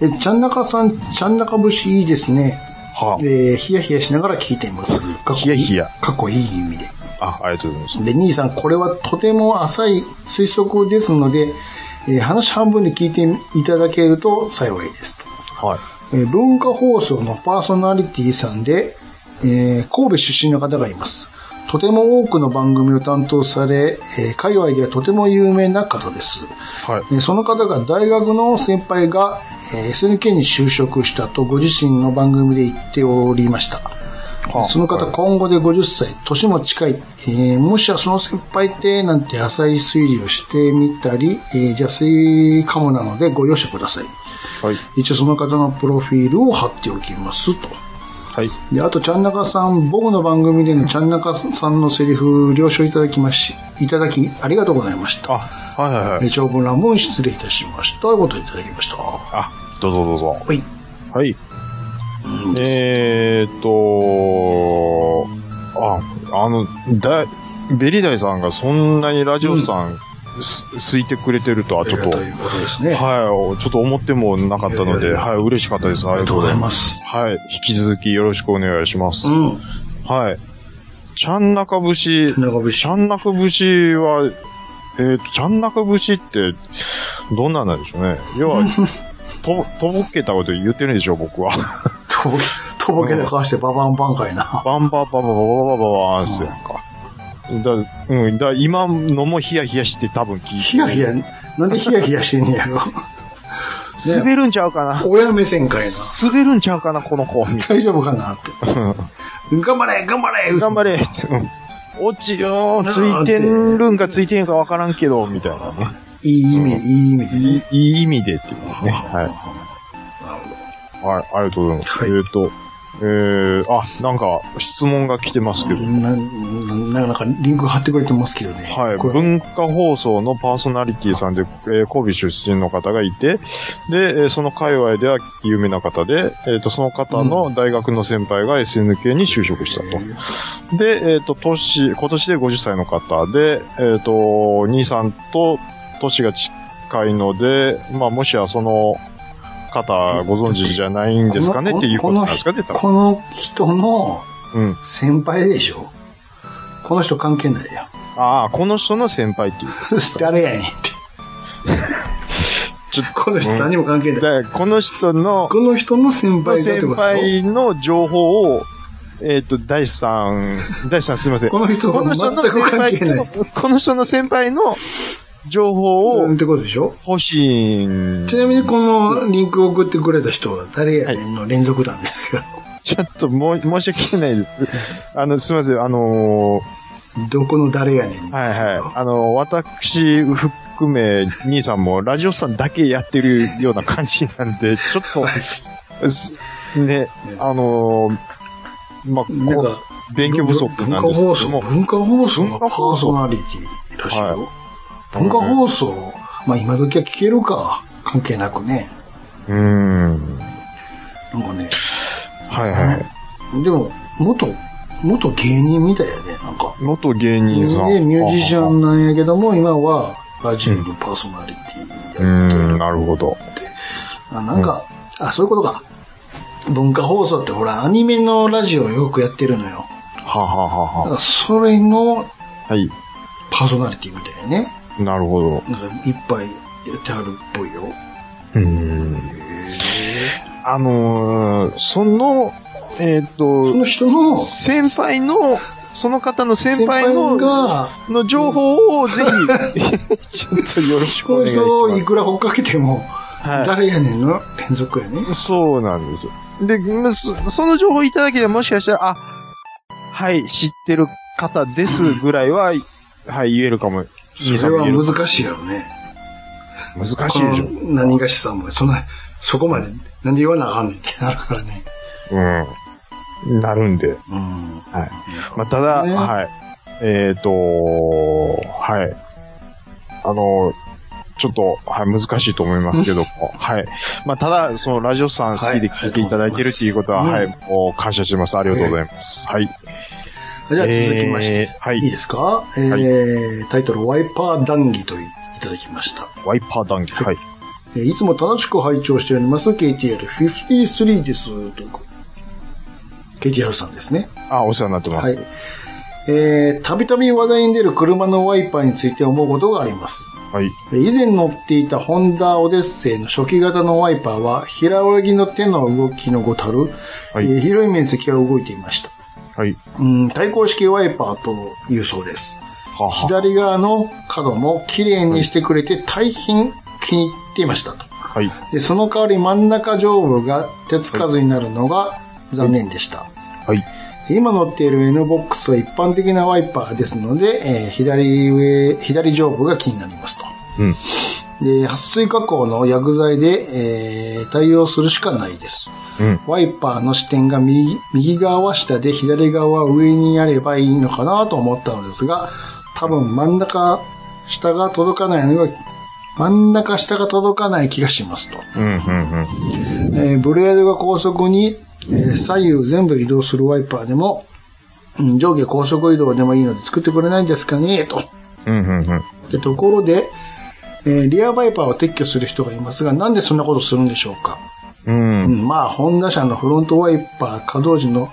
A: え、ちゃんなかさん、ちゃんなか節いいですね。
B: は
A: えーヒヤヒヤしながら聞いています。かっこいい
B: ヒヤヒヤ
A: かっこいい意味で。
B: あ、ありがとうございます。
A: で、兄さん、これはとても浅い推測ですので、えー話半分で聞いていただけると幸いです。
B: はい。
A: えー文化放送のパーソナリティさんで、えー神戸出身の方がいます。とても多くの番組を担当され、えー界隈ではとても有名な方です。
B: はい。
A: えーその方が大学の先輩が、えー SNK に就職したとご自身の番組で言っておりました。
B: はあ
A: その方、
B: はい
A: 今後で50歳、年も近い、えーもしやその先輩って、なんて浅い推理をしてみたり、えー邪推かもなのでご容赦ください。
B: はい。
A: 一応その方のプロフィールを貼っておきますと。
B: はい。
A: で、あと、ちゃんなかさん、僕の番組でのちゃんなかさんのセリフ、了承いただきまし、いただき、ありがとうございました。
B: あ、はいはいは
A: え
B: い。
A: ー長文乱文失礼いたしました。ということでいただきました。は
B: あ、どうぞどうぞ。
A: い。
B: はい。
A: うん
B: えーっと、あ、あの、だ、ベリダイさんがそんなにラジオさん、す、すいてくれてるとは、ちょっと、
A: と
B: は
A: いう
B: い、
A: ことですね。
B: ちょっと思ってもなかったの
A: いやいやい
B: で、
A: や
B: はい、嬉しかったです。あ。
A: ありがとうございますす。
B: はい、引き続きよろしくお願いします。
A: うん。
B: はい。ちゃんなか節、
A: 長節。
B: ちゃんなか節は、えー、と、ちゃんなか節って、どんなんなんでしょうね。要は、と、とぼけたこと言ってるんでしょう、僕は。
A: とぼけ、 *laughs* とぼけな顔してババンバンかいな。
B: バンバーバババババババーンすやんか。だ、うん、だ、今のもヒヤヒヤして多分聞いて。
A: ヒヤヒヤ、なんでヒヤヒヤしてんねや
B: *laughs*
A: ろ。
B: 滑るんちゃうかな。
A: 親目線かいな。
B: 滑るんちゃうかな、この子。み
A: 大丈夫かなって。
B: たいな
A: 頑張れ頑張れ
B: 頑張れ。うん落ちよー、ついてるんかついてんかわからんけど、みたいなね。
A: いい意味、いい意味。
B: いいいい意味でっていうね。はい。はい、ありがとうございます。
A: はい
B: えっ、と、えー、あ、なんか質問が来てますけど、
A: なななんかリンク貼ってくれてますけどね。
B: はい、
A: これ
B: 文化放送のパーソナリティさんで、えー神戸出身の方がいて、で、えーその界隈では有名な方で、えっ、と、その方の大学の先輩が SNK に就職したと。で、えっ、と、年、今年で50歳の方で、えっ、と、兄さんと年が近いので、まあ、もしやその方ご存知じゃないんですかねっていうことなんですかね、多分
A: この人の
B: うん。
A: 先輩でしょこの人関係ない
B: *laughs*
A: や
B: ああ、この人の先輩っていう。
A: ん。誰やねんって。
B: *laughs* ちょ
A: この人何も関係ない。
B: だからこの人の、
A: この人の先輩だって
B: 先
A: こと
B: 輩の情報を、えっ、と、大志さん、大志さんすいませ
A: *laughs*
B: ん。
A: この人
B: この
A: は
B: 人
A: 全
B: の
A: く
B: 先
A: 関
B: 輩
A: 係ない。
B: の、この人の先輩の情報
A: うん
B: を
A: ってことでしょ
B: 欲しいん。
A: ちなみにこのリンクを送ってくれた人は誰やねんの連続なんですけど、
B: ちょっともう申し訳ないです。あの、すいません、あのー
A: どこの誰やねん。
B: はいはい。あの、私含め、兄さんもラジオさんだけやってるような感じなん
A: *laughs*
B: で、ちょっと、すね、あのーまあ、
A: なん
B: こ
A: か、
B: う勉強不足なんです
A: 文化放
B: けど
A: 送、
B: も、
A: 文化放送
B: 文
A: の
B: 化
A: パ
B: 放
A: ー
B: 送
A: ソナリティらしいよ。
B: はい
A: 文化放送、まあ今時は聞けるか、関係なくね。
B: うーん。
A: なんかね、
B: はいはい。
A: でも、元、元芸人みたいやね、なんか。
B: 元芸人さん。
A: で、ミュージシャ
B: う
A: ンなんやけども、今はラジオのパーソナリティ
B: ー
A: やってる
B: ん、なるほど。
A: あ、なんか、あ、そういうことか。文化放送ってほら、アニメのラジオをよくやってるのよ。
B: ははは
A: だか
B: は。
A: らそれの
B: はい。
A: パーソナリティみたいなね。
B: なるほど。
A: なんか、いっぱいやってはるっぽいよ。
B: うーん。あのーその、えっ、
A: その
B: と、
A: 人の
B: 先輩の、その方の先
A: 先
B: 輩
A: 輩
B: の、
A: が、
B: の情報をぜ
A: *laughs*
B: ひ、ちょっとよろしく
A: こ
B: お
A: の
B: 願いし
A: 人を
B: ま
A: い
B: す。
A: くら追っかけても、
B: は
A: 誰やねんの連続やね。
B: い。そうなんです。で、まそその情報いただけでもしかしたら、あ、はい、知ってる方ですぐらいは、はい、言えるかも。
A: それは
B: 兄さんも言える
A: 難しいやろね。
B: 難しいでしょ
A: こ。の何がしさんも、そんな、そこまで、なんで言わなあかんねんってなるからね。
B: うん。なるんで。
A: うん。
B: はいまあ、ただ、
A: ね
B: はい。えっ、とはい。あのちょっと、はい、難しいと思いますけども、はい。まあ、ただ、その、ラジオさん好きで聞いていただいてるっていうことは、
A: は
B: はいい、もう感謝します。ありがとうございます。はい。
A: じゃあ続きまして。
B: えーはい
A: い
B: い。
A: ですか、えータイトル、ワイパー談義といただきました。
B: ワイパー談義。はい。
A: えーいつも楽しく拝聴しております KTR53 です。ということ KTR さんですね。
B: あ、お世話になってま
A: はい
B: す。。
A: えーたびたび話題に出る車のワイパーについて思うことがあります。
B: はい。
A: えー以前乗っていたホンダオデッセイの初期型のワイパーは、平泳ぎの手の動きのごたる、
B: はい
A: えー広い面積が動いていました。
B: はい。
A: うん、対抗式ワイパーというそうです。
B: はは。
A: 左側の角も綺麗にしてくれて大変気に入っていましたと。
B: はい。
A: で、その代わり真ん中上部が手つかずになるのが残念でした。
B: はい。
A: 今乗っている N ボックスは一般的なワイパーですので、えー左上、左上部が気になりますと。
B: うん。
A: で、撥水加工の薬剤で、えー対応するしかないです。
B: うん。
A: ワイパーの視点が右右側は下で左側は上にやればいいのかなと思ったのですが、多分真ん中、下が届かないのが、真ん中下が届かない気がしますと。
B: うん、うん、うん。
A: えーブレードが高速に、えー左右全部移動するワイパーでも、うん上下高速移動でもいいので作ってくれないんですかねと。
B: うん、うん、うん。
A: でところで、えーリアワイパーを撤去する人がいますが、なんでそんなことするんでしょうか
B: うん
A: う。ん、まあ、ホンダ車のフロントワイパー稼働時の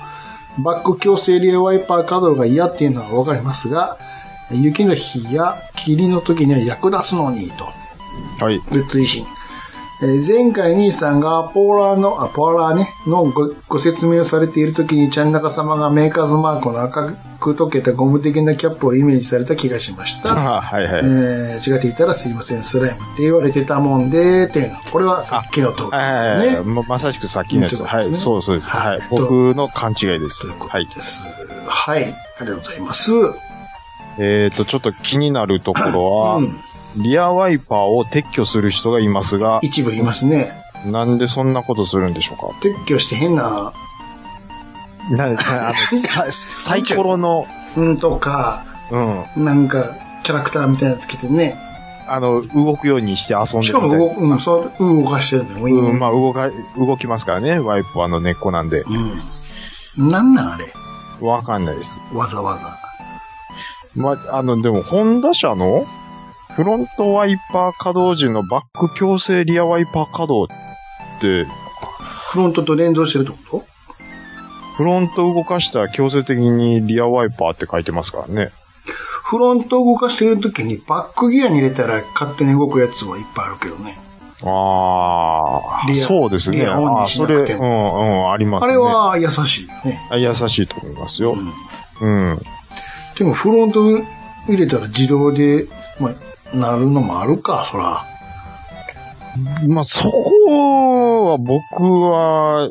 A: バック強制リアワイパー稼働が嫌っていうのはわかりますが、雪の日や霧の時には役立つのにと。
B: はい。
A: で、追伸。ええー前回兄さんがポーラーの、あ、ポーラーね、のごご説明をされている時に、ちゃん中様がメーカーズマークの赤く溶けたゴム的なキャップをイメージされた気がしました。
B: あ *laughs* はいはい。
A: えー違っていたらすいません、スライムって言われてたもんで、っていうの。これはさっきの通りです
B: はい
A: よ
B: はい
A: ね
B: はい。。ままさしくさっきのやつ。
A: そうですね
B: はい、そうそうです。
A: は
B: はいい。僕の勘違いです。
A: というこ
B: はい
A: と。です。はい。ありがとうございます。
B: えっと、ちょっと気になるところは
A: う、ん。
B: リアワイパーを撤去する人がいますが、
A: 一部いますね。
B: なんでそんなことするんでしょうか
A: 撤去して変な、
B: な、なあの、さ *laughs* サイコロの、
A: *laughs* うんとか、
B: うん、
A: なんか、キャラクターみたいなのつけてね。
B: あの、動くようにして遊んで
A: し
B: る
A: か
B: み
A: も
B: たいな
A: 動,、うん、そう動かしてるのもいい、ね
B: うん、まあ動か、動きますからね、ワイパーの根っこなんで。
A: うん。なんなんあれ
B: わかんないです。
A: わざわざ。
B: まあ、あの、でも、ホンダ社の、フロントワイパー稼働時のバック強制リアワイパー稼働って、
A: フロントと連動してるってこ
B: フロント動かしたら強制的にリアワイパーって書いてますからね。
A: とフロントを動かしてるときにバックギアに入れたら勝手に動くやつはいっぱいあるけどね。
B: ああ、
A: リア
B: そうですね。
A: リアオン
B: あ
A: に
B: ー
A: し
B: そ
A: な
B: れ、う
A: く
B: ん
A: ても
B: うん、あります
A: あ
B: ね。
A: れは優しいよね。
B: あ、優しいと思いますよ
A: う。ん。
B: うん。
A: でもフロント入れたら自動で、まあ、なるのもあるか、そら。
B: まあ、そこは僕は、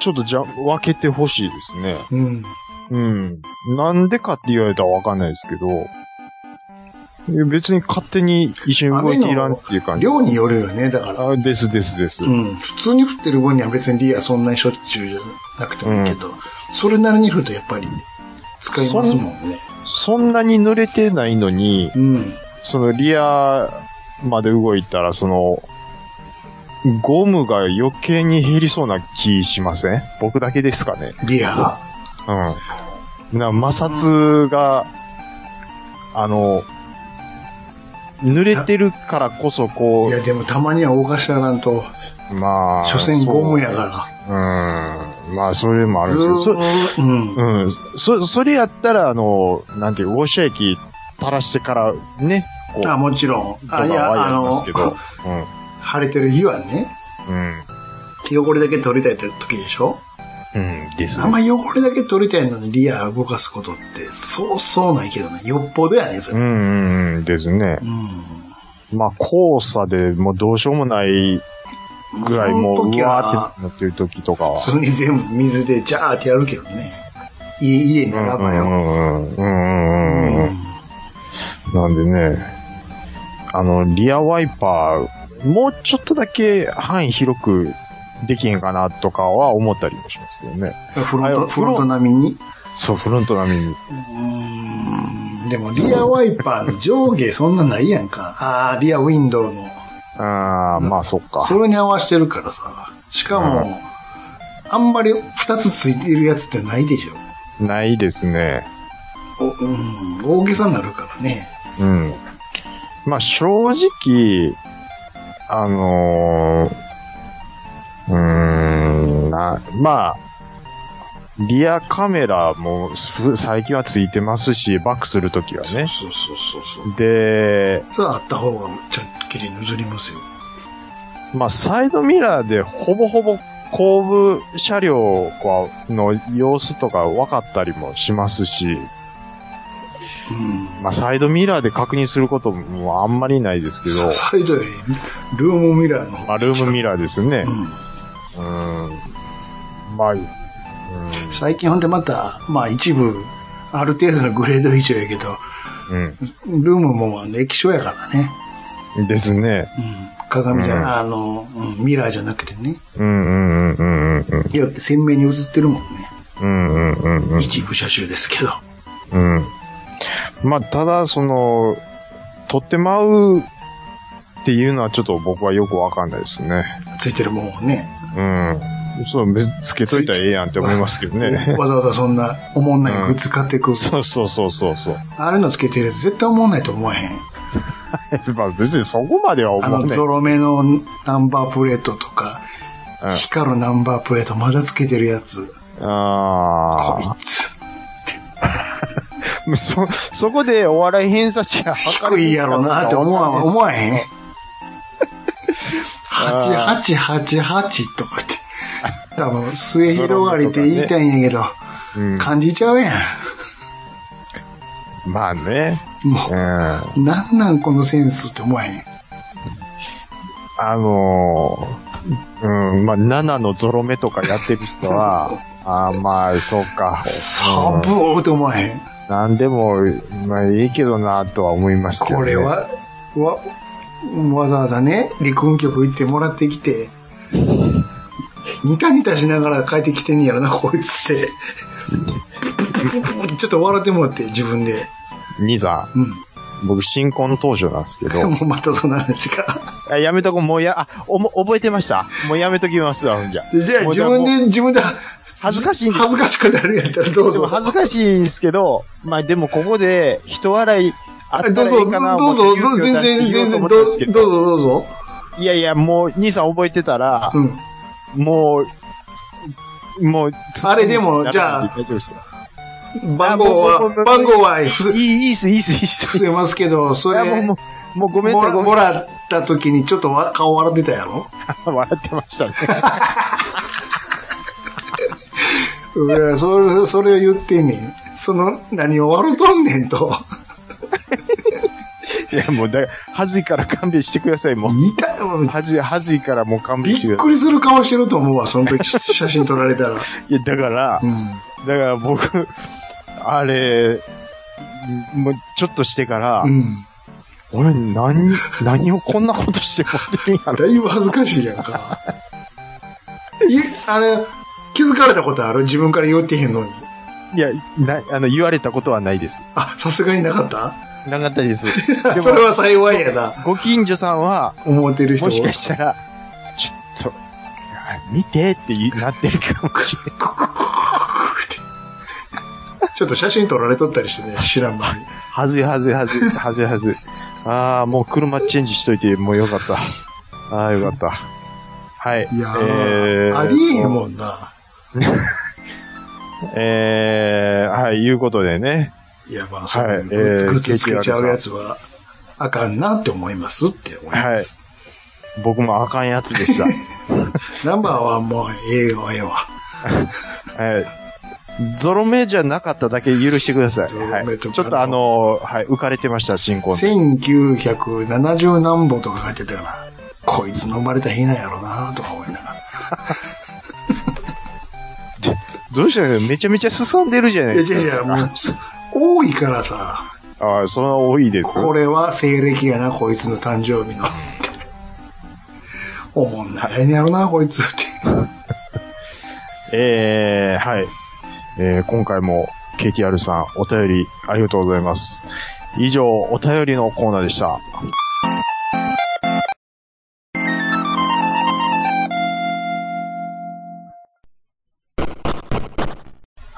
B: ちょっとじゃ、分けてほしいですね。
A: うん。
B: うん。なんでかって言われたらわかんないですけど、いや別に勝手に一緒に動いていらんっていう感じ。
A: 量によるよね、だから。
B: あですですです。
A: うん。普通に降ってる分には別にリアそんなにしょっちゅうじゃなくてもいいけど、それなりに降るとやっぱり使いますもんね。
B: そんなに濡れてないのに、
A: うん。
B: そのリアまで動いたら、その、ゴムが余計に減りそうな気しません僕だけですかね。
A: リア。
B: うん。な摩擦が、あの、濡れてるからこそこ
A: いや、でもたまには動かしてやらんと、
B: う、まあ、
A: 所詮ゴムや
B: ら
A: か
B: うんまあ、それもあ
A: ら。
B: る
A: ず
B: んですけど、そ
A: ーっと、うん。
B: うん、そ、それやったら、あの、なんていうか、ウォッシュ液垂らしてからね、こう、
A: あ、もちろん。
B: とか
A: あ、
B: はい
A: や、あ
B: やりま
A: の
B: すけ、ど、
A: 晴れてる日はね、
B: うん、うん、
A: 汚れだけ取りたいって時でしょ
B: うん、です。
A: あんま汚れだけ取りたいのにリア動かすことって、そうそうないけどね。よっぽどやね、それ。
B: うん、うん、うん、ですね。
A: う
B: まあ、交差でもうどうしようもない
A: ん。
B: ぐらい、も、
A: そうの時
B: うわー
A: は
B: ってなってる時とかは。
A: 普通に全部水でジャーってやるけどね。家、家ならば
B: う
A: よ。
B: ん、うん、うん、うんうん、うん。
A: う
B: なんでね、あの、リアワイパー、もうちょっとだけ範囲広くできへんかなとかは思ったりもしますけどね。
A: んフロン
B: あい
A: ト、
B: や
A: フロント並みに。
B: そう、フロント並みに。
A: うん。でもリアワイパーの上下そんなないやんか。ああー、リアウィンドウの。
B: ああ、まあそっか。
A: それに合わせてるからさ。しかも、
B: う
A: あんまり二つついてるやつってないでしょ。
B: ないですね。
A: おうん、大げさになるからね。
B: うん。まあ正直、あのー、うーん、な、まあ、リアカメラもふ最近はついてますし、バックするときはね。
A: そうそうそうそう。
B: で、
A: それはあった方がちゃっきり譲りますよ。
B: まあ、サイドミラーでほぼほぼ後部車両はの様子とか分かったりもしますし、
A: うん。
B: まあ、サイドミラーで確認することもあんまりないです
A: *laughs*
B: けど、
A: サイドより、ルームミラーの方
B: まあ、ルームミラーですね
A: う。ん。
B: うん。まあ、うん。
A: 最近ほんでまた、まあ一部、ある程度のグレード以上やけど、ルームもあの液晶やからね。
B: うん。ですね。
A: うん。鏡じゃ、
B: うん
A: あの、うんミラーじゃなくてね。
B: うんうんうんうんうん
A: いや、鮮明に映ってるもんね。
B: うんうんうんうん
A: 一部車種ですけど。
B: うん。まあ、ただ、その、取ってまうっていうのはちょっと僕はよくわかんないですね。
A: ついてるもんをね。
B: うん。そう、別につけといたらええやんって思いますけどね。
A: わざわざそんな、おもんないグッズ買ってく。
B: そうそうそうそうそう。
A: あれのつけてるやつ絶対おもんないと思わへん。
B: まあ別にそこまでは思
A: あ
B: わない
A: の、
B: です。
A: ゾロ目のナンバープレートとか、
B: うん
A: 光るナンバープレートまだつけてるやつ。こ
B: あ
A: いつ。
B: あ。そ、そこでお笑い偏差値は測 *laughs*
A: 低いやろなって思わ、思わへん。
B: あ
A: 8888とかって。多分、末広がりって言いたいんやけど、
B: うん
A: 感じちゃうや
B: まあね。
A: ん。も
B: うん。あ
A: う、なんなんこのセンスって思わへん。
B: のー、うん、まあ、7のゾロ目とかやってる
A: *laughs*
B: 人は、あーまあ、そうか。
A: サブーって思わへん。
B: なんでも、まあ、いいけどな、とは思いますけど、ね。
A: これは、わ、わざわざね、陸運局行ってもらってきて、ニタニタしながら帰ってきてんやろな、こいつ
B: *laughs*
A: って。プププププってちょっと笑ってもらって、自分で。
B: 兄さ、
A: うん
B: 僕、新婚当初なんですけ
A: ん。
B: ど、
A: もうまたそんな話か。
B: あやめとこう、もうや、あ、おも、覚えてましたもうやめときますわ、ほんじゃ。
A: でじゃあ
B: もう
A: 自分
B: もう
A: で、自分で、
B: 恥ずかしいんです
A: 恥ずかしくなるんやったらどう
B: でも
A: ぞ。
B: 恥ずかしいんですけど、まあでもここで、人笑い、あった
A: どう
B: らい
A: ぞ、
B: いかな、
A: どうぞ、どうぞ、全然、全然、どうぞ、どう
B: ぞ。
A: ぞ、どうぞ。
B: いやいや、もう、兄さん覚えてたら、
A: うん。
B: もう、もう、
A: あれでもじゃあ
B: 大丈夫ですよ
A: 番号
B: あもうもうも
A: は、
B: う
A: 番号は伏
B: いい、いいっす、いいっす、いいっす。
A: せますけど、そ
B: いや
A: れ、
B: もう、もう、もうごめんな
A: も
B: さい、
A: ら
B: ごめ
A: も
B: んな
A: らった時にちょっとわ顔笑ってたやろ
B: さい。笑ってましたね。
A: いや、それ、それを言ってんねん。その、何を笑うとんねんと。
B: いや、もう、だから、恥ずいから勘弁してください、もう。
A: 似た、もう
B: 恥ずい、恥ずいからもう勘
A: *laughs* び
B: 弁して
A: っ
B: くださ
A: くりする顔してると思うわ、その時写真撮られた
B: *laughs*
A: ら。
B: い。いや、だから
A: う、ん。
B: だから僕、あれ、もう、ちょっとしてから
A: う、ん。
B: 俺、何、何をこんなことしてもってるんやろ。
A: だいぶ恥ずかしいやんか。いあれ、気づかれたことある自分から言ってへんのに。
B: いや、な、あの、言われたことはないです。
A: あ、さすがになかった
B: なかったです。で
A: それ
B: も、
A: は幸いやな。
B: ご近所さんは、
A: 思ってる人
B: もしかしたら、ちょっと、あ見てって言いなってるかもしれない。
A: ちょっと写真撮られとったりしてね、知らん間に。
B: はずいはずいはずい、はずいはずい。ああ、もう車チェンジしといて、もうよかった。ああ、よかった。はい。
A: いやー、
B: えー
A: ありえへんもんな。
B: えー、はい、いうことでね。
A: いや、まあ、そう
B: はいいうえー
A: グッズつけちゃうやつは、あかんなって思いますって思います。
B: 僕もあかんやつでした。
A: *laughs* ナンバーはもう、ええわ、ええわ。
B: はい。ゾロ目じゃなかっただけ許してください。
A: ゾロ
B: は
A: 目
B: い、
A: と
B: ちょっ
A: か
B: とあの、はい、浮かれてました、新婚。
A: 1970何本とか書いてたから、こいつの生まれた日なんやろうなとか思いながら。
B: どうしたのめちゃめちゃ進んでるじゃな
A: い
B: い
A: や、
B: です
A: じゃ
B: か。
A: じゃもう、多いからさ、
B: ああ、その多いです。
A: これは西暦やな、こいつの誕生日の。おもんないんやろな、こいつって。
B: えー、はい。えー、今回も KTR さんお便りありがとうございます。以上、お便りのコーナーでした。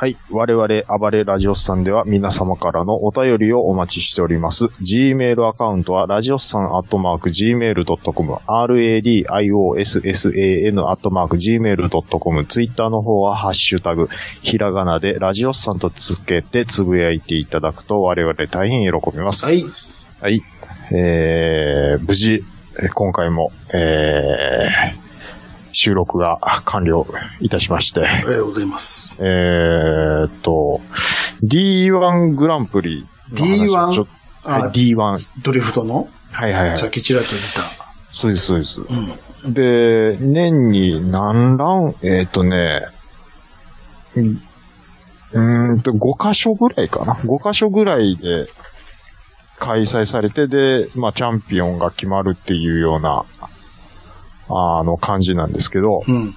B: はい。我々、暴れラジオスさんでは皆様からのお便りをお待ちしております。Gmail アカウントは、ラジオスさんアットマーク Gmail.com、radiossan アットマーク Gmail.com、Twitter の方は、ハッシュタグ、ひらがなでラジオスさんとつけてつぶやいていただくと我々大変喜びます。
A: はい。
B: はい。えー、無事、えー今回も、えー、収録が完了いたしまして、
A: ありがとうございます。
B: えーっと、D1 グランプリの話をちょっと。
A: あ
B: はい D1。
A: ドリフトの、
B: はいはいはい
A: さっ。きちらっと見
B: そうです、そうです。
A: た。うん。
B: で、年に何ラウンえーっとね、うんうーんと、5箇所ぐらいかな。5箇所ぐらいで開催されて、で、まあ、チャンピオンが決まるっていうような、あの、感じなんですけど、
A: うん。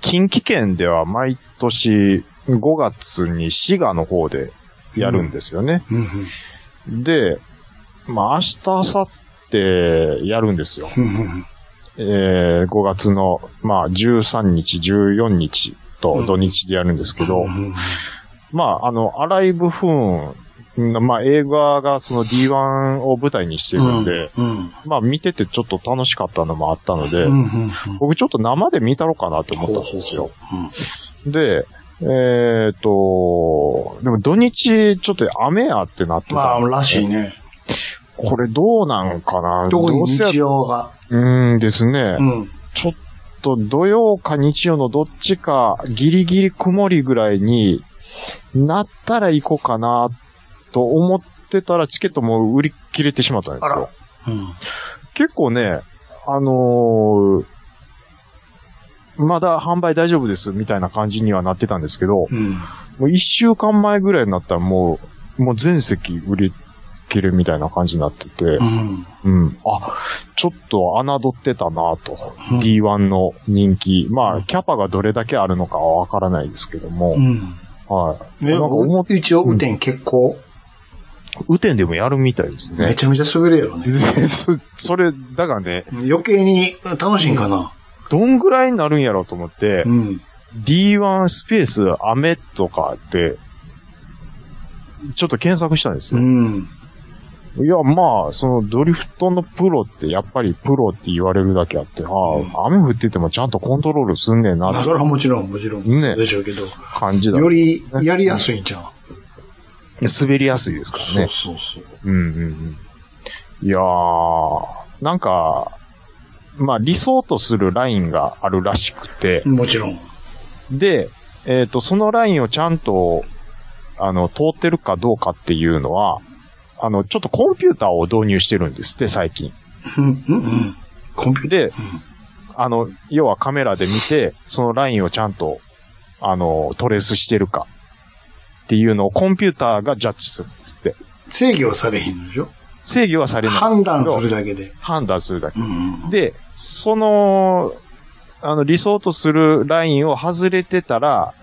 B: 近畿圏では毎年5月に滋賀の方でやるんですよね。
A: うん。
B: で、まあ、明日、明後日やるんですよ。
A: うん。うん。
B: えー5月の、まあ、13日、14日と土日でやるんですけど、
A: うん
B: まあ、あの、アライブフーン、まあ、映画がその D1 を舞台にしてるんで、
A: うん。
B: まあ、見ててちょっと楽しかったのもあったので、
A: うん。うん。
B: 僕ちょっと生で見たろうかなと思ったんですよ。で、えーっと、でも土日ちょっと雨やってなってたんで
A: まあ、らしいね。
B: これどうなんかな
A: 特
B: ど
A: に
B: うせや
A: 日曜が。
B: うーんですね。
A: うん。
B: ちょっと土曜か日曜のどっちかギリギリ曇りぐらいになったら行こうかなと思ってたらチケットも売り切れてしまったんです
A: あ
B: よ
A: ら。うん。
B: 結構ね、あのーまだ販売大丈夫ですみたいな感じにはなってたんですけど、
A: うん。
B: もう一週間前ぐらいになったらもう、もう全席売り切れみたいな感じになってて
A: う、ん。
B: うん。あ、ちょっと侮ってたなと。
A: うん
B: D1 の人気。まあ、キャパがどれだけあるのかはわからないですけども、
A: うん。
B: はい。
A: ね
B: なんか思っ、
A: 一応、雨天結構、
B: 雨天でもやるみたいです
A: め
B: ね。
A: ちゃめちゃ滑るやろね。
B: そ *laughs* それ、だからね、
A: 余計に楽しいんかな。
B: どんぐらいになるんやろうと思って、
A: うん。
B: D1 スペース雨とかって、ちょっと検索したんですよ
A: う。ん。
B: いや、まあ、そのドリフトのプロって、やっぱりプロって言われるだけあって、ああ、雨降っててもちゃんとコントロールすんねんな
A: まあ、
B: っ
A: そ
B: て
A: れはもちろん、もちろん。
B: ね
A: でしょうけど。
B: 感じだ。
A: より、やりやすいんじゃん。
B: 滑りやすいですから
A: そう
B: ね。
A: そうそう。
B: うんうんうん。いやー、なんか、まあ理想とするラインがあるらしくて、
A: もちろん。
B: で、えっ、と、そのラインをちゃんと、あの、通ってるかどうかっていうのは、あの、ちょっとコンピューターを導入してるんですって、最近。
A: うん、うん、うん。コンピューター。
B: で、あの、要はカメラで見て、そのラインをちゃんと、あの、トレースしてるかっていうのをコンピューターがジャッジするんですって。
A: 制御はされへんのでしょ
B: 制御はされないん
A: 判
B: ですけど。
A: 断するだけで。
B: 判断するだけ。
A: うんうん。
B: で、その、あの、理想とするラインを外れてたら、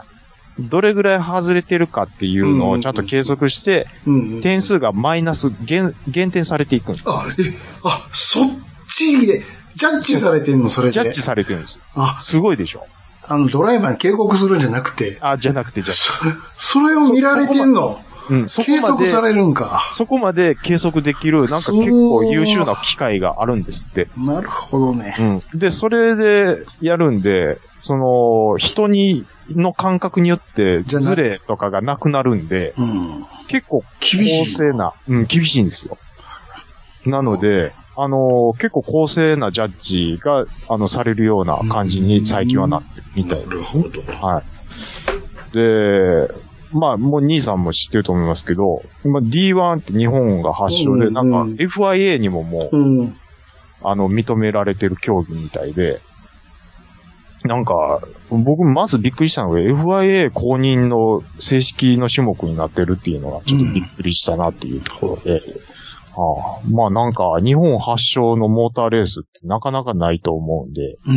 B: どれぐらい外れてるかっていうのをちゃんと計測して、
A: うんうん
B: 点数がマイナス、減、減点されていくんです。
A: あ、え、あ、そっちで、ジャッジされてんの、それで。
B: ジャッジされてるんです。
A: あ、
B: すごいでしょ
A: あの、ドライバーに警告するんじゃなくて、
B: あ、じゃなくて、じゃ
A: そそれを見られてんの。
B: うん、そこ
A: 計
B: ま
A: 測
B: で
A: されるんか。
B: そこまで計測できる、なんか結構優秀な機械があるんですって。
A: なるほどね。
B: うん。で、それでやるんで、その、人に、の感覚によって、
A: じゃあな
B: ズレとかがなくなるんで、
A: うん。
B: 結構、
A: 厳
B: 公
A: しい
B: 正
A: な。
B: な、うん、厳しいんですよ。なので、あのー結構公正なジャッジが、あの、されるような感じに最近はなってるみたいで
A: なるほど。
B: はい。で、まあ、もう兄さんも知ってると思いますけど、まあ、D1 って日本が発祥で、
A: うん
B: な
A: うん
B: んか FIA にももう、
A: うん。
B: あの、認められてる競技みたいで、なんか、僕まずびっくりしたのが FIA 公認の正式の種目になってるっていうのがちょっとびっくりしたなっていうところで、ああまあなんか日本発祥のモーターレースってなかなかないと思うんで、
A: う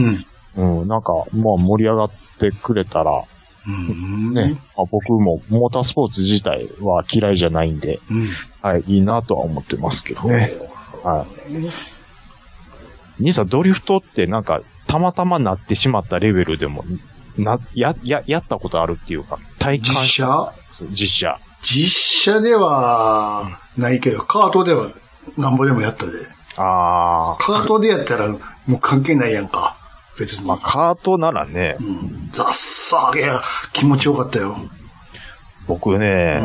A: ん。
B: うん、なんかまあ盛り上がってくれたら
A: うん。
B: ね、あ僕もモータースポーツ自体は嫌いじゃないんで、
A: うん。
B: はい、いいなとは思ってますけどね。はい。兄さん、ドリフトってなんか、たまたまなってしまったレベルでも、な、や、や、やったことあるっていうか、体感
A: 実写
B: そう実写。
A: 実写ではないけど、カートではなんぼでもやったで。
B: あ
A: カートでやったらもう関係ないやんか。別に。
B: まあ、カートならね
A: う、ん。ザッサーいや気持ちよかったよ。
B: 僕
A: う
B: ね、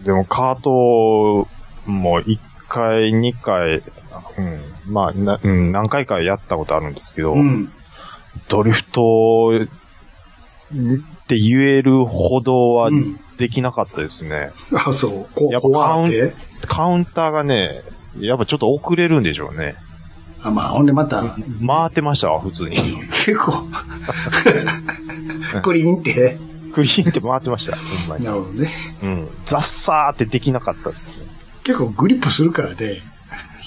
A: ん。
B: でもカートも一回、二回、うん、まあ、なうん、何回かやったことあるんですけど、
A: うん。
B: ドリフトって言えるほどは
A: うん
B: できなかったですね。
A: あ、そう。こ
B: や
A: う、
B: っぱ
A: 怖って。
B: カウンターがね、やっぱちょっと遅れるんでしょうね。
A: あまあ、ほんでまた、
B: 回ってましたわ、普通に。
A: 結構、クリーンって。
B: クリーンって回ってました、ほんまに。
A: なるほどね。
B: うん。ザッサーってできなかったですね。
A: 結構グリップするからで、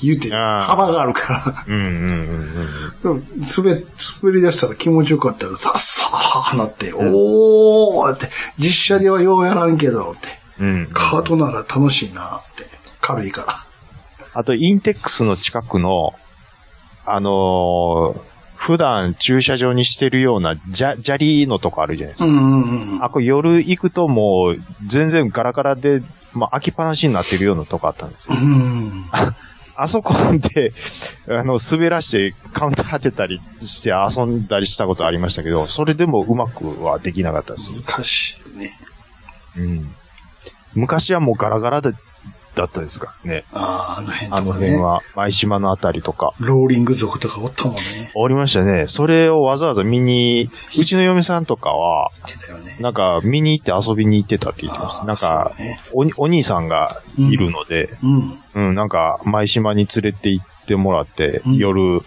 A: 言うて、
B: あー
A: 幅があるから。 *laughs*
B: うんうんうんうん。
A: でも滑、滑り出したら気持ちよかったら、さっさーなって、おーって、実写ではようやらんけど、って。
B: うん、
A: カートなら楽しいなって。軽いか
B: あと、インテックスの近くの、あのー普段駐車場にしてるような、じゃ、砂利のとこあるじゃないです
A: ら。
B: か。
A: うんうんうん。
B: あ、これ夜行くともう、全然ガラガラで、まあ、開きっぱなしになってるようなとこあったんです
A: う
B: よ。
A: ん。
B: あそこで、 *laughs* あの、滑らしてカウンター当てたりして遊んだりしたことありましたけど、それでもうまくはできなかったです。
A: 難しいね。
B: うん。昔はもうガラガラで、だったですからね。
A: ああ、あの辺とか
B: あ
A: ね。
B: の辺は、舞島のあたりとか。
A: ローリング族とかおったもんね。
B: おりましたね。それをわざわざ見に、うちの嫁さんとかは、
A: 言ってたよね。
B: なんか見に行って遊びに行ってたって言ってまし
A: あ
B: た。
A: ー
B: なんか、
A: そうね
B: おにお兄さんがいるので、
A: うん。
B: うん、なんか、舞島に連れて行ってもらって、
A: うん
B: 夜、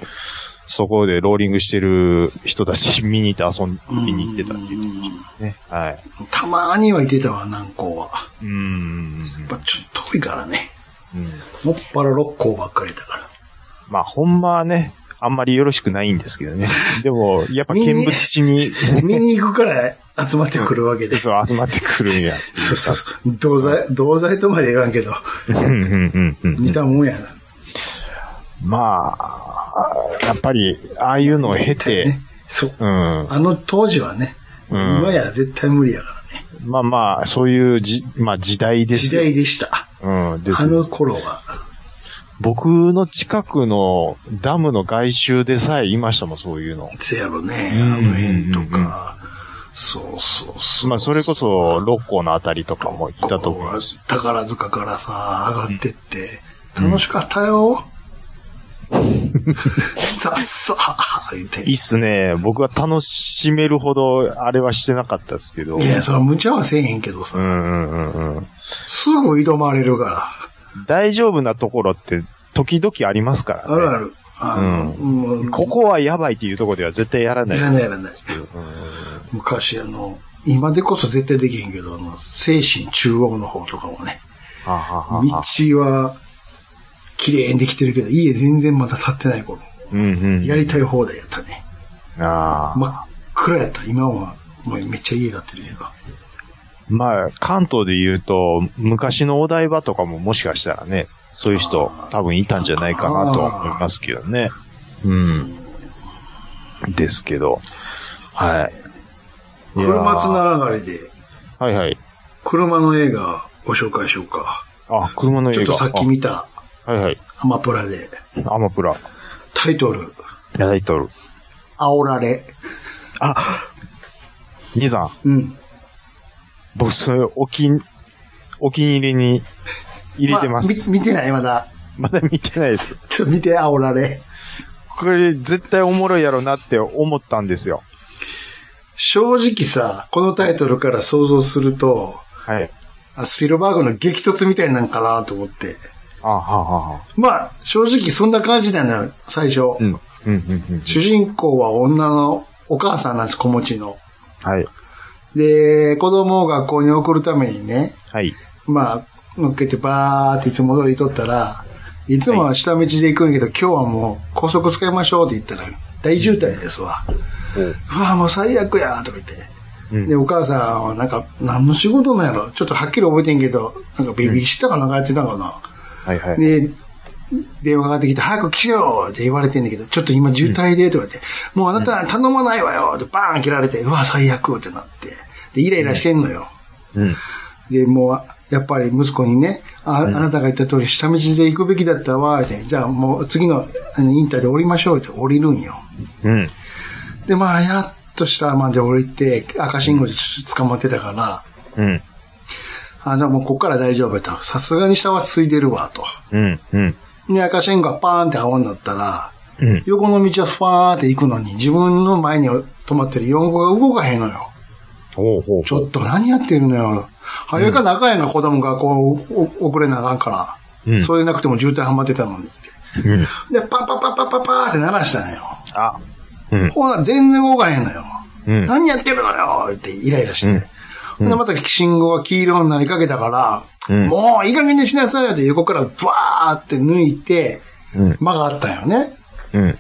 B: そこでローリングしてる人たち見に行って遊びに行ってたっていう
A: う
B: ね。はい。
A: んたまーにはいてたわ、南港は。
B: うーん。
A: やっぱちょっと遠いからね。
B: うん
A: もっぱら六校ばっかりだから。
B: まあ、ほんまはね、あんまりよろしくないんですけど
A: *laughs*
B: ね。でも、やっぱ見に見物しに、
A: 見に行くから集まってくるわけで。そ
B: そう、集まってくるんや。
A: うそうそう。同罪、同罪とまで言わんけど、
B: うんうんうんうん
A: 似たもんやな。
B: まあ、やっぱり、ああいうのを経て
A: ね、。そう。
B: うん。
A: あの当時はね、
B: うん
A: 今や絶対無理やからね。
B: まあまあ、そういうじ、まあ時代です。
A: 時代でした。
B: うん、です
A: あの頃は。
B: 僕の近くのダムの外周でさえいましたもん、そういうの。
A: せやろね、
B: うん
A: あの辺とか。そうそうそう。
B: まあ、それこそ、六甲のあたりとかも行ったと思い
A: こう
B: ます。
A: 宝塚からさ、上がってって、楽しかったよ。 *laughs* さっさー言って。
B: いいっすね。僕は楽しめるほど、あれはしてなかったですけど。
A: いや、それは無茶はせえへんけど
B: う
A: さ、
B: んうんうんうん。
A: すぐ挑まれるか
B: 大丈夫なところって、時々ありますか
A: ら。あ
B: らね。
A: るある。あの、もう
B: ここはやばいっていうところでは絶対やらない。
A: やらないやらない。
B: うん
A: 昔あの、今でこそ絶対できへんけど、あの、精神中央の方とかもね、
B: はあはあ
A: 道
B: はあ
A: は綺麗にできてるけど、家全然まだ建ってない頃、
B: うんうん。
A: やりたい放題やったね。
B: ああ。
A: 真っ暗やった。今は、もうめっちゃ家建ってるけど。
B: まあ、関東で言うと、昔のお台場とかももしかしたらね、そういう人
A: あー
B: 多分いたんじゃないかなとは思いますけどね。うん。ですけど。はい。
A: 車つ
B: いや
A: ながりで、
B: ーはいはい。
A: 車の映画ご紹介しようか。
B: あ、車の映
A: ちょ
B: 画。
A: っとさっき見た
B: あはいはい。
A: アマプラで、
B: アマプラ。
A: タイトル、
B: タイトル。
A: 煽られ。
B: 兄さん、
A: うん。
B: 僕それお気に、お気に入りに入れてます。
A: あみ見てないまだ。
B: まだ見てないです。
A: ちょっと見て、煽られ。
B: これ絶対おもろいやろなって思ったんですよ。
A: 正直さ、このタイトルから想像すると、
B: はい。
A: あスピルバーグの激突みたいなんかなと思って。
B: あはあはあはあ。
A: まあ、正直そんな感じなのよ、最初。
B: うん。うんうんうん。
A: 主人公は女のお母さんなんです、子持ちの。
B: はい。
A: で、子供を学校に送るためにね、
B: はい。
A: まあ、乗っけてバーっていつも通りとったら、いつもは下道で行くんやけど、今日はもう高速使いましょうって言ったら、大渋滞ですわ。うわあ、もう最悪やとか言って。
B: うん
A: で、お母さんはなんか、何の仕事なんやろちょっとはっきり覚えてんけど、なんかベビーシッターかなんかやってたんかな。
B: はいはい。
A: で、電話かかってきて、早く来てよって言われてんだけど、ちょっと今渋滞で、とか言って、もうあなた頼まないわよってバーン切られて、うわ、最悪ってなって。で、イライラしてんのよ。
B: うん。
A: で、もう、やっぱり息子にね、ああなたが言った通り、下道で行くべきだったわ、って、じゃあもう次のあのインターで降りましょうって降りるんよ。
B: うん。
A: で、まあ、やっと下まで降りて、赤信号で捕まってたから、
B: うん。
A: あ、じゃあもうこっから大丈夫やと。さすがに下はついてるわ、と。
B: うん。うん。
A: で、赤信号がパーンって青になったら、
B: うん。
A: 横の道はファーって行くのに、自分の前に止まってる4号が動かへんのよ。
B: ほうほう。
A: ちょっと何やってるのよ。早か仲やな、子供がこう、お遅れなあかんから。
B: うん
A: それなくても渋滞はまってたのに。
B: うん。
A: で、パンパンパンパンパンパーって鳴らしたのよ。
B: あ。うん。
A: ほら、全然動かへんのよ。
B: うん。
A: 何やってるのよってイライラして。
B: ん
A: で、また信号が黄色になりかけたから、
B: うん
A: もういい加減にしなさいよって横からブワーって抜いて、
B: うん。
A: 曲がったんよね。
B: うん。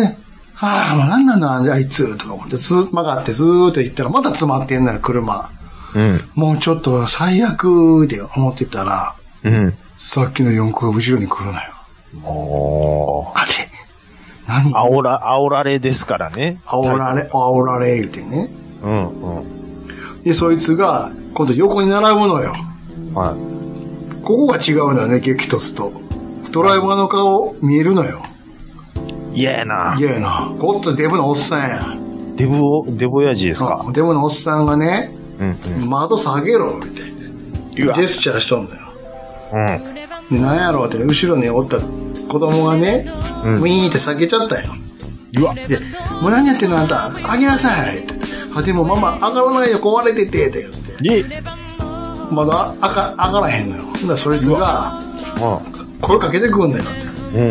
A: ね、はあ、もう何なんだ、あいつ、とか思って、ず曲がってずーっと行ったら、まだ詰まってんのよ、車。
B: うん。
A: もうちょっと最悪って思ってたら、
B: うん。
A: さっきの四駆が後ろに来るのよ。
B: も
A: あれ何
B: う、煽ら、煽られですからね。
A: 煽られ、煽られ、言ってね。
B: うん。うん。
A: で、そいつが、今度横に並ぶのよ。
B: は
A: ここが違うのよね、激突と。ドライバーの顔見えるのよ。。
B: い。嫌やない
A: ややな。こっちデブのおっさんや。
B: デブを、デブ親父ですか。
A: うんデブのおっさんがね、
B: うん。うん。
A: 窓下げろ、って。ジ
B: うわ
A: ェスチャーしとんのよ。
B: うん。
A: でなんやろうって、後ろにおった子供がね、ウィーンって避けちゃったよ。
B: うわ。
A: で、もう何やってんのあんた、あげなさいって。あ、でもママ、上がらないよ、壊れてて、って言って。
B: で、
A: まだ上が上がらへんのよ。ほんだらそいつが、声かけてくんだよって。
B: うん。う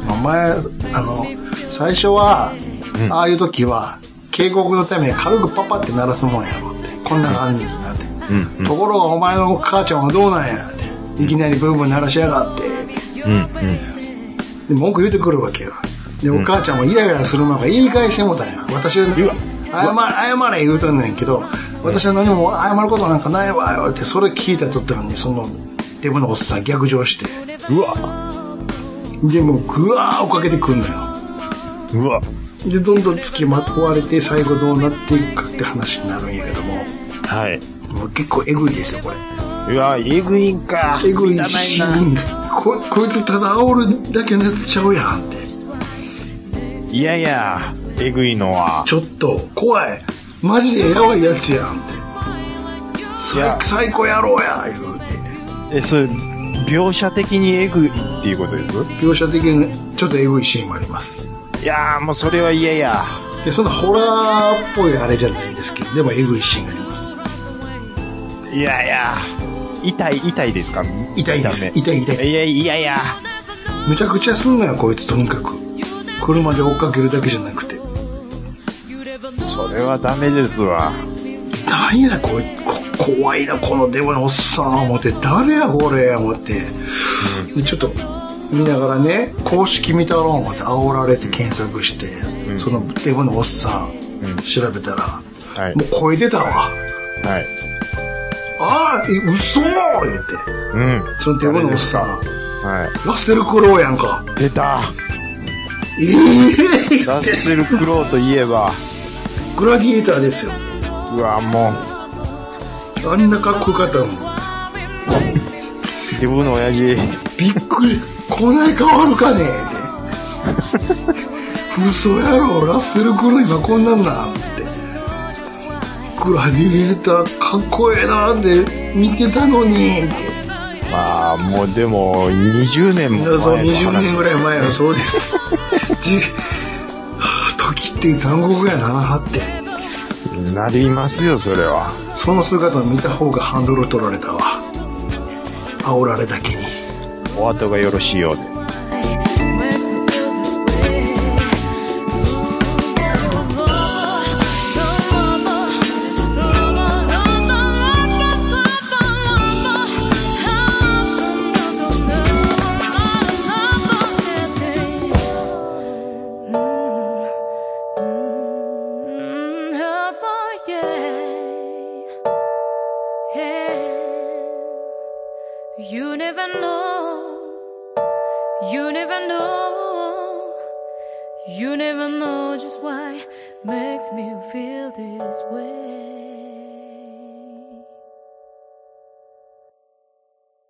B: ん。
A: お前、あの、最初は、ああいう時は、警告のために軽くパパって鳴らすもんやろって。こんな感じになって。
B: うん。
A: ところがお前の母ちゃんはどうなんやって。いきなりブーブー鳴らしやがって。
B: うん。うん。
A: で、文句言ってくるわけよ。で、お母ちゃんもイライラするのが言い返してもうたんや。私は、
B: うわ
A: 謝れ、謝れ言うとんねんけど、私は何も謝ることなんかないわよって、それ聞いたとったのに、その、デブのおっさん逆上して。
B: うわ。
A: で、もうぐわー追っかけてくんのよ。
B: うわ。
A: でどんどん付きまとわれて最後どうなっていくかって話になるんやけども
B: はい。
A: もう結構エグいですよこれ
B: うわ、えぐいんか。
A: エグい
B: 汚
A: しここいつただ煽るだけになっちゃうやんって
B: いやいや、えぐいのは。
A: ちょっと怖いマジでやばいやつやんって最最高野郎や言うて
B: え、それ、描写的にえぐいっていうことです
A: 描写的にちょっとエグいシーンもあります
B: いやー、もうそれは嫌や。
A: でそんなホラーっぽいあれじゃないんですけどでもエグいシーンがあります
B: いやいや。痛い、痛いですか
A: 痛いです痛い痛い
B: いやいやいや。
A: むちゃくちゃすんのよこいつとにかく車で追っかけるだけじゃなくて
B: それはダメですわ。
A: 何やこれこ怖いなこのデブのおっさん思って誰やこれ思って、でちょっと見ながらね公式見たろう思って煽られて検索して、
B: ん
A: そのデブのおっさん、
B: うん
A: 調べたら
B: はい
A: もう。声出たわ
B: はい。
A: ああえ嘘言って
B: うん。
A: そのデブのおっさん
B: は
A: ラッセルクローやんか
B: い。出た。
A: ええ
B: ラッセル・クロウといえば、
A: グラディエーターですよ
B: うわ、も
A: あんなかっこよかったのに
B: う、自分の親父、
A: びっくりこない変わるかねえって嘘やろラッセル・クロウ今こんなんなんつってグラディエーターかっこええなって見てたのにって
B: まあ、もうでも、20年も前の
A: そう
B: 話。
A: 20年ぐらい前のそうですじはあ時って残酷やなって
B: なりますよ、それは。
A: その姿を見た方がハンドル取られたわ煽られだけに
B: お後がよろしいようで。
E: You never know. You never know. You never know just why makes me feel this way.